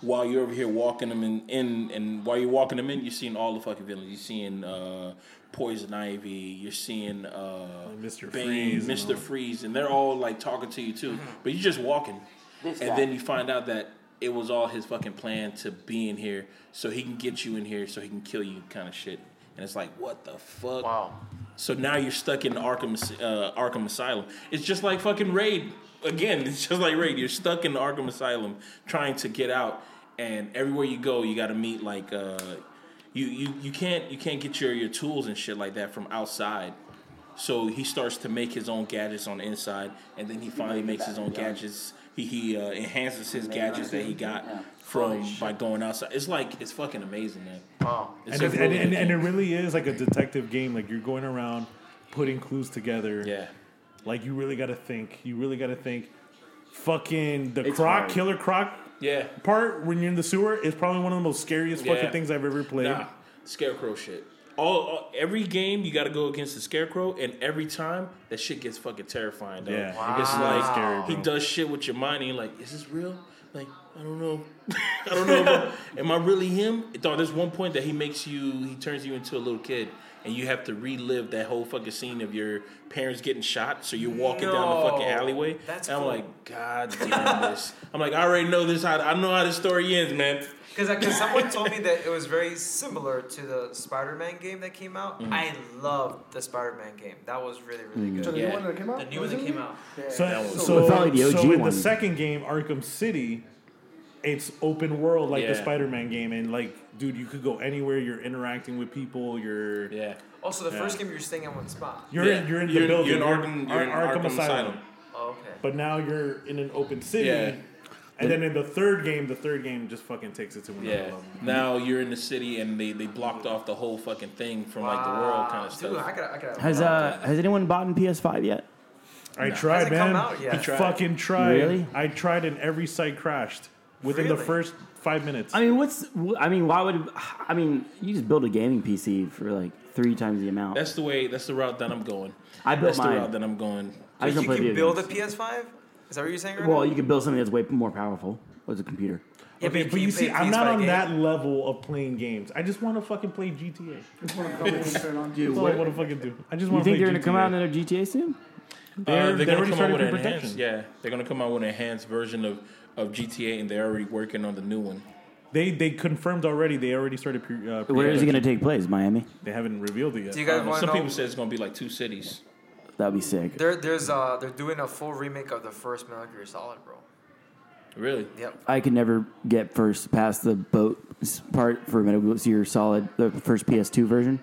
while you're over here walking them in, in and while you're walking them in, you're seeing all the fucking villains. You're seeing uh, Poison Ivy. You're seeing uh,
Mr.
Bane,
Freeze and
Mr.
all.
Freeze, and they're all like talking to you too. But you're just walking,
Mm-hmm. This
and
guy.
then you find out that it was all his fucking plan to be in here so he can get you in here so he can kill you, kind of shit. And it's like, what the fuck?
Wow.
So now you're stuck in Arkham uh, Arkham Asylum. It's just like fucking Raid. Again, it's just like Raid. You're stuck in Arkham Asylum trying to get out, and everywhere you go, you got to meet like uh, you you you can't you can't get your your tools and shit like that from outside. So he starts to make his own gadgets on the inside, and then he finally makes his own gadgets. He he uh, enhances his gadgets that he got from by going outside. It's like it's fucking amazing, man.
Wow.
It's
and, it,
a
and,
really
and,
good
and it
game.
really is like a detective game. Like you're going around putting clues together.
yeah.
Like you really got to think. You really got to think. Fucking the
It's
croc,
hard.
killer croc
Yeah.
part when you're in the sewer is probably one of the most scariest
Yeah.
fucking things I've ever played.
Nah, scarecrow shit. All, all- every game you got to go against the scarecrow, and every time that shit gets fucking terrifying. Dog.
Yeah,
Yeah, it's
Wow.
like
scary,
he
bro.
does shit with your mind, and you're like, is this real? Like I don't know, I don't know. Bro. Am I really him? Dog, there's one point that he makes you, he turns you into a little kid, and you have to relive that whole fucking scene of your parents getting shot. So you're walking down the fucking
No.
alleyway.
That's
and I'm
cool.
like, God damn this. I'm like, I already know this. How, I know how this story ends, man.
uh,
Because someone told me that it was very similar to the Spider-Man game that came out.
Mm.
Mhm.
I loved the Spider-Man game. That was really, really
Mm.
good.
So the new one
that came out?
The new one that came out.
So, so, so in the second game, Arkham City, it's open world like the
Yeah.
Spider-Man game, and like, dude, you could go anywhere. You're interacting with people. You're
yeah.
Also, the first game you're staying in one spot.
You're in, you're in the building. Ar-
Oh, okay.
But now you're in an open city.
Yeah.
And then in the third game, the third game just fucking takes it to another
Yeah.
level.
Now you're in the city and they, they blocked off the whole fucking thing from like the world kind of stuff.
Ah, Dude, I gotta, I gotta.
Has uh has anyone bought an PS5 yet?
I
No.
tried,
Hasn't
man.
come out yet.
I
He tried.
fucking tried.
Really?
I tried, and every site crashed within the
Really?
first five minutes.
I mean, what's wh- I mean, why would I mean? You just build a gaming PC for like three times the amount.
That's the way. That's the route that I'm going.
I built
that's
mine.
the route that I'm going. Uh,
I just don't
you
play
can
video
build
games.
a PS5. Is that what you're saying? Right
Well,
now?
you could build something that's way more powerful as a computer.
Yeah,
Okay,
but
but
you
you
play
see, I'm
games
not
by
on
game.
that level of playing games. I just want to fucking play GTA. That's all I want to fucking do. I just
You think
want to play
they're gonna come
GTA.
out another GTA soon?
They're,
They're-
they're,
they
going
already
to come out
started
with an
pre-production.
enhanced. Yeah, they're going to come out with an enhanced version of, of GTA, and they're already working on the new one.
They they confirmed already. They already started. Pre, uh,
Where is it gonna
pre-production.
take place? Miami.
They haven't revealed it yet.
Do you guys
Um,
wanna
some
know-
people say it's going to be like two cities.
That'd be sick.
There, there's uh, they're doing a full remake of the first Metal Gear Solid, bro.
Really?
Yep.
I could never get first past the boat s- part for Metal Gear Solid, the first PS2 version.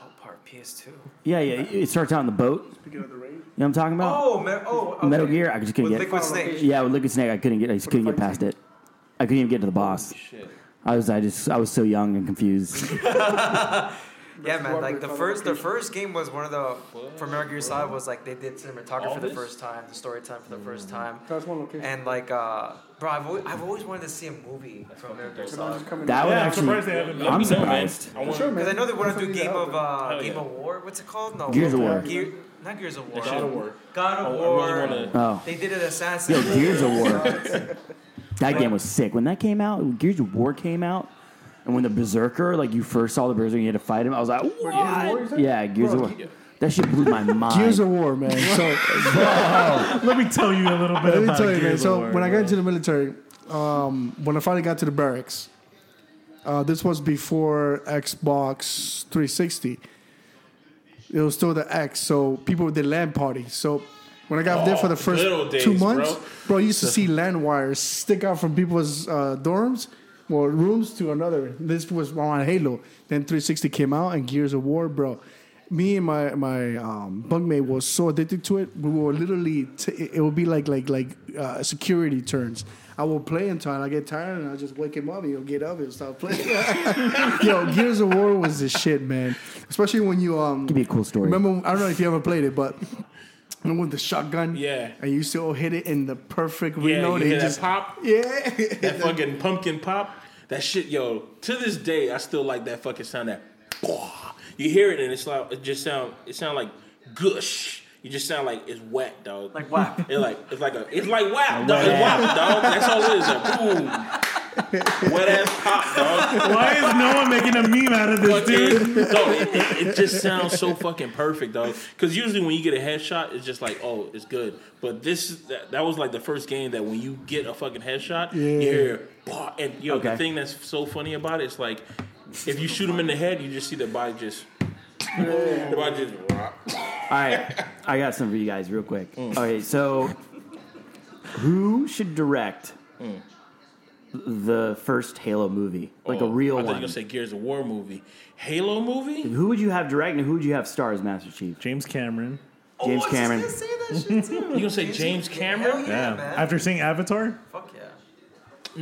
Oh, part PS2.
Yeah, yeah. It starts out on the boat.
Speaking of the rain.
You know what I'm talking about?
Oh, me- oh, okay.
Metal Gear. I just couldn't
With
get
Liquid Snake.
Yeah, with Liquid Snake, I couldn't get. I just couldn't get past it. I couldn't even get to the boss. I was. I just. I was so young and confused.
Yeah, man. Like the first, the first game was one of the for Metal Gear Solid was like they did cinematography
All
for the
this?
first time, the story time for the
Mm.
first time.
That's one location.
And like, uh, bro, I've always, I've always wanted to see a movie from Metal Gear Solid.
come in That and- would Yeah, I'm actually- surprised they haven't. I'm
Let me know, man.
surprised.
I want-
Sure, man.
Because I know they want to do
Hopefully
Game
that'll
of uh,
Hell
Game
Oh, yeah.
of War. What's it called? No,
Gears of War.
Gear, not Gears of War.
God of War.
God of
I- I
War.
really wanna-
Oh.
They did an Assassin. Oh,
Yo, Gears of War. that game was sick. When that came out, when Gears of War came out, and when the Berserker, like you first saw the Berserker, and you had to fight him. I was like,
Gears
what?
of War, you said?
yeah, Gears
Bro,
of War. That shit blew my mind.
Gears of War, man. So,
Let me tell you a little bit.
Let me
about
tell you, man.
Gears of
So
War,
when I got
bro.
into the military, um, when I finally got to the barracks, uh, this was before Xbox 360. It was still the X, so people did LAN parties. So when I got there for the
Oh,
first
little days,
two months,
bro.
bro, you used to see LAN wires stick out from people's uh, dorms, well, rooms to another. This was on Halo. Then 360 came out and Gears of War, bro. Me and my my um, bunkmate was so addicted to it. We were literally t- it it would be like like like uh, security turns. I will play until I get tired and I just wake him up and he'll get up and start playing. Yo, Gears of War was the shit, man. Especially when you um
Give me a cool story.
Remember, I don't know if you ever played it, but remember with the shotgun?
Yeah.
And you still hit it in the perfect
Yeah,
reload.
you
and
hear
it
that
just
pop.
Yeah,
that fucking pumpkin pop. That shit, yo. To this day, I still like that fucking sound. That you hear it and it's like it just sound. It sound like gush. You just sound like it's whack, dog. Like
whack.
It's like it's like a. It's like whack, dog. It's
whack.
whack, dog. That's all it is. Like, boom. Wet ass pop, dog.
Why is no one making a meme out of this,
But it,
dude?
no, it, it- it just sounds so fucking perfect, dog. Because usually when you get a headshot, it's just like, oh, it's good. But this, that, that was like the first game that when you get a fucking headshot, you
Yeah.
hear, "Bah," and yo,
Okay.
the thing that's so funny about it is like, if you shoot them in the head, you just see the body just, the body just.
All right, I got some for you guys real quick.
Mm.
All right, so who should direct
Mm.
the first Halo movie, like
Oh,
a real
I thought
one?
You were gonna say Gears of War movie, Halo movie?
Who would you have direct, and who would you have star as Master Chief?
James Cameron.
Oh,
James Cameron.
you gonna say James Cameron?
Yeah. After seeing Avatar,
Fuck yeah.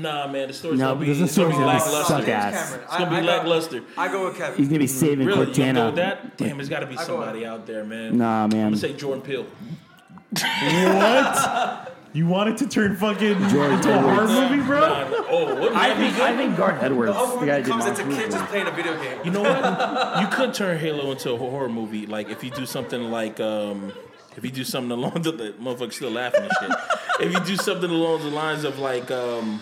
Nah, man, the story's
No,
gonna be,
because the
it's gonna be
story's gonna
lackluster.
suck James ass. Cameron.
It's gonna be
I- I got-
lackluster.
I go with Kevin.
He's gonna be saving
really? You
Cortana.
go with that? Damn, it's gotta be somebody out there, man.
Nah,
I'm
man.
gonna say Jordan Peele.
what? You wanted to turn fucking into a horror movie, bro?
oh, what
I think, I think Garth Edwards, the, guy that did
Oh, Comes it's a
Monster
kid
Movie.
just playing a video game.
You know what? you could turn Halo into a horror movie, like if you do something like um, if you do something along the, the motherfucker's still laughing and shit. if you do something along the lines of like um,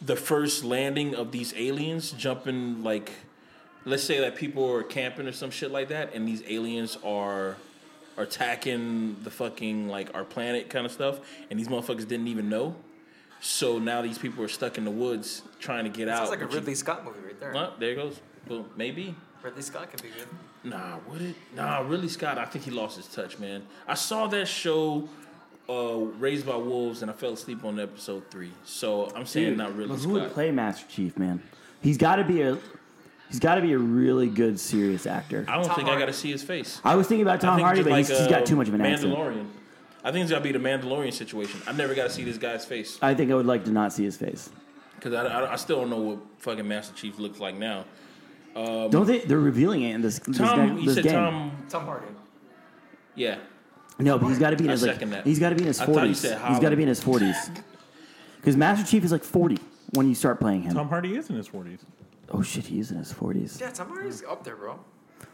the first landing of these aliens jumping like let's say that people are camping or some shit like that, and these aliens are are attacking the fucking like our planet kind of stuff, and these motherfuckers didn't even know. So now these people are stuck in the woods trying to get
That
out.
sounds like a
but you-
Ridley Scott movie right there.
Huh? there it goes. Boom. Maybe.
Ridley Scott could be good.
Nah, would it? Nah, really, Scott. I think he lost his touch, man. I saw that show, uh, Raised by Wolves, and I fell asleep on episode three. So I'm saying
Dude,
not really.
but
Scott.
who would play Master Chief, man? He's got to be a he's got to be a really good serious actor.
I don't think I got to see his face.
I was thinking about Tom
I think
Hardy,
just
but he's- he's
uh,
got too much of an accent.
Mandalorian. I think it's got to be the Mandalorian situation. I've never got to see this guy's face
I think I would like to not see his face.
because I, I, I still don't know what fucking Master Chief looks like now. Um,
Don't they? They're revealing it in this. this,
Tom,
ga-
you
this
said
game.
Tom.
Tom Hardy.
Yeah.
No, but he's got to be in
I
his like,
second that.
he's got to be in his
I thought you
forties. He's
said
got to be in his forties. Because Master Chief is like forty when you start playing him.
Tom Hardy is in his forties.
Oh shit, he is in his forties.
Yeah, Tom Hardy's up there, bro.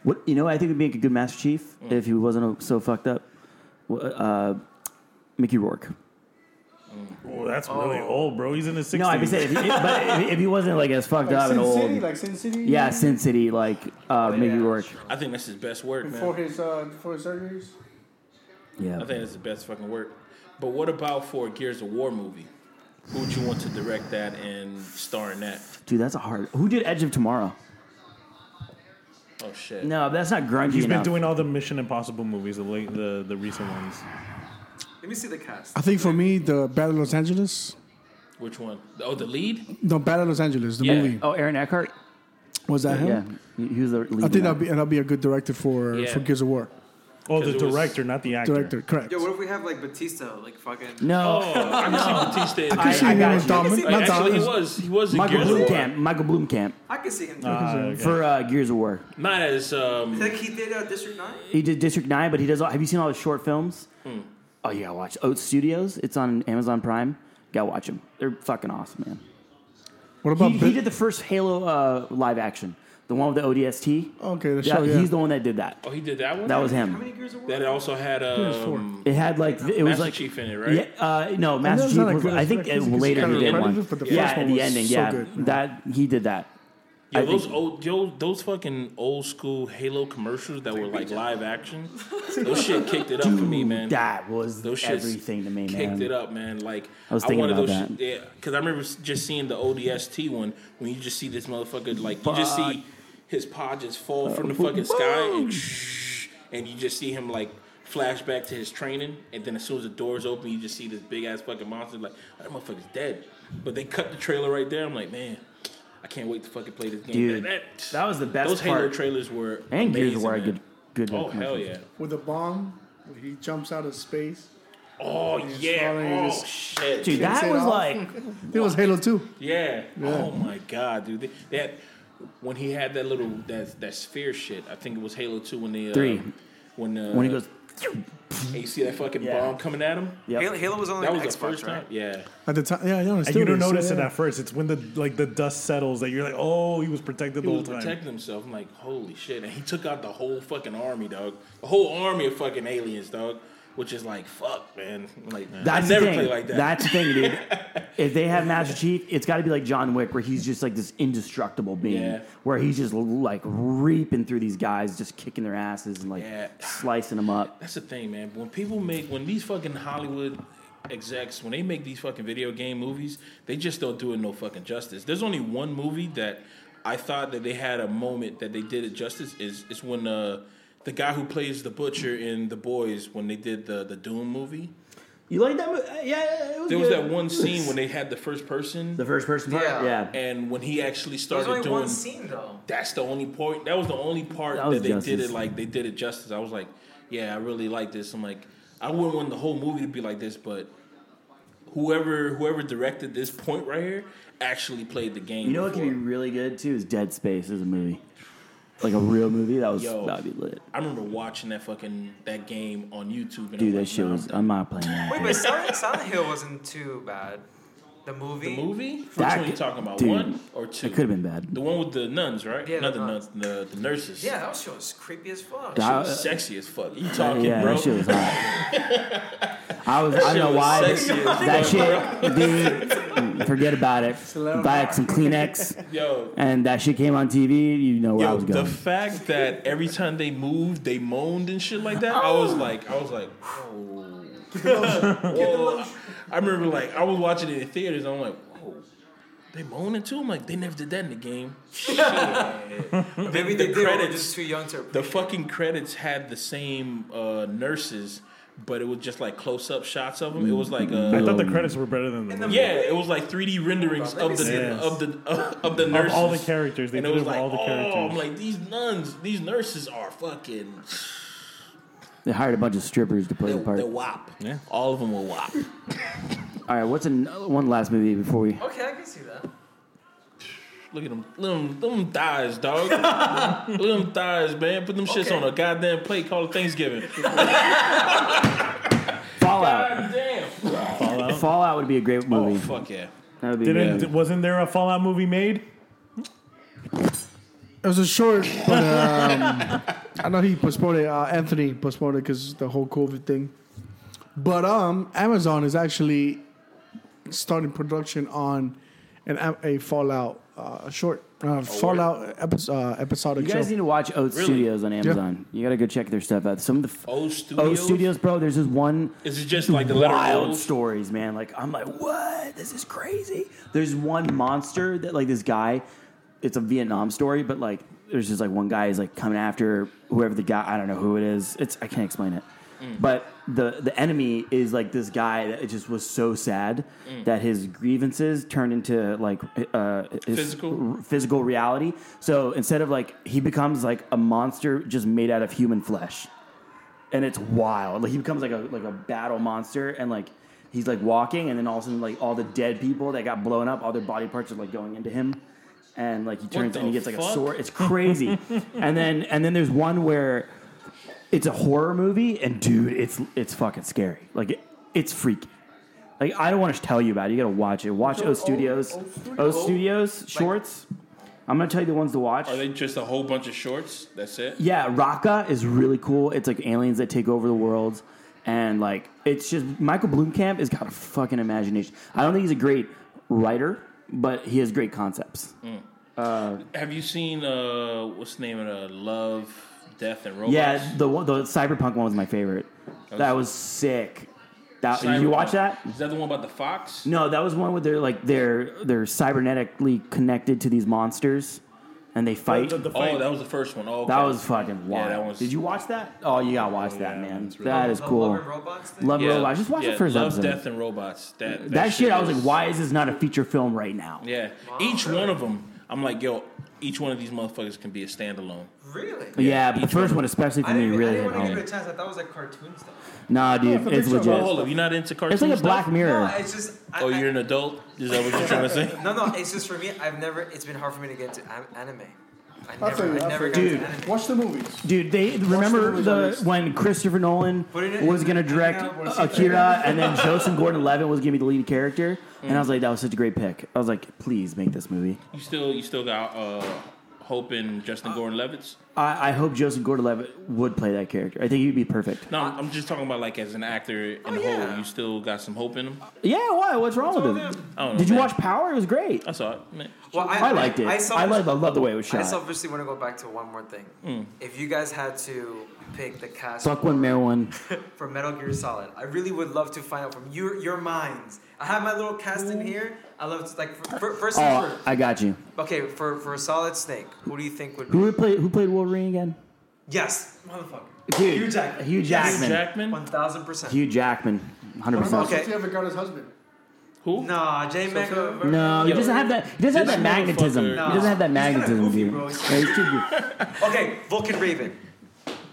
What you know? I think would make a good Master Chief
Mm.
if he wasn't so fucked up. Wha- Uh, Mickey Rourke.
Oh, that's really old, bro. He's in his sixties.
No, I'd be saying if he, but if, if he wasn't like as fucked
Like
up and
Sin
old,
uh,
City? Like Sin City?
yeah, Sin City, like uh, Mickey Rourke.
Oh, I think that's his best work, man.
Before his uh, before his surgeries.
Yeah.
I think that's the best fucking work. But what about for a Gears of War movie? Who would you want to direct that and star in that?
Dude, that's a hard. Who did Edge of Tomorrow?
Oh shit.
No, that's not grungy
He's been
enough.
doing all the Mission Impossible movies, the late, the the recent ones.
Let me see the cast.
I think for me, the Battle of Los Angeles,
Which one? Oh, the lead.
no Battle of Los Angeles, the movie.
Oh, Aaron Eckhart.
Was
Uh-huh.
that him?
Yeah, he he was the lead.
I
in
think
that.
that'll be that'll be a good director for
Yeah.
for Gears of War.
Oh,
the 'Cause it was- director,
not the
actor.
Director, correct.
Yo, what if we have like Batista, like fucking?
No.
I can see Batista. in
Uh, I- I
there.
got you.
Like, actually, he was. He was in
Michael
Gears of War.
Blomkamp. Michael Blomkamp
I can see him. Too.
Ah,
for uh, Gears of War.
Not as um.
like he did uh, District Nine.
He did District Nine, but he does. All, have you seen all his short films?
hmm.
Oh, you gotta watch Oat Studios. It's on Amazon Prime. Gotta watch them. They're fucking awesome, man.
What about
he, he did the first Halo uh, live action, the one with the ODST.
Okay, the
Yeah,
show, yeah.
He's the one that did that.
Oh, he did that one.
That was him. How
many
Gears of
War? That also had um.
It had like it was
Master
like
Chief in it, right?
Yeah, uh, no,
And
Master
that's
Chief.
not a
Was,
good
I think it,
reference, it's
later
kind
he
of
did one.
repetitive, but the
yeah,
first
at
one
the
was
ending,
so
yeah,
good.
that he did that.
Yo,
I
those
think-
old yo, those fucking old school Halo commercials that were like live action. those shit kicked it up for me,
Dude,
man.
that was
those shits
everything to me,
Kicked
man.
it up, man. Like
I was thinking
wanted
about
those
that.
Shit, yeah, because I remember s- just seeing the ODST one when you just see this motherfucker like you just
Fuck.
see his pod just fall from the
Uh,
fucking sky and, and you just see him like. Flashback to his training, and then as soon as the doors open, you just see this big ass fucking monster. Like oh, that motherfucker's dead, but they cut the trailer right there. I'm like, man, I can't wait to fucking play this game.
Dude,
that,
that was the best
Those Halo
part.
trailers were
And Gears of War,
amazing,
good, good.
man. Oh hell yeah!
With the bomb, he jumps out of space.
Oh
And he's
yeah!
falling
Oh
and just
shit!
kicks it off. it was Halo Two.
yeah.
Yeah.
Oh my god, dude! They, they had, when he had that little that that sphere shit. I think it was Halo Two when they uh,
Three.
when uh,
When he goes-
and you see that fucking
Yeah.
bomb coming at him.
Yep.
Halo- Halo was only
that
on
was the
Xbox,
first
right?
time. Yeah.
At the time, yeah, no, it's
And
still
you don't
there, so
notice it
yeah.
at first. It's when the like the dust settles that you're like, oh, he was protected
He
the whole
was
time.
protecting himself. I'm like, holy shit! And he took out the whole fucking army, dog. The whole army of fucking aliens, dog. Which is like, fuck, man. Like,
That's
I never
the thing.
play like that.
That's the thing, dude. if they have Master Chief, it's got to be like John Wick, where he's just like this indestructible being,
Yeah.
where he's just like reaping through these guys, just kicking their asses and like
Yeah.
slicing them up.
That's the thing, man. When people make when these fucking Hollywood execs when they make these fucking video game movies, they just don't do it no fucking justice. There's only one movie that I thought that they had a moment that they did it justice is it's when uh the guy who plays the butcher in The Boys when they did the the Doom movie.
You like that? mo- uh, Yeah, it was
There was
good.
that one scene when they had the first person.
The first person part? Yeah. Yeah.
And when he actually
There's
started
only
doing
one scene though.
that's the only part. That was the only part
That
that,
was
they did
justice.
it like they did it justice. I was like, yeah, I really like this. I'm like, I wouldn't want the whole movie to be like this, but whoever whoever directed this point right here actually played the game.
You know what
before.
can be really good too is Dead Space as a movie, like a real movie. That was
Yo.
that'd be lit.
I remember watching that fucking that game on YouTube. And I'm
Dude,
like,
that shit
nah,
was. I'm not playing that.
Wait,
Wait, but Silent, Silent Hill wasn't too bad. The movie.
The movie? Which
That
one you
could-
talking about?
dude,
One or two?
it could've been bad.
The one with the nuns, right?
Yeah, the
Not the
nuns.
nuns, the, the nurses.
Yeah, that show was creepy as fuck.
She
That-
was sexy as fuck. You
Uh,
talking,
yeah,
bro?
that shit was I was.
That
I don't
shit
know
was
why.
sexy as
That
fuck,
shit, dude. mm, Forget about it. Buy some Kleenex.
Yo.
And that shit came on TV. You know where I
Yo,
was
the
going.
fact that every time they moved, they moaned and shit like that. I was like, I was like, whoa. whoa. I remember like I was watching it in theaters. I'm like, whoa, they moaning too. I'm like, they never did that in the game. Shit.
Maybe they did, or we're just too young to.
The fucking credits had the same uh, nurses, but it was just like close up shots of them. It was like uh,
I thought the credits were better than the movie.
yeah, it was like 3D renderings of the,
Yes.
of the of the
Of
nurses.
all the characters, they
and
did
it was
of
like,
all the
oh, I'm
characters.
like these nuns, these nurses are fucking.
They hired a bunch of strippers to play the part.
They're wop. Yeah, all of them were wop.
All right, what's an, one last movie before we?
Okay, I can see that.
Look at them, them, them thighs, dog. Look at them thighs, man. Put them shits on a goddamn plate. Call it Thanksgiving.
Fallout.
Damn.
Fallout.
Fallout would be a great movie.
Oh, fuck yeah.
That would be
Didn't
good.
wasn't there a Fallout movie made?
It was a short, but um, I know he postponed it. Uh, Anthony postponed it because the whole COVID thing. But um, Amazon is actually starting production on an a- a Fallout uh, short,
Oh,
uh, Fallout epi- uh, episodic
You guys
show.
need to watch Oat
Really?
Studios on
Yeah.
Amazon. You gotta go check their stuff out. Some of the f-
Oat
Oat
Studios?
Studios, bro. There's this one.
Is it just like the letter
wild
O's?
stories, man? Like I'm like, what? This is crazy. There's one monster that like this guy. It's a Vietnam story, but like there's just like one guy is like coming after whoever the guy. I don't know who it is. It's I can't explain it.
Mm.
But the the enemy is like this guy that just was so sad
Mm.
that his grievances turned into like uh, his
Physical?
r- physical reality. So instead of like he becomes like a monster just made out of human flesh and it's wild. Like he becomes like a like a battle monster, and like he's like walking, and then all of a sudden like all the dead people that got blown up, all their body parts are like going into him, and like he turns
the
and he gets like
fuck?
a sword. It's crazy. and then and then there's one where it's a horror movie, and dude, it's it's fucking scary. Like it, it's freaky. Like I don't want to tell you about it. You gotta watch it. Watch
So,
O Studios.
O- O
O
Studio-
Studios shorts. I'm gonna tell you the ones to watch.
Are they just a whole bunch of shorts? That's it.
Yeah, Raqqa is really cool. It's like aliens that take over the world. And like, it's just Michael Bloomkamp has got a fucking imagination. I don't think he's a great writer, but he has great concepts.
Mm.
Uh,
Have you seen uh, what's the name of the Love, Death, and Robots?
yeah, the one- the cyberpunk one was my favorite.
That
That
was-
was sick. That did you watch
Cyberpunk.
that?
Is that the one about the fox?
No, that was one where they're like they're they're cybernetically connected to these monsters, and they fight.
Oh, that was the first one. Oh, okay.
That was fucking wild.
Yeah, that was.
Did you watch that? Oh, you gotta watch that, man. that is
Love,
cool.
Love, and Robots thing?
Love and
Yeah.
robots. Just watch
Yeah,
the first
Love,
episode.
Death, and Robots. That-
that,
that
shit.
shit
I was like,
is-
why is this not a feature film right now?
Yeah. Each one of them, I'm like, yo, each one of these motherfuckers can be a standalone.
Really?
Yeah, but the first one, especially for
I
me,
didn't,
really
I
hit
didn't want to give
home.
it a chance. I thought it was like cartoon stuff.
Nah, dude, it's
Hold
legit.
up, you're not into cartoons.
It's like a Black Mirror.
No, it's just. I,
Oh,
I-
you're an adult. Is that what you're trying to say?
No, no, it's just for me. I've never. It's been hard for me to get into am- anime. I
I'll tell
never,
you.
I
I'll
never
tell
got
you.
into anime.
Watch the movies.
Dude, they remember
movies
the
on
when Christopher Nolan
it-
was gonna direct
put it-
Akira, and then Joseph Gordon-Levitt was gonna be the lead character, and I was like, that was such a great pick. I was like, please make this movie.
You still, you still got uh, hope in
Uh,
Justin Gordon-Levitt.
I, I hope Joseph Gordon-Levitt would play that character. I think he'd be perfect.
No, I'm just talking about like as an actor
Oh,
in whole. You still got some hope in him.
Yeah, why? What's wrong with him?
I don't know,
Did you
man.
watch Power? It was great.
I saw it. Man.
Well, I,
I liked it. I loved- I loved the way it was
I
shot.
selfishly want to go back to one more thing.
Hmm.
Mm.
If you guys had to pick the cast
Fuck one, mare one.
for Metal Gear Solid, I really would love to find out from your your minds. I have my little cast in here. I love to, like for, for, first things
Oh, I got you.
first. Okay, for for Solid Snake, who do you think would?
Who would play? Who played Wolverine again?
Yes, motherfucker.
Dude,
Hugh Jackman.
Hugh Jackman. Hugh Jackman?
One thousand percent.
Hugh Jackman, hundred percent.
Okay. Sofia Vergara's husband.
Who?
Nah, Jay Mega.
No, he doesn't have that. He doesn't have that magnetism. He doesn't have that magnetism, dude. Yeah, he's too goofy.
Okay, Vulcan Raven,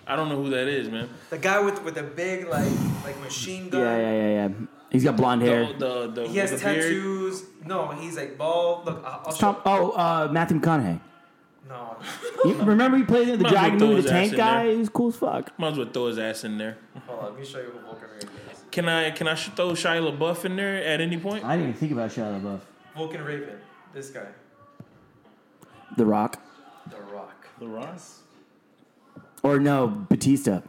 I don't know who that is, man.
the guy with with the big like like machine gun.
yeah, yeah, yeah, yeah. He's got blonde hair.
The, the,
He has
with the beard.
tattoos. No, he's like bald. Look, I'll, I'll
It's
show.
Tom, oh, uh, Matthew McConaughey.
No.
You, remember he played in the
Might as well
Dragon
throw
movie, the
his ass
tank
in there.
guy? He was cool as fuck.
Might as well throw his ass in there.
Hold on, let me show you who Vulcan Raven is.
Can I can I sh- throw Shia LaBeouf in there at any point?
I didn't even think about Shia LaBeouf.
Vulcan Raven. This guy.
The Rock.
The Rock.
The Rock?
Or no, Batista.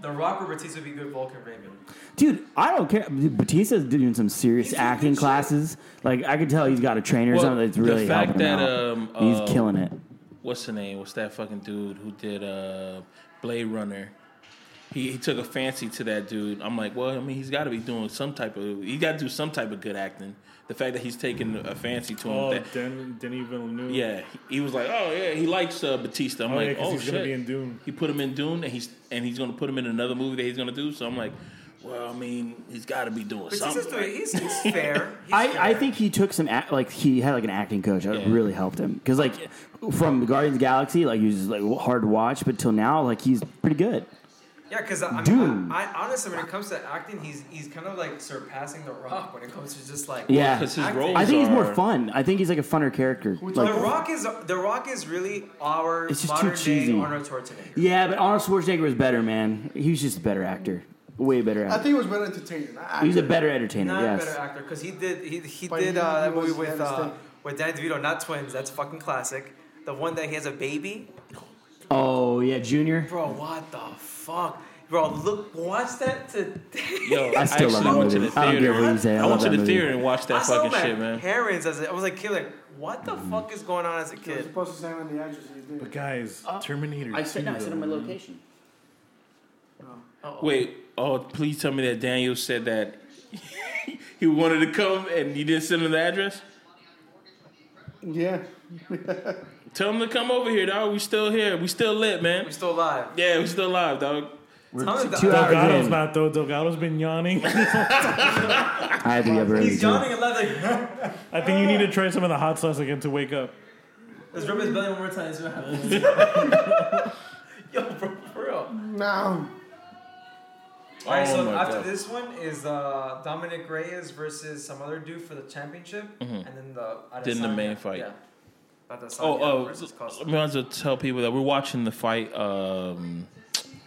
The Rock or Batista would be good Vulcan Raven.
Dude, I don't care. Batista's doing some serious acting classes. Like I could tell he's got a trainer or
Well,
something that's really
the fact
helping him
that
out.
um,
he's
uh,
killing it.
What's the name? What's that fucking dude who did uh, Blade Runner? He, he took a fancy to that dude. I'm like, well, I mean, he's got to be doing some type of he got to do some type of good acting. The fact that he's taking a fancy to him,
Oh,
that,
Den- Denny Villeneuve.
yeah, he- he was like, oh yeah, he likes uh, Batista. I'm
Oh, yeah,
like,
'cause
oh
he's
shit,
gonna be in Dune.
he put him in Dune, and he's and he's gonna put him in another movie that he's gonna do. So I'm like, well, I mean, he's got to be doing
Batista's
something.
doing. He's, he's fair.
I, I think he took some act, like he had like an acting coach that really helped him because like from Guardians of the Galaxy like he was just, like hard to watch but till now like he's pretty good.
Yeah, because I,
Dude.
mean, I, I honestly, when it comes to acting, he's he's kind of like surpassing The Rock when it comes to just like
Yeah,
acting.
I think he's more fun. I think he's like a funner character. Like,
the Rock is The Rock is really our
It's just too
modern day
cheesy.
Arnold Schwarzenegger.
yeah, but Arnold Schwarzenegger was better, man. He was just a better actor, way betor
I
actor.
think it was better entertaining. I,
He's a better entertainer.
Not
yes.
a better actor because he did he, he
But
did
he-
uh,
he
that movie
was
with uh,
devastated.
with Danny DeVito, not twins. That's fucking classic. The one that he has a baby.
Oh yeah, Junior.
Bro, what the fuck? Bro, look, watch that today.
Yo,
I still love
actually
that
went to
movie.
the
I don't
theater.
care what you say, I
I went
love
to
that
the
movie.
theater and watched
I
that
saw
fucking
my
shit, man.
parents as a, I was like, kid, like, what the
Mm.
fuck is going on as a
You're
kid?
supposed to say on the address you did.
But guys, Terminator.
Uh, I said- no, I
2,
said on my
though.
location.
Wait, oh, please tell me that Daniel said that he wanted to come and you didn't send him the address.
Yeah.
Tell him to come over here, dog. We still here. We still lit, man. We
still live.
Yeah, we still live, dog.
We're
Tell him
Delgado's
that-
not though. Delgado's been yawning.
I had to get ready.
He's yawning and laughing.
I think you need to try some of the hot sauce again to wake up.
Let's rub his belly one more time. See what happens. Yo, bro, for real.
No.
All right,
Oh
so
my
after
God.
this one is uh, Dominic Reyes versus some other dude for the championship,
Mhm.
and then the Adesanya.
Then the main fight.
Yeah. Adesanya
Oh, oh,
versus Costa.
we might as well tell people that we're watching the fight. Um,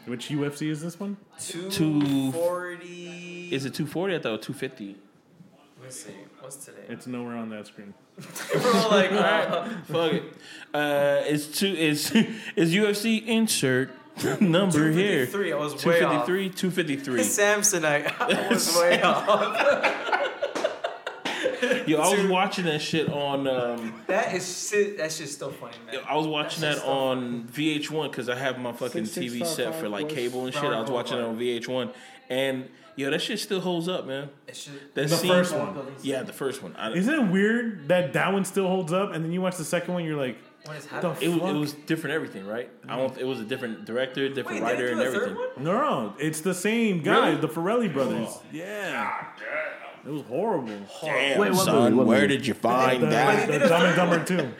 Which UFC is this one?
two
240.
Is it two forty? I thought it was two fifty.
Let's see. What's today?
It's nowhere on that screen.
We're all like,
All
uh,
right, fuck it. Uh, it's two. It's it's UFC insert number here.
253, I was
two
way
fifty
off.
three. Two fifty three.
Samsonite. I was way off.
Yo, I was watching that shit on. Um,
That is shit. That shit's still funny, man.
I was watching that on VH1 because I have my fucking
Six, six,
TV
five,
set
five,
for like
West
cable and shit.
Broward
I was watching it on VH1, and yo, that shit still holds up, man.
That shit-
That
The
scene-
first one.
Yeah, the first one. I,
Isn't it weird that that one still holds up, and then you watch the second one, you're like,
What is
the
happening?
it, was,
fuck?
it was different everything, right? I don't. It was a different director, different
Wait, they
writer,
didn't
and
do a third
everything.
No, no, it's the same guy,
Really?
the Farrelly brothers.
Oh.
Yeah, it was horrible.
Damn,
Wait, what
son,
movie? What
where
movie?
did you find
the,
that?
the Dumb and Dumber too.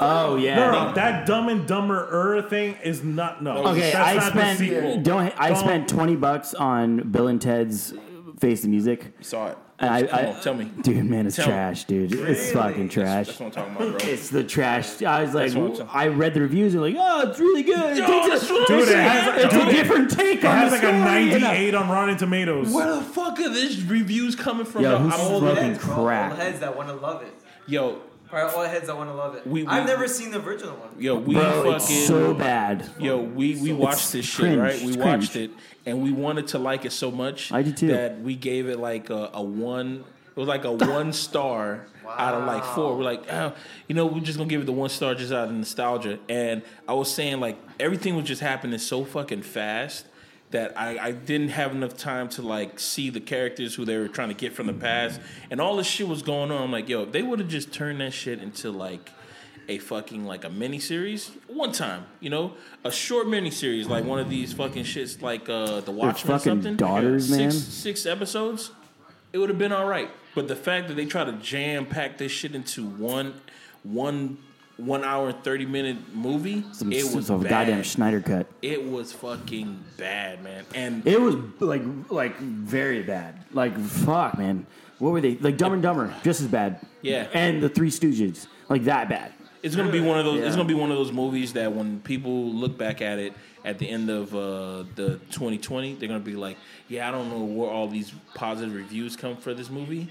Oh yeah.
No, no, that Dumb and Dumber er thing is not no.
Okay,
that's
I
not the sequel.
spent don't I
Don't-
spent twenty bucks on Bill and Ted's Face the Music.
Saw it.
And I,
Come
I,
on, tell me.
dude, man, it's
Tell me.
trash, dude. It's fucking trash.
That's what I'm talking about, bro.
It's the trash. I was like,
That's what I'm saying.
I read the reviews and like, oh, it's really good. It
Yo,
takes
that's
a,
what I'm
it's,
saying.
a, it's a
Dude,
different take
It
on
has
the
like a
story, and
98 on Rotten Tomatoes.
Where the fuck are these reviews coming from?
Yo,
Yo,
who's
I'm
fucking
all
Heads, bro.
crap?
All heads that want to love it.
yo,
Probably all heads that want to love it.
We-
I've
we-
never seen the original one.
yo, we
Bro,
fucking
it's so bad.
Yo, we, we watched this shit,
cringe.
right? We
It's
watched it and we wanted to like it so much
I did too.
that we gave it like a, a one. It was like a one star out of like four. We're like, oh, you know, we're just gonna give it the one star just out of nostalgia. And I was saying like everything was just happening so fucking fast that I, I didn't have enough time to like see the characters who they were trying to get from the past and all this shit was going on. I'm like, yo, if they would have just turned that shit into like a fucking like a mini series one time, you know, a short mini series like one of these fucking shits like uh the Watchmen or
fucking
something.
daughters,
six,
man.
Six episodes, it would have been all right. But the fact that they try to jam pack this shit into one, one, one hour and thirty minute movie,
Some,
it was
some
bad.
goddamn Schneider cut.
It was fucking bad, man. And
It was like like very bad. Like fuck, man. What were they like? Dumb and Dumber, just as bad.
Yeah.
And the Three Stooges, like that bad.
It's gonna be one of those. It's
Yeah.
gonna be one of those movies that when people look back at it at the end of uh, the 2020, they're gonna be like, "Yeah, I don't know where all these positive reviews come for this movie,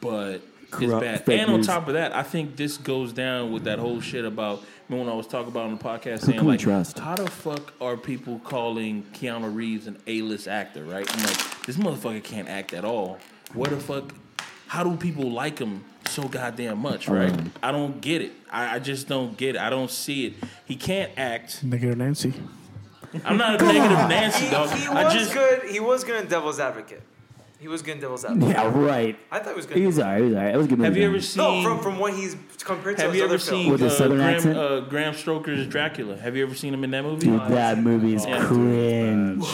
but
Corrupt
it's bad."
fake
And on
news.
top of that, I think this goes down with that whole shit about remember when I was talking about on the podcast
Who
saying
can we
like,
trust?
"How the fuck are people calling Keanu Reeves an A-list actor?" Right? I'm like, this motherfucker can't act at all. Where the fuck? How do people like him so goddamn much? Right?
Um,
I don't get it. I, I just don't get it. I don't see it. He can't act.
Negative Nancy.
I'm not a
Come
negative
on.
Nancy, dog.
He
I
was
just
good. He was good in Devil's Advocate. He was good in Devil's Advocate.
Yeah, right.
I thought he was good.
He was alright. He was alright. That was a good movie.
Have you ever
No,
seen-
from, from what he's compared to
have
his
you ever
other films.
seen
With a
uh,
southern
Graham,
accent?
uh, Graham Stoker's Dracula? Have you ever seen him in that movie?
Dude, that movie is
Yeah.
cringe.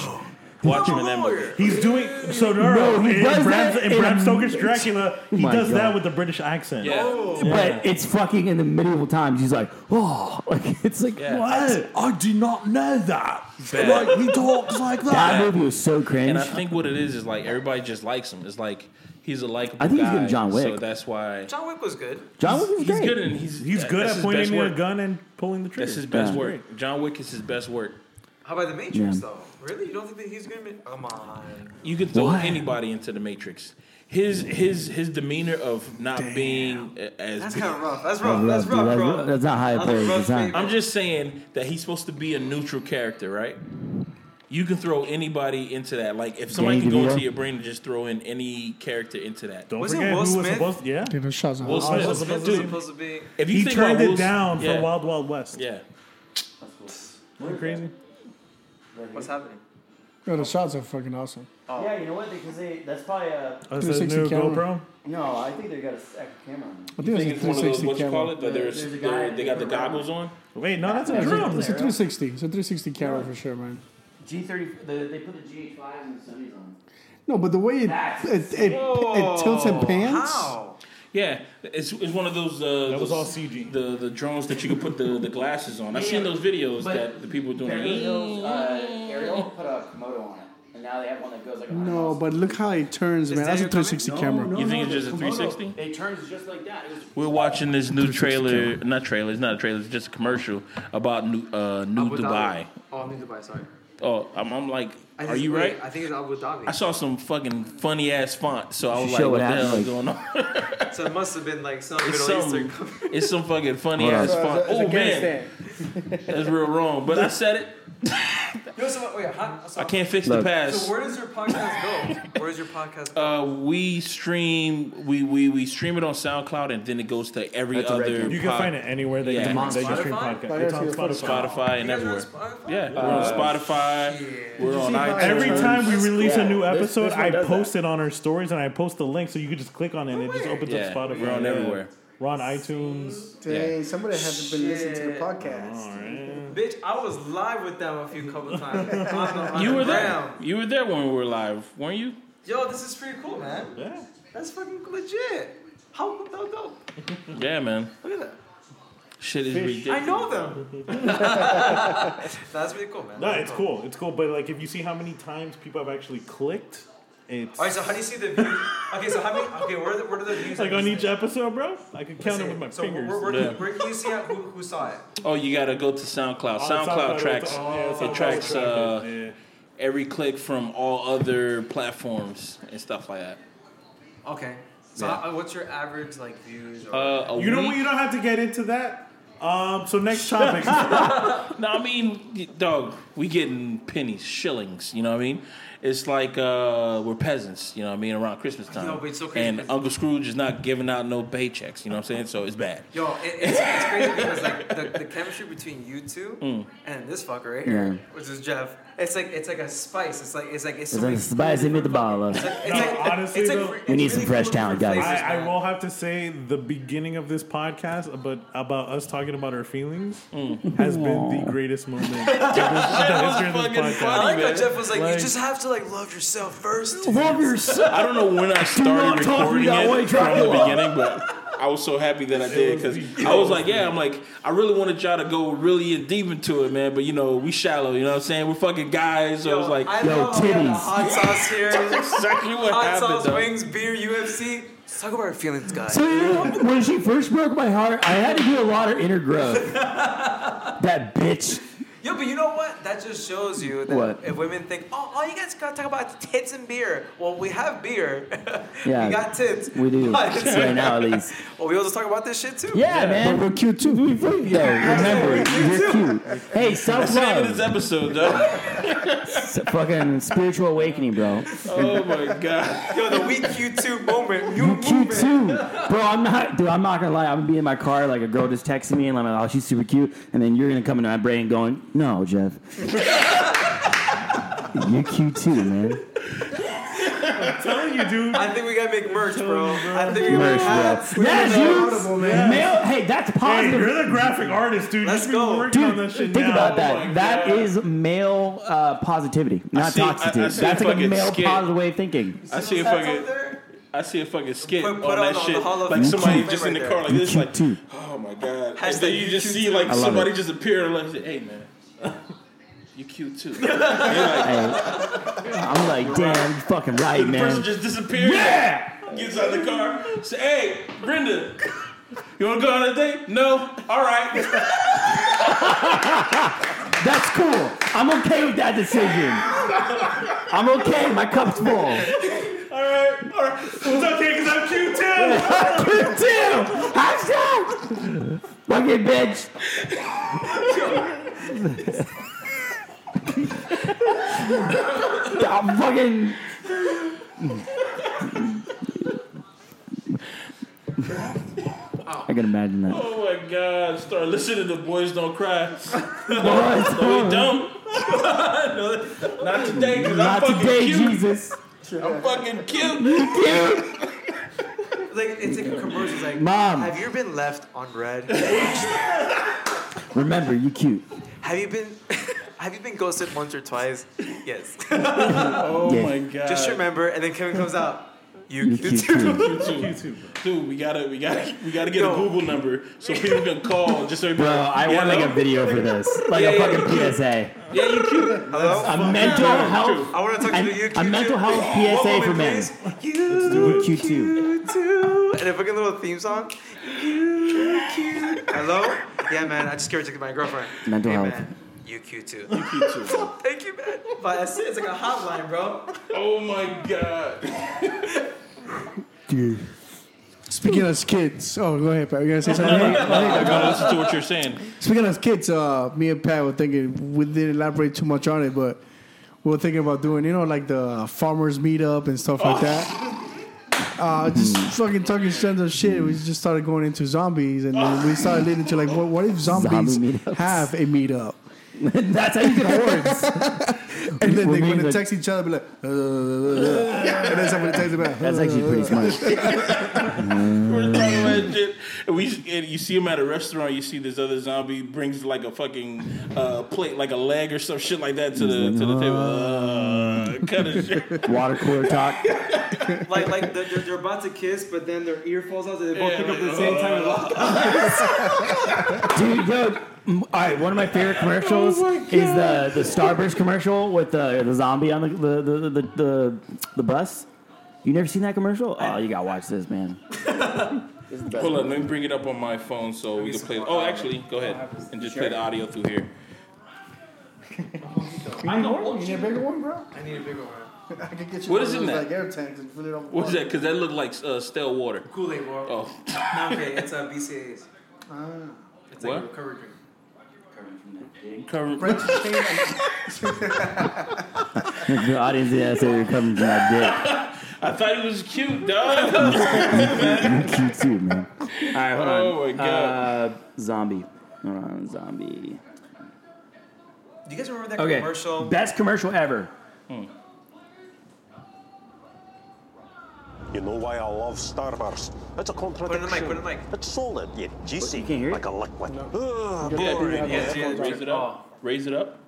Watch him in that movie.
He's doing so no,
No, he
in,
does
Bram,
that
in
in
Bram
a-
Stoker's Dracula,
Oh
he
my
does that
God.
with the British accent.
Yeah.
But it's fucking in the medieval times. He's like, oh, like it's like
Yeah.
what? I did not know that.
Bad. Like,
he talks like
that.
That movie was so cringe.
And I think what it is is like everybody just likes him. It's like he's a likable.
I think he's
guy,
good in John
So
Wick.
that's why
John Wick was good.
John Wick is
he's
great.
good and he's
He's
that-
good
that's
at
his
pointing
best
me a
work.
gun and pulling the trigger.
That's his best
Yeah.
work. John Wick is his best work.
How about The Matrix
Yeah.
though? Really, you don't think that he's gonna? Be- Come on.
You could throw anybody into the Matrix. His his his demeanor of not being a- as
That's
good-
kinda rough. That's
rough. That's That's rough, rough, dude. bro. That's- that's not how it That's plays. rough, It's not- baby.
I'm just saying that he's supposed to be a neutral character, right? You can throw anybody into that. Like if somebody
Danny
can go
DeVito?
into your brain and just throw in any character into that.
Don't forget who was supposed. Yeah,
Give him shots.
Will Smith,
Will
Smith
Smith
was
dude.
supposed to be- If you
he
think
turned
about
it
Will-
down
yeah.
for Wild Wild West.
Yeah.
Isn't that crazy?
What's happening?
No, the shots are fucking awesome.
Yeah, you know what? Because they, that's probably a.
Oh, is that 360 new camera.
No, I think they got a second camera.
I
think
think
it's
it's a
one of those
360
what you call
camera.
it? That there's,
There's a guy
they're- they got the
with a camera.
goggles on.
Wait, no, that's a
Yeah, it's
drum.
It's a 360. It's a 360 camera for sure, man.
G thirty. They put the GH five and the Sony's on.
No, but the way it
That's
it, it, it, tilts and pans.
Yeah, it's, it's one of those. Uh, that was all CG. The the drones that you can put the, the glasses on. I've seen those videos
But
that the people were doing.
Beverly Hills,
like,
uh, Ariel put a Komodo on it, and now they have one that goes like.
No, Oh, but look how it turns, man. That's a 360 camera.
You think it's just a 360?
It turns just like that. It was
We're watching this new trailer, not trailer, it's not a trailer, it's just a commercial about new uh, new
Abu
Dubai.
Dhabi. Oh, New Dubai. Sorry.
Oh, I'm, I'm like,
I
are
just-
you
wait,
right?
I think it's Abu Dhabi.
I saw some fucking funny ass font, so I was like,
Show
what the
it
hell
out,
is going on?
so it must have been like some
It's
Middle Eastern.
some, it's some fucking funny
Hold on.
ass font.
It's
Oh man,
Afghanistan.
that's real wrong. But I said it.
Yo, so wait, how, so,
I can't fix the
Look.
past.
So where does your podcast go? Where does your podcast?
Uh, we stream we, we we stream it on SoundCloud and then it goes to every
That's a
other.
red cam. You can find it anywhere that you- that you stream Spotify? podcasts. It's on Spotify.
Spotify and
You guys are on
everywhere. Yeah, we're
Uh,
on Spotify. We're on iTunes.
Every time we release a new
Yeah, this-
episode,
this one
I
does
post it on our stories and I post the link so you can just click on it and it just opens
Yeah,
up Spotify.
we're on
Yeah.
everywhere.
We're on iTunes.
Dang, somebody hasn't been listening to the podcast.
Bitch, I was live with them a few couple times. On the- on
You
the
were
ground.
there. You were there when we were live, weren't you?
Yo, this is pretty cool, man.
Yeah.
That's fucking legit. How how dope.
Mm-hmm.
Yeah, man.
Look at that.
Shit is ridiculous.
I know them. That's really cool, man.
No,
That's
it's cool. It's cool. But like, if you see how many times people have actually clicked, it's
All right, so how do you see the views? Okay, so how many? Okay, where are the, where are the views?
like on each episode, bro. I can count it with my
so
fingers.
Where, where,
Yeah.
where can you see how, who, who saw it?
Oh, you gotta go to SoundCloud.
Oh,
SoundCloud,
SoundCloud,
tracks.
it's- oh, yeah,
it
SoundCloud
tracks
track
uh, every click from all other platforms and stuff like that.
Okay. So
Yeah.
how, what's your average like views? Or
Uh, a
you know what?
week?
You don't have to get into that. Um. So next topic.
no, I mean, dog, we getting pennies, shillings. You know what I mean? It's like uh, we're peasants. You know what I mean? Around Christmas time,
Yo, but it's so crazy
and Uncle Scrooge is not giving out no paychecks. You know what I'm saying? So it's bad.
Yo, it, it's, it's crazy because like the, the chemistry between you two
Mm.
and this fucker right here,
Yeah.
which is Jeff. It's like it's like a spice. It's like it's like it's,
It's
so
like spicy meatball.
it's like-
honestly,
it's like
though,
We need some fresh talent, guys.
I, I will have to say the beginning of this podcast, about about us talking about our feelings, has been the greatest moment of this- of the history of this podcast.
I like how Jeff was like, you just have to like love yourself first.
Love yourself.
I don't know when I
not
started
talk to me
recording
that
it
way,
from the
Dracula.
beginning, but I was so happy that I did because I was like, yeah, I'm like, I really wanted y'all to go really in deep into it, man. But you know, we shallow. You know what I'm saying? We're fucking guys. So I was like,
I love how we had the hot sauce here.
That's exactly what
hot
happened,
sauce,
though.
wings, beer, UFC. Let's talk about our feelings, guys.
So you know, when she first broke my heart, I had to do a lot of inner growth. that bitch.
Yo, but you know what? That just shows you that
What?
if women think, oh, all you guys gotta talk about is tits and beer. Well, we have beer.
Yeah,
we got tits.
we do.
But-
Right now, at least.
well, we also talk about this shit too.
Yeah, man. But we're cute too. We yo, remember, you're cute. Hey,
That's
self
the name of
love.
this episode, though.
Fucking spiritual awakening, bro.
oh my god.
Yo, the weak Q2 moment. You
Cute too, bro. I'm not, dude. I'm not gonna lie. I'm gonna be in my car, like a girl just texting me, and I'm like, "Oh, she's super cute," and then you're gonna come into my brain going, "No, Jeff, you're cute too, man."
I'm
telling you, dude.
I think we gotta make merch, bro. I think we
Merch,
gotta
bro.
make
Yes, you. Mail. Hey, that's
Hey,
positive.
you're the graphic artist, dude. Let's go. Working on that shit
Think
now.
about
Oh my
that. That
God.
is male uh, positivity,
I
not
see- I- I
toxicity. That's
see a
like a
fucking
male
skit.
positive way of thinking.
I see a fucking. I see a fucking skit
put
on
on
that
the- on
shit.
the Hall of
like
Fame
somebody
right
just in the
there.
car, like this, like,
Too.
oh my god. And
Hashtag
then you just see
I
like
love
somebody
it.
just appear and like, say, hey man, you cute too. You're like,
I'm like, damn, you fucking right,
the person
man.
just disappears.
Yeah!
Gets out the car. Say, hey, Brenda, you wanna go on a date? No. All right.
That's cool. I'm okay with that decision. I'm okay. My cup's full.
all right. All right. It's okay because I'm cute
I'm
too.
cute too. Hashtag. Fucking bitch. I'm fucking. I can imagine that.
Oh my god, start listening to Boys Don't Cry.
Boys
no,
Don't-
they don't. no, they don't. not today, because I'm
Not
fucking
today,
cute.
Jesus.
I'm fucking cute.
Like it's like a commercial. It's like,
Mom.
have you been left on red? have
Remember, you cute.
you been? Have you been ghosted once or twice? Yes.
Uh,
oh
Yeah.
my god.
Just remember, and then Kevin comes out. You,
You
cute,
cute
too.
too.
Dude, Dude, we gotta, we gotta, we gotta get a Google number so people can call. Just so
Bro, I want like a video for this, like
Yeah,
a
yeah,
fucking
yeah.
PSA.
Yeah, you cute.
A mental health.
I want to talk
an-
to you.
a
cute
mental
too.
health
One
PSA for
moment,
men.
please. You
do it. Cute too.
too. And a fucking little theme song. You cute. Hello? Yeah, man. I just scared to my girlfriend.
Mental
hey,
health.
man. You cute too.
You cute too.
Thank you, man. But that's it. It's like a hotline, bro.
Oh my god.
Dude. Speaking of kids, oh, go ahead, Pat. You gotta say something.
No, no,
I think- I
I
think-
gotta listen to what you're saying.
Speaking of kids, uh, me and Pat were thinking we didn't elaborate too much on it, but we were thinking about doing, you know, like the farmers meetup and stuff like
Oh.
that. Uh, just
Hmm.
fucking talking tons of shit. We just started going into zombies, and then we started leading to like, what, what if zombies
Zombie meetups.
have a meetup?
That's how you get hordes.
And then
We're
they
being
going to
like-
text each other, be like, "Uh, uh, uh," and then somebody texts back.
That's actually pretty smart.
We're talking about shit. And we and you see him at a restaurant. You see this other zombie brings like a fucking uh, plate, like a leg or some shit like that to the to the table. Uh, kind of shit.
Water cooler talk.
Like, like they're, they're, they're about to kiss, but then their ear falls out, so they both
Yeah,
pick up
like,
at the same time and lock up.
Dude, yo, m- all right. One of my
Oh
favorite commercials is the the Starburst commercial with the the zombie on the the the the, the, the bus. You never seen that commercial? Oh, you gotta watch this, man.
Hold on, let me bring it up on my phone so we can play. Oh, actually, go ahead and just play the audio through here.
I know. You need a bigger one, bro?
I need a bigger one.
I could get you
What
one
is
of
in
those,
that?
Like air tanks and fill it up.
What is that? Because that looked like uh, stale water.
Kool Aid, bro.
Oh, Ah.
No, okay, it's uh, a BCAAs. It's like
What?
a recovery drink.
cover.
the audience didn't say you're coming to my
I thought it was cute, dog.
dick. You cute too, man. All right, hold on.
Oh my God.
Uh, zombie. Hold on, zombie.
Do you guys remember that
Okay.
commercial?
Best commercial ever.
You know why I love Starburst? It's a
Put it
contradiction.
in the mic, put it in the mic.
It's solid yet juicy,
You can't hear it?
like a liquid. Ugh,
yeah,
boring.
yeah,
Yeah, yeah,
Raise it up. Raise it up.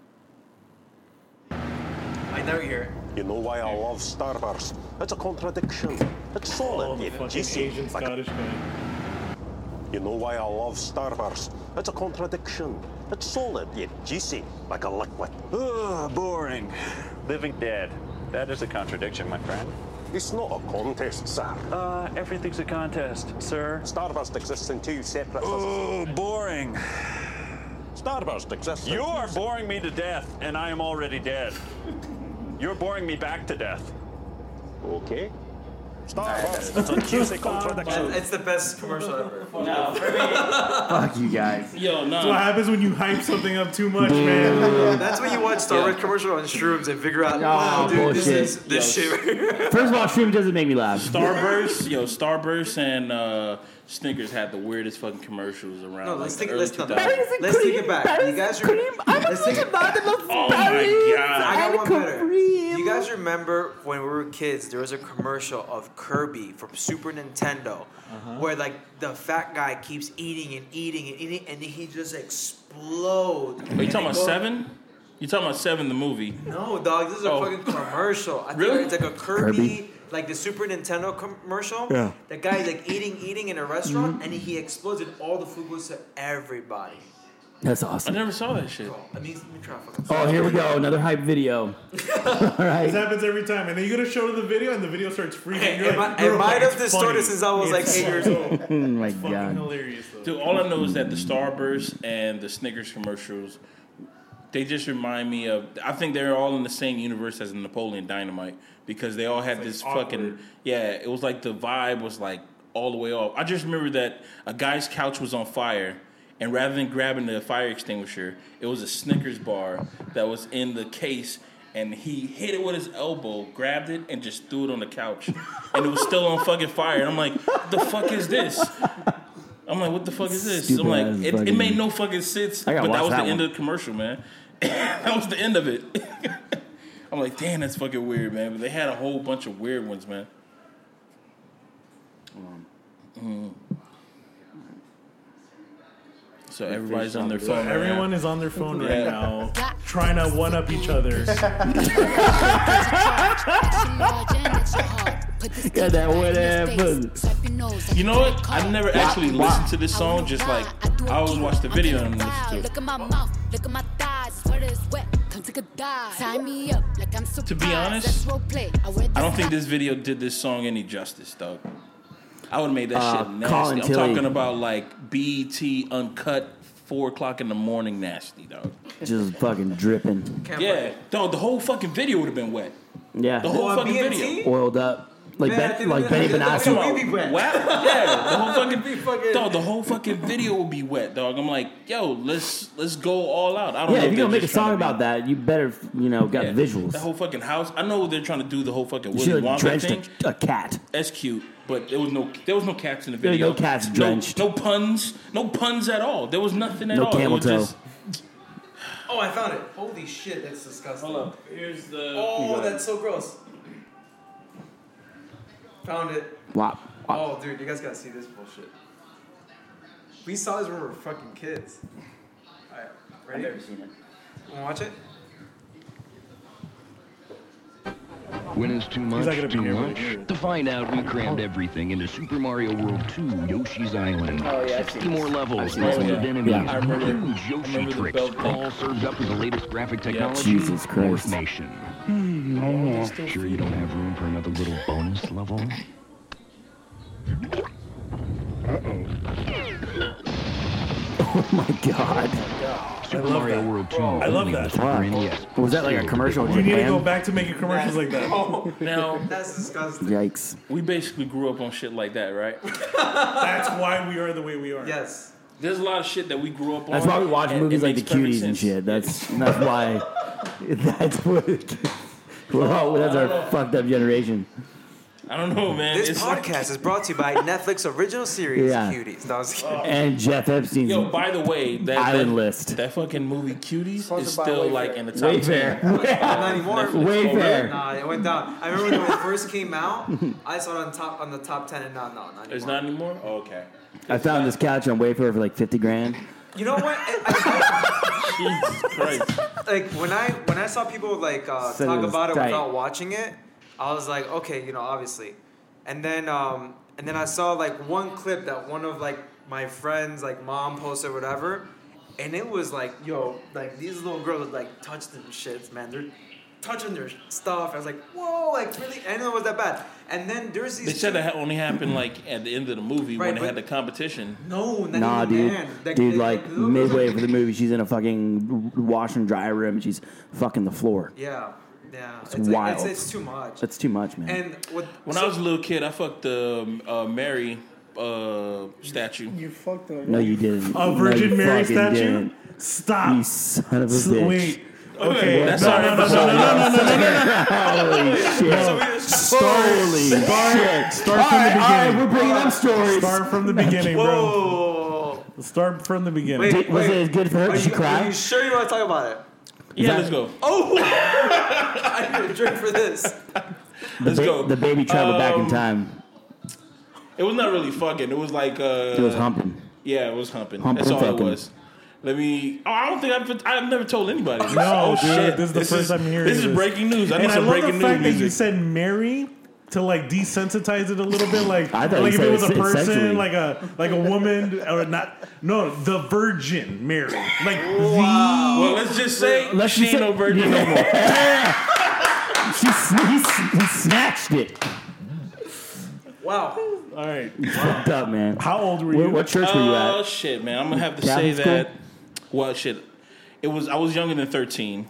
I never hear it.
You know why I love Starburst? It's a contradiction. It's
Oh,
solid
the
yet
fucking Asian
juicy, like a
Scottish man.
You know why I love Starburst? It's a contradiction. It's solid yet juicy, like
Ah,
a liquid. Ugh, boring.
Living dead. That is a contradiction, my friend.
It's not a contest, sir. Uh, everything's a contest, sir. Starburst exists in two separate. Oh, boring. Starburst exists.
You are boring me to death, and I am already dead. You're boring me back to death.
Okay.
That's a juicy
contradiction. It's the best commercial ever.
Fuck you guys.
Yo, no.
That's what happens when you hype something up too much, man.
That's when you watch Star Wars commercial on shrooms and figure out, wow, dude, this
bullshit.
is this shit.
First of all, Shroom doesn't make me laugh.
Starburst, yo, Starburst and uh, Snickers had the weirdest fucking commercials around.
No,
like,
let's
the
take-
early
let's not-
2000s.
Berries and Let's take it cream, back. You berries guys and remember- cream. I'm a Let's take it-
Oh my god.
I got one better. You guys remember when we were kids? There was a commercial of Kirby from Super Nintendo, where like the fat guy keeps eating and eating and eating, and he just explodes.
Are you talking about seven? You talking about seven the movie?
No, dog. This is a
Oh.
fucking commercial. I
Really?
think it's like a Kirby,
Kirby?
like the Super Nintendo commercial.
Yeah.
The guy's like eating, eating in a
Mm-hmm.
restaurant, and he explodes, and all the food goes to everybody.
That's awesome.
I never saw that shit.
I mean, let me try. fucking-
Oh, here we go. Another hype video. all right.
This happens every time, and then you go to show the video, and the video starts freaking.
Hey,
You're
it
like,
mi- it
"Bro,
might have
it's
distorted
funny.
since I was like
It's
eight years
funny.
old.
oh my god.
Dude, all I know is that the Starburst and the Snickers commercials, they just remind me of. I think they're all in the same universe as Napoleon Dynamite because they all had this fucking. Yeah, it was like the vibe was like all the way off. I just remember that a guy's couch was on fire. And rather than grabbing the fire extinguisher, it was a Snickers bar that was in the case, and he hit it with his elbow, grabbed it, and just threw it on the couch. and it was still on fucking fire. And I'm like, the fuck is this? I'm like, what the fuck is this?
Stupid
I'm like,
ass
it, it
fucking-
made no fucking sense.
I
But
gotta
that
watch
was
that
the end
one.
of the commercial, man. that was the end of it. I'm like, damn, that's fucking weird, man. But they had a whole bunch of weird ones, man. Um, mm. So everybody's on their phone. right
Everyone
now.
is on their phone
Yeah.
right now, trying to one up each other.
Got that whatever.
You know what? I never actually listened to this song. Just like I always watch the video and listen to it.
Look at my mouth, look at my thighs, sweat is wet, come take a dive. Tie me up like I'm surprised.
be honest,
Let's role play. I, wear
I don't
this
think this video did this song any justice, dog. I would have made that
Uh,
shit nasty.
Colin
I'm
Tilley.
talking about like BT uncut, four o'clock in the morning, nasty, dog.
Just fucking dripping.
yeah, dog. The whole fucking video would have been wet.
Yeah.
The whole fucking video.
Oiled up. Like,
Man, I
Ben-
think
like
that-
Benny
I think that
Benassi.
video would be wet. Yeah, the whole fucking, dog. The whole fucking video will be wet, dog. I'm like, yo, let's let's go all out. I
Yeah, if
don't know
you're
they're
gonna make a
just trying
song
to be-
about that, you better, you know, got
That
visuals.
whole fucking house. I know they're trying to do the whole fucking
You
Willy
should have
Wonka
drenched
thing.
a, a cat.
That's cute, but there was no there was no cats in the
There were
video.
no cats drenched.
No, puns. No puns at all. There was nothing at
No
all.
camel
it was
toe.
just
Oh, I found it. Holy shit, that's disgusting. Hold up.
Here's the.
Oh,
You got
that's so gross. Found it.
Wop.
Oh, dude, you guys gotta see this bullshit. We saw this when we were fucking kids. Alright, ready? I've never seen it. Wanna watch it?
When is too much?
not gonna be
too
here,
much. To find out, we crammed everything into Super Mario World 2 Yoshi's Island.
Oh, yeah, I've seen
60 more
this. I've
levels,
seen this
Oh,
lessons
one.
of enemies,
Yeah. I remember-
huge Yoshi
remember the
tricks,
belt thing.
all served up with the latest graphic
Yeah.
technology.
Jesus Christ.
Nation.
Hmm,
Sure you don't have room for another little bonus level?
Oh my god.
Super Mario World 2.
I love
only
that.
was for
Wow.
NES.
Was that like a
Still,
commercial in
You need to
Japan?
go back to making commercials like that.
Now
that's disgusting.
Yikes.
We basically grew up on shit like that, right?
That's why we are the way we are.
Yes.
There's a lot of shit that we grew up on.
That's why we watch
and
movies
it
like The
makes perfect
Cuties and
sense.
shit. That's that's why. That's what. We're all, that's our fucked up generation.
I don't know, man.
This
It's like-
podcast is brought to you by Netflix original series
Yeah.
Cuties. No, I was kidding.
And Jeff Epstein's
Yo, by the way, that
Island
that,
list.
That fucking movie Cuties is
by
still
Wayfair.
like in the top
Wayfair.
ten.
Not anymore.
Netflix.
Wayfair.
Nah, it went down. I remember when it first came out, I saw it on top on the top ten, and now no, not anymore.
It's not anymore. Oh, okay.
I found this couch on Wayfair for like fifty grand.
You know what? I- I- Like when I when I saw people like uh,
Said it
talk
was
about it
tight.
without watching it, I was like, okay, you know, obviously. And then um, and then I saw like one clip that one of like my friends like mom posted or whatever, and it was like, yo, like these little girls like touch them shits, man. They're
touching their stuff. I was like, whoa, like really, I didn't know it was that bad. And then there's these.
They said that had only happened like at the end of the movie
Right,
when
but-
they had the competition.
No, not
Nah,
even
dude.
then. Like,
dude,
they-
like
they-
midway for the movie, she's in a fucking wash and dry room and she's fucking the floor.
Yeah, yeah. It's,
It's,
like-
wild.
it's, it's too much.
That's too much, man.
And what,
When I was a little kid, I fucked the um, uh, Mary uh, statue. You
fucked her.
No, you didn't.
A
No,
Virgin
you
Mary
fucking
statue?
didn't.
Stop.
You son of a
S-
bitch.
wait.
Okay, that's all right.
no, no, no, no, no, no, no.
Holy shit. Holy shit.
Start, start from
All
the
right, all right,
beginning.
we're bringing up stories.
Start from the beginning,
bro.
Start from the beginning.
Wait, Did- was wait. it as
good for
are, you, are you sure you want to talk about it?
Yeah, let's go.
Oh, I need a drink for this.
The,
Let's go.
the baby traveled back in
Um,
time.
It was not really fucking. It was like uh,
It was humping.
Yeah, it was humping.
Humping
That's all it
fucking.
was. Let me. Oh, I don't think I've. I've never told anybody. This.
No,
oh,
dude,
shit.
this is the first time hearing
This is breaking news. I
and
need some
I love
breaking
the fact
news
that you
music.
said Mary to like desensitize it a little bit, like
I thought
like
you
if it
said
was a
it
person,
sexually.
like a like a woman or not. No, the Virgin Mary, like the.
Well, let's just say
Let's
she
just
ain't
say-
no virgin no more.
She sn- he, s- he snatched it.
Wow.
All right.
Fucked up, man.
How old were
What, what church were you
Oh
at?
shit, man! I'm gonna have to
Catholic
say
school?
that. Well, shit. It was. I was younger than 13.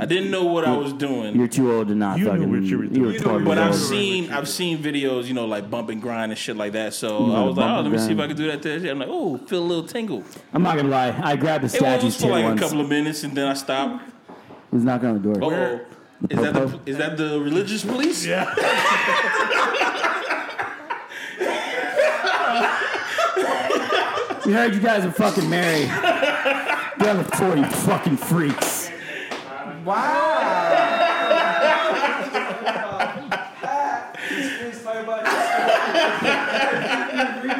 I didn't know what I was doing.
You're too old to not fucking. you were twelve
But I've
years old.
seen I've seen videos, you know, like bump and grind and shit like that. So
You
I
gotta
was like,
bump
oh,
and
let me see if
grind.
I can do that. Today. I'm like, oh, feel a little tingle.
I'm not gonna lie. I grabbed the
It was
statue's
for
tail
like
once.
a couple of minutes, and then I stopped.
Who's knocking on the door?
Oh,
The
is that the
Pope?
is that the religious police?
Yeah.
We heard you guys are fucking married. Get on the floor, you fucking freaks.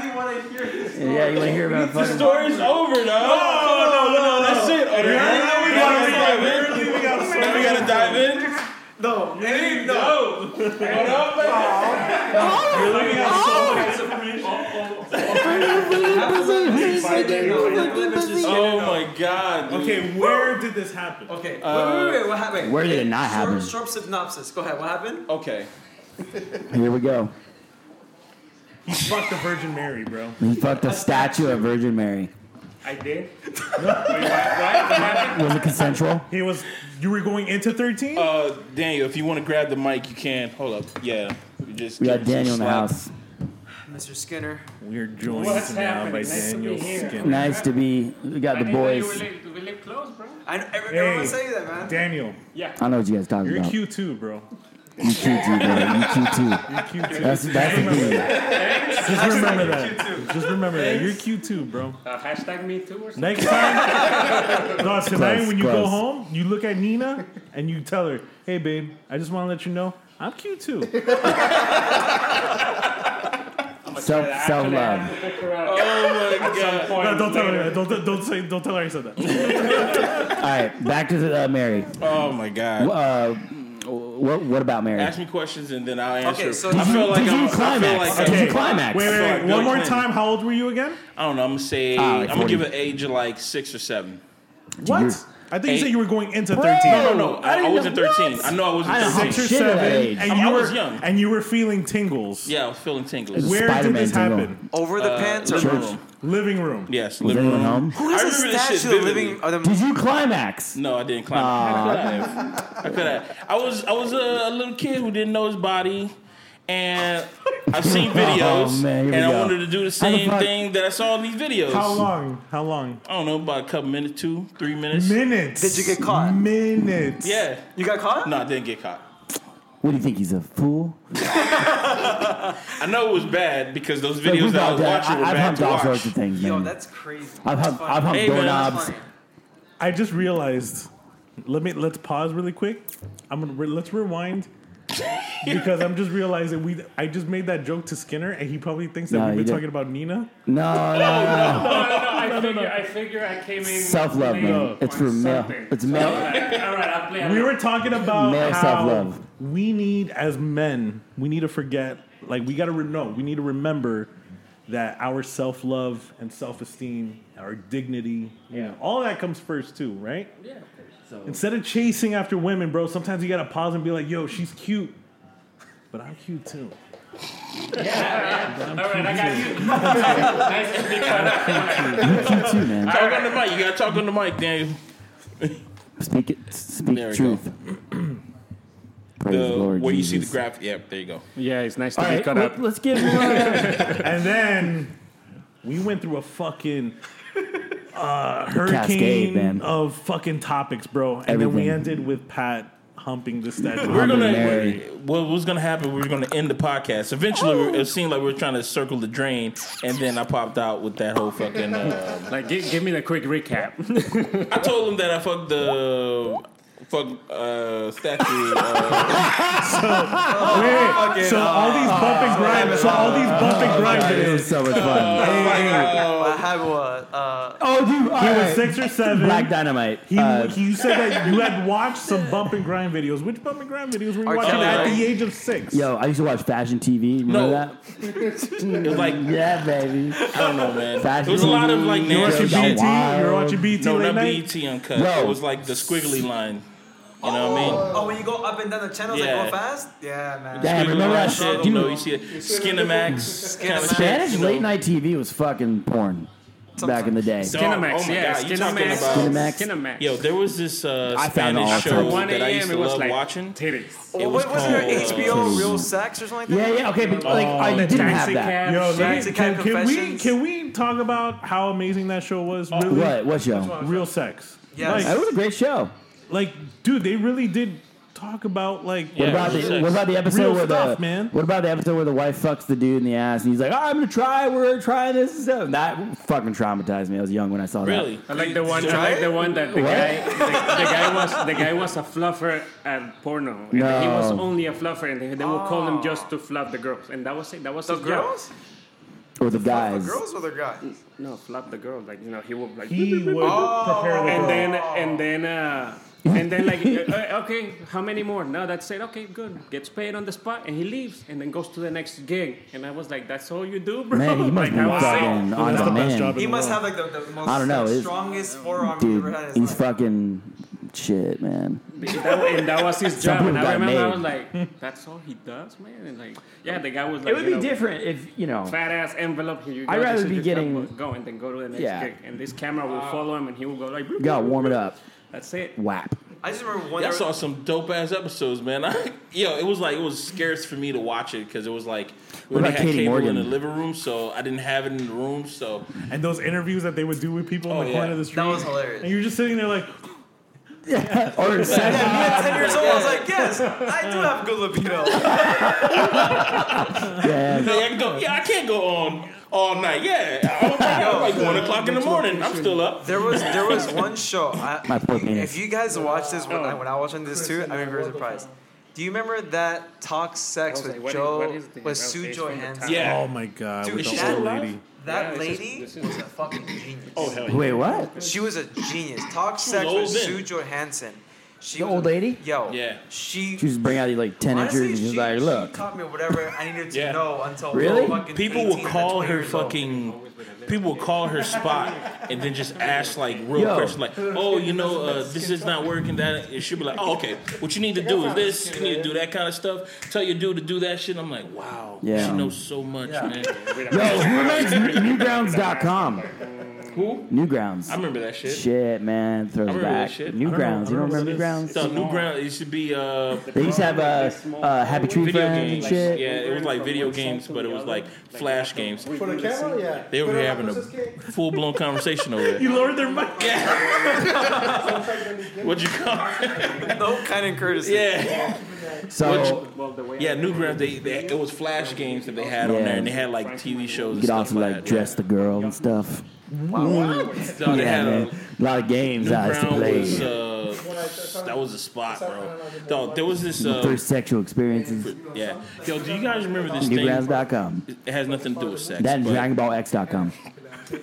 Yeah, you wanna hear about
The
fucking.
story's over now. No, no, no, that's it. Oh, now we gotta dive in. Now we gotta dive in.
No,
hey, no. Hold up, man. You're looking at
Oh.
Oh. so much information. Oh my god. dude.
Okay, where did this happen?
Okay,
Uh,
wait, wait, wait, wait, what happened?
Where did it
short,
not happen?
Short synopsis. Go ahead. What happened?
Okay.
Here we go.
Fuck the Virgin Mary, bro.
He fucked a statue of Virgin Mary.
I did.
Was it consensual?
He was. You were going into 13.
Uh, Daniel, if you want to grab the mic, you can. Hold up. Yeah. We just
We got
give it some
Daniel in the
slack.
house.
Mr. Skinner.
We're joined
What's
now
happening?
by
Nice to
Daniel
be here.
Skinner.
Nice to be. We got the boys.
we live close, bro.
I know, every,
Hey,
everyone say that, man.
Daniel.
Yeah.
I know what you guys talking
You're
about.
cute too, bro.
You cute too, bro. You cute too.
You're cute too.
That's that's the thing.
Just remember that. Just remember that. You're cute too, bro.
Uh, hashtag me too or something.
Next time, no, tonight
Close,
when you go
close.
home, you look at Nina and you tell her, "Hey, babe, I just want to let you know I'm cute too."
Self self love.
Oh my god.
No, don't tell her. that. Don't don't say. Don't tell her I said that.
All right, back to uh, Mary.
Oh my god.
Uh, what what about Mary?
Ask me questions and then I'll answer.
Okay, so
I feel like
Did
I'm.
you
I feel
climax?
like I'm.
Did you climax?
Wait, wait, wait.
Fuck,
One
Bill
more
Clinton.
time. How old were you again?
I don't know. I'm gonna say.
Ah, like
I'm gonna
40.
give an age of like six or seven.
What?
you're-
I think you
Eight.
said you were going into
Bro!
thirteen.
No,
Oh,
no,
I
I, I
didn't
wasn't
know-
13.
what?
I know I
I
wasn't
don't know.
13.
Six or
Shit at that
seven,
age.
and
I
you
was
were
young.
and you were feeling tingles.
Yeah, I was feeling tingles.
Where did
Spider-Man
this
tingle.
happen?
Over the
Uh,
pants or
living
no?
room.
Living room.
Yes,
Was
living room.
anyone home?
Who
I
has a
remember this shit
statue of
vividly.
living? Of the,
Did you climax?
No, I didn't climb.
Ah.
I could have. I was I was a, a little kid who didn't know his body, and I've seen videos,
Oh, man, here
and
we
I
go.
wanted to do the
the
same
fuck-
thing that I saw in these videos.
How long? How long?
I don't know, about a couple minutes, two, three minutes.
Minutes.
Did you get caught?
Minutes.
yeah.
you got caught?
No, I didn't get caught.
What do you think? He's a fool.
I know it was bad because those
Like,
videos
we've
that I
all
was
done-
watching were
I, I've
bad
humped
to
all
watch.
sorts of things,
Yo,
man.
that's crazy.
I've
That's
humped,
funny.
I've humped
Hey, man, that's
doorknobs.
Funny.
I just realized. Let me let's pause really quick. I'm gonna re- let's rewind because I'm just realizing we. I just made that joke to Skinner, and he probably thinks that
No,
we've
you
been
didn't.
talking about Nina.
No, no,
No, no, no, I figure, I figure I came in.
no. self love,
late
man. It's
on
for male.
something. uh,
It's
All
male.
right, all right, I'll play.
We
along.
were talking about
Male
how
self-love.
we need, as men, we need to forget. Like we gotta re- no, we need to remember that our self love and self esteem, our dignity, yeah, all that comes first too, right? Yeah. Instead of chasing after women, bro, sometimes you gotta pause and be like, yo, she's cute. But I'm cute too.
Yeah,
All right, I got you.
nice to be part
You're cute too, man.
Talk on the mic. You gotta talk on the mic, Daniel.
Speak it. Speak
There we
truth. Praise the Lord
Uh, where you
Jesus.
see the graph? Yeah, there you go.
Yeah, it's nice
to be cut up.
Let's get
and then we went through a fucking uh,
cascade,
hurricane
man.
of fucking topics, bro. And then we
Everything.
ended with Pat humping the statue.
We're gonna. What was gonna happen? We were gonna end the podcast. Eventually,
Oh.
it seemed like we were trying to circle the drain, and then I popped out with that whole fucking. Uh,
like, give, give me the quick recap.
I told him that I fucked the fuck uh, statue. uh,
Wait, so all these bump and grind, so all these bump and grind videos.
so much fun.
Oh.
I have what? Uh,
Oh, dude,
He was six or seven.
Black Dynamite.
He,
Uh,
he said that you had watched some bump and grind videos. Which bump and grind videes were you
R.
watching
Kelly,
at
right?
the age of six?
Yo, I used to watch Fashion TV. Remember
No.
that?
It was like
yeah, baby.
I don't know, man.
Fashion
it was a lot of
TV,
like
You were watching
nasty shit.
BET? You were watching
BET
No,
late
not
night?
BET uncut.
Bro.
It was like the squiggly line. You know what I mean?
Oh, when you go up and down the channels
Yeah.
like go fast? Yeah, man.
Damn, remember that
shit?
shit?
You
You-
know, you see it. Skinamax. kind of
Spanish
shit, you
late
know.
night TV was fucking porn back in the day.
Dog, oh my God, you talking about- Yo, there was this uh,
I found it all
Spanish show
too.
that I used to love watching.
Oh,
It
what, was
called,
there
uh,
HBO Real Sex or something like that?
Yeah,
Oh,
yeah, okay, but like I
Oh, the
didn't have
taxi
that.
cab Yo, let
Taxi cab
me, can, can we
confessions.
can we talk about how amazing that show was? Really?
What? What show?
Real Sex.
Yes. That was a great show.
Like, dude, they really did talk about like.
What about the What about the episode
Real
where
stuff,
the
man?
What about the episode where the wife fucks the dude in the ass and he's like, oh, "I'm gonna try, we're gonna try this and stuff." That fucking traumatized me. I was young when I saw
Really?
I like the one.
Did you
I
try
like
it?
the one that the
What?
guy. The, the guy was the guy was a fluffer at porno. And He was
No.
only a fluffer, and they, they would call him just to fluff the girls, and that was it. That was
The
his job.
girls?
that. Or the guys.
or the guys?
No, fluff the girl. Like you know, he would like.
He would prepare the
and
girl.
then and then uh, and then like uh, okay, how many more? No, that's it. Okay, good. Gets paid on the spot, and he leaves, and then goes to the next gig. And I was like, that's all you do, bro.
Man, he must
like,
be
I was like,
fucking on
that's the best
demand.
job
He
in the
must have
world.
like the, the most
I don't know, it's-
strongest forearm he ever had.
Dude, he's fucking shit, man.
And that, and that was his
Some
job. And
people
I
got
remember I
made.
was like, that's all he does, man. And like, yeah, the guy was
It
like,
would
you
be different if, you know-
fat ass envelope. Here you go.
I'd rather
This is
be
your
getting-
cup. go and then go to the next
Yeah.
gig, and this camera will follow him, and he will go like,
You gotta warm it up.
That's it.
Whap.
I just remember
I saw some dope ass episodes, man. I, yo, it was like it was scarce for me to watch it because it was like we
What
only
about
had
Katie
cable in
Morgan?
the living room, so I didn't have it in the room. So
And those interviews that they would do with people
Oh,
in the
yeah.
corner of the
That
street.
was hilarious.
And you're just sitting there like.
or
At 10 years old, I was like, yes, I do have good libido.
Yeah.
Like, I can go, yeah, I can't go on all night. Yeah, I'm like, like one o'clock in the morning. I'm still up.
There was there was one show. I,
My poor penis.
if you guys watch this when I, when I watched this too, I remember surprised. Do you remember that talk sex with
what is- what
Joe
is the
with
route
Sue
page
Joy
from the
Hansen?
top? Yeah.
Oh my god,
Dude,
with the
that
old
lady,
lady.
that
Yeah, it's
lady was a fucking genius. Oh
hell
yeah. Wait, what?
She was a genius. Talk
She was
sex
old
with
then.
Sue Johansson. She
The
was
old
a-
lady?
Yo. Yeah. She
She just bring out these like
Honestly,
teenagers and she's
she-
like,
she
look.
taught me whatever I needed to know until
Really?
fucking
People
18
will
or
call
20
her
years old.
fucking. People will call her spot and then just ask like real
Yo.
questions, like, "Oh, you know, uh, this is not working." That and she'll be like, "Oh, okay. What you need to do is this. You need to do that kind of stuff. Tell your dude to do that shit." I'm like, "Wow,
Yeah.
she knows so much, man."
Yo, who likes Newgrounds.com?
Who?
Newgrounds.
I remember that shit.
Shit, man. Throws
I remember
back.
that shit.
Newgrounds. You don't remember Newgrounds?
No, Newgrounds. It should be. Uh,
They used to have uh, uh, Happy Tree
video
Friends and
games.
shit.
Yeah, it was like video games, but it was like flash games. For
the camera, yeah.
They were
Put it on
having a
Christmas cake.
full blown conversation over it.
You lowered their mic.
What'd you call it?
no kind of courtesy.
Yeah.
So-
What'd you- yeah, Newgrounds. They, they it was flash games that they had on
Yeah.
there, and they had like TV shows.
You
and
could
stuff
also
like
like dress the girl and stuff.
What? No,
Yeah,
they had a-
man. A lot of games I used to
Newground
play.
was uh, that was a spot, bro. Dog, there was this. Uh,
First sexual experiences.
yeah, yo, do you guys remember this thing?
Newgrounds.com.
It has nothing to do with sex.
That and
but-
DragonBallX.com.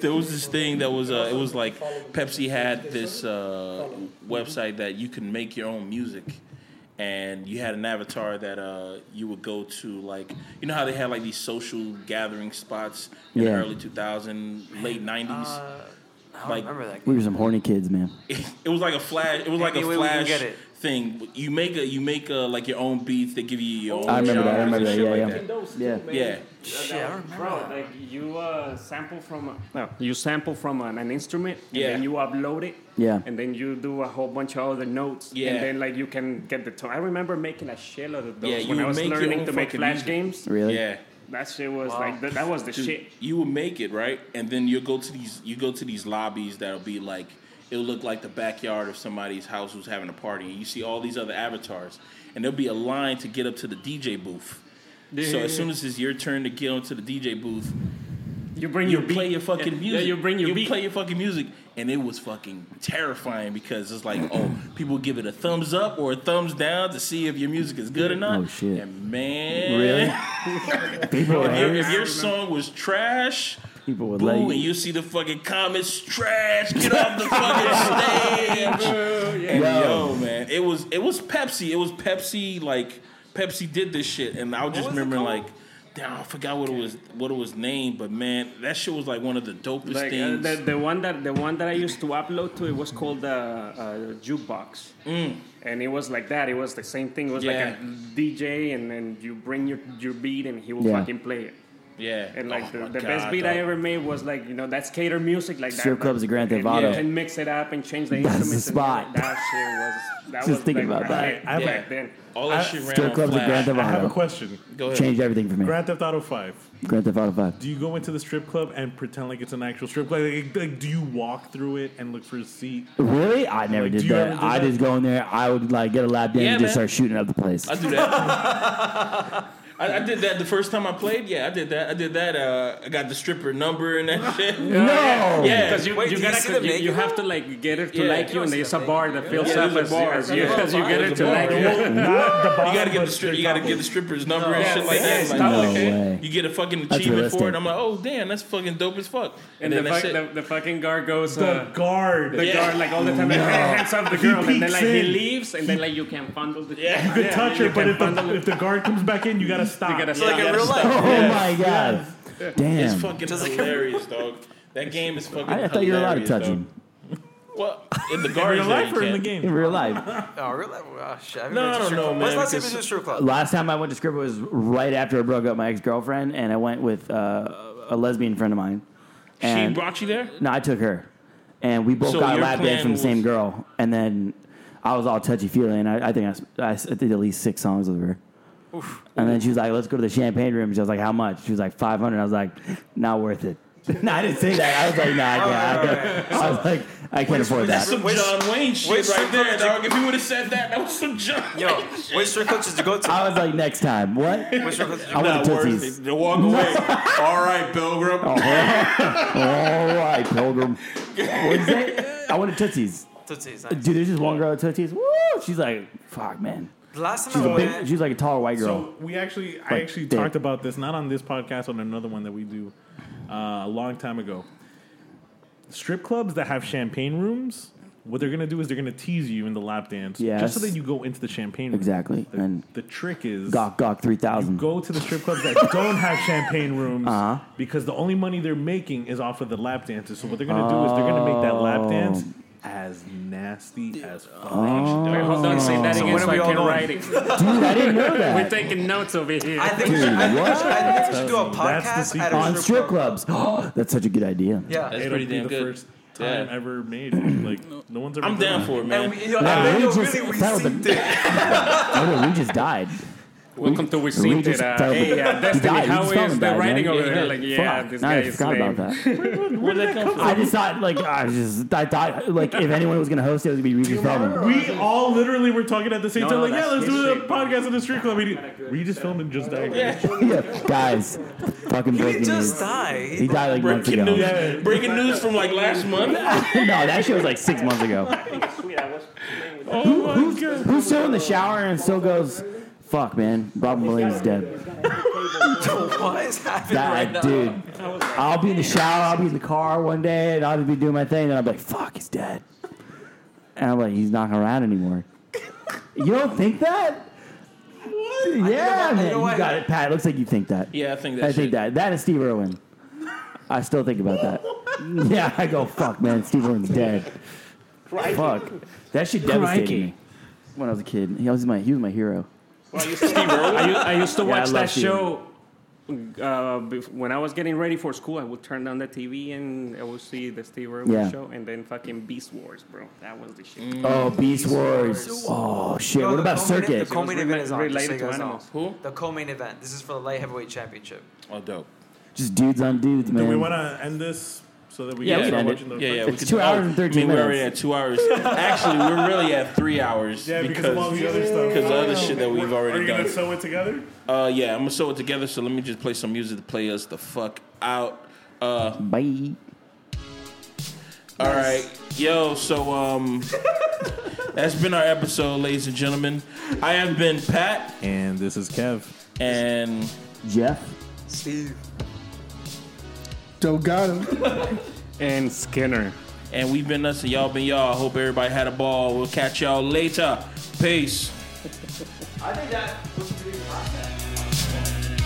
there was this thing that was uh, it was like Pepsi had this uh, website that you can make your own music, and you had an avatar that uh, you would go to like you know how they had like these social gathering spots in
Yeah. Uh,
the early 2000 late 90s. I like, remember
We were some horny kids, man.
it was like a flash. It was like
Any way
a
we can
flash
get it.
thing. You make a you make a like your own beats. They give you your own.
I remember that, I
genres and
remember that,
shit
yeah,
like
yeah.
that.
Those Yeah. two, man.
yeah.
Shit, I remember. Bro, like you uh, sample from a, no, you sample from an, an instrument, and
Yeah.
then you upload it,
Yeah.
and then you do a whole bunch of other notes,
Yeah.
and then like you can get the tone. I remember making a shitload of those
Yeah, you
when I
would
was
make your
learning
own
to make
fucking
flash
music.
games.
Really? Yeah.
that shit was like that, that was the
Dude,
shit.
You will make it right, and then you go to these you go to these lobbies that'll be like it'll look like the backyard of somebody's house who's having a party, and you see all these other avatars, and there'll be a line to get up to the DJ booth.
Yeah,
so
yeah,
as soon
yeah.
as it's your turn to get onto the DJ booth,
you bring
you
your
play
beat.
your fucking
Yeah,
music.
you bring your
you
beat.
play your fucking music, and it was fucking terrifying because it's like oh people give it a thumbs up or a thumbs down to see if your music is good or not.
Oh, shit.
And man,
Really? People
if,
would
your,
hate
if
us.
your song was trash.
People would
Boo,
let
and
you.
you see the fucking comments, trash, get off the fucking stage. And yo.
Yo.
man, it was it was Pepsi. It was Pepsi. Like Pepsi did this shit, and I was just remembering like, damn, I forgot what it was what it was named, but man, that shit was like one of the dopest
Like uh,
things.
the, the one that the one that I used to upload to it was called uh, uh, jukebox, and it was like that. It was the same thing. It was
Mm. Yeah.
like a DJ, and then you bring your your beat, and he will
Yeah.
fucking play it.
yeah,
And like
Oh,
the,
my
the
God,
best beat I
dog.
ever made was like you know that's cater music like
Strip
that.
clubs
like,
of Grand Theft
and you
Auto.
can mix it up and change the
That's the
instruments. and
spot.
That shit was that
Just
was
thinking
like
about
my
that.
hit
I have a-
back then.
All
I-
that shit ran
Strip
on
clubs of
Flash.
Grand Theft
I have
Auto.
a question.
Go ahead.
Changed everything for me.
Grand Theft Auto Five.
Grand Theft Auto 5.
Do you go into the strip club and pretend like it's an actual strip club? Like, like, do you walk through it and look for a seat?
Really? I never
Like, do
did
you
that.
ever do
I
that?
just go in there. I would like get a lap dance
Yeah,
and just
man.
start shooting up the place.
I do that. I, I did that the first time I played. Yeah, I did that. I did that. Uh, I got the stripper number and that shit. yeah,
because you, you, gotta, you, you have to like get her to
Yeah.
like you, and there's a bar that fills
Yeah,
up
there's
as,
a bar.
as you
There's a
as you get
bar.
her
There's
to
a
like
bar.
you.
Not the You gotta get the strip. You gotta get the stripper's number and
No.
shit like
Yeah,
that. Like,
stop.
oh,
No
okay.
way.
You get a fucking
That's
achievement for it.
realistic.
I'm like, oh damn, that's fucking dope as fuck. And,
And, the,
then that's
fuck,
it.
the, the fucking guard goes.
The
uh,
guard.
The
Yeah.
guard, like all the time,
No.
and hands up the
He
girl, and then
peeks
like he
in.
leaves, and then like you can fondle the.
You could touch
you
her, but
can
if the,
fondle
if the guard comes back in, you gotta stop.
gotta Like stop. in real life.
Oh
Yeah.
my god. Damn.
It's fucking hilarious, dog. That game is fucking.
I, I thought you were allowed to
hilarious,
touch
dog.
him.
Well, in the guard yeah, you can't.
In real life.
Oh, real life? Oh, shit. I've
No,
been
I
to
don't
strip
know,
club.
man,
When's the last time you
because-
been to a strip club?
Last time I went to strip was right after I broke up my ex girlfriend, and I went with uh, a lesbian friend of mine.
She
And
brought you there.
no, I took her, and we both
So
got
your
lap dance
plan
from the same
was-
girl, and then I was all touchy feely, and I, I think I s- I, s- I did at least six songs with her. And then she was like, "Let's go to the champagne room." She was like, "How much?" She was like, 500 I was like, "Not worth it." no, I didn't say that. I was like, "No, I can't." I, can't. I was like, "I can't afford
That's
that."
some John Wayne shit right there, dog. If you would have said that, that was some John. Yo,
which strip club did you go to?
I was like, "Next time, what?"
Which strip club did you
I
go
want
to?
a tootsies.
To walk away. All right, Pilgrim.
Oh, All right, Pilgrim. What's that? I wanted Tootsies.
Tootsies, nice.
Dude, there's just one girl with Tootsies. Woo! She's like, fuck, man.
The last
She's
time
Oh,
a
I
big,
went,
she's like a tall white girl.
So we actually, I
Like
actually
dick.
talked about this not on this podcast, on another one that we do uh, a long time ago. Strip clubs that have champagne rooms, what they're gonna do is they're gonna tease you in the lap dance, just so
Yes.
that you go into the champagne room.
exactly. and
The trick is
Gawk Gawk 3000.
go to the strip clubs that don't have champagne rooms
Uh-huh.
because the only money they're making is off of the lap dances. So what they're gonna do is they're gonna make that
Oh.
lap dance as nasty as fuck.
Wait, hold on, say that
So
again
when
so,
are we
I
all
can
going?
write it.
Dude, I didn't know that.
We're taking notes over here.
I think we should, I think we should, I think we should do a
That's
podcast
the
at a
On
strip
strip clubs. That's such a good idea.
Yeah.
That's
It'll
pretty
be
damn
the
good.
first time ever made. Like no one's ever.
I'm
done
down
that.
for it, man.
we- yo,
Nah,
and
we
then
just-
really
that was a-
received it.
Oh, no, we just died.
Welcome to We
We
Seen It.
just
Uh,
fell-
hey, uh,
we
Destiny,
died. We
how
just fell
is
and
the
died,
writing
man.
over there? Like, yeah,
Fuck.
this
Nah,
guy
I
is
forgot about
lame.
that.
Where'd that come
I just thought, like, I just, I thought, like, if anyone was gonna host it, it was gonna be Regis Philbin.
We all literally were talking at the same
No,
time,
no,
like, yeah,
that's
let's
his
do a
shit.
podcast in the street club. We, did- we just filmed and just died.
Yeah, guys, fucking breaking
just
news.
die.
He died like months
Breaking
ago.
news, breaking news from like last month.
no, that shit was like six months ago.
Oh
Who- who's, who's still in the shower and still goes, fuck, man, Robin Williams is dead.
what is happening right
That
now?
dude. I'll be in the shower, I'll be in the car one day, and I'll just be doing my thing, and I'll be like, fuck, he's dead. And I'm like, he's not around anymore. You don't think that?
What?
Yeah,
I
man.
know
You
I-
got it, Pat. Looks like you think that.
Yeah, I think that
I think
shit.
that. That is Steve Irwin. I still think about that. yeah, I go, fuck, man, Steve Irwin's dead.
Crikey.
Fuck. That shit devastated
Crikey.
me when I was a kid. He was my, he was my hero.
Well, I used to, Steve Irwin? I, u- I used to
Yeah, I
watch
love
that
Steve
show uh, bef- when I was getting ready for school. I would turn on the TV and I would see the Steve Irwin
Yeah.
show, and then fucking Beast Wars, bro. That was the shit.
Oh, Beast Wars. Oh, shit.
Yo,
what
the
about
culminate- the
Circuit?
It was
Co-main
rela-
event is on. just
related
so you
to
guys know.
animals. Who?
The co-main event. This is for the light heavyweight championship.
Oh, dope.
Just dudes on dudes, man.
Do we want to end this so that we
yeah,
can
we
start
can
watching the
Yeah, yeah.
fight?
we can- oh, I mean, We're already at two hours. Actually, we're really at three hours.
Yeah, because of all the other stuff.
Because of other shit that we've
Are
already
you gonna
done.
sew it together?
Uh, yeah, I'm gonna sew it together. So let me just play some music to play us the fuck out. Uh,
Bye.
All right, yo. So um, that's been our episode, ladies and gentlemen. I have been Pat
And this is Kev.
and
Jeff.
Steve.
Joe got him.
and Skinner.
And we've been us, and y'all been y'all. I hope everybody had a ball. We'll catch y'all later. Peace.
I think that was pretty hot.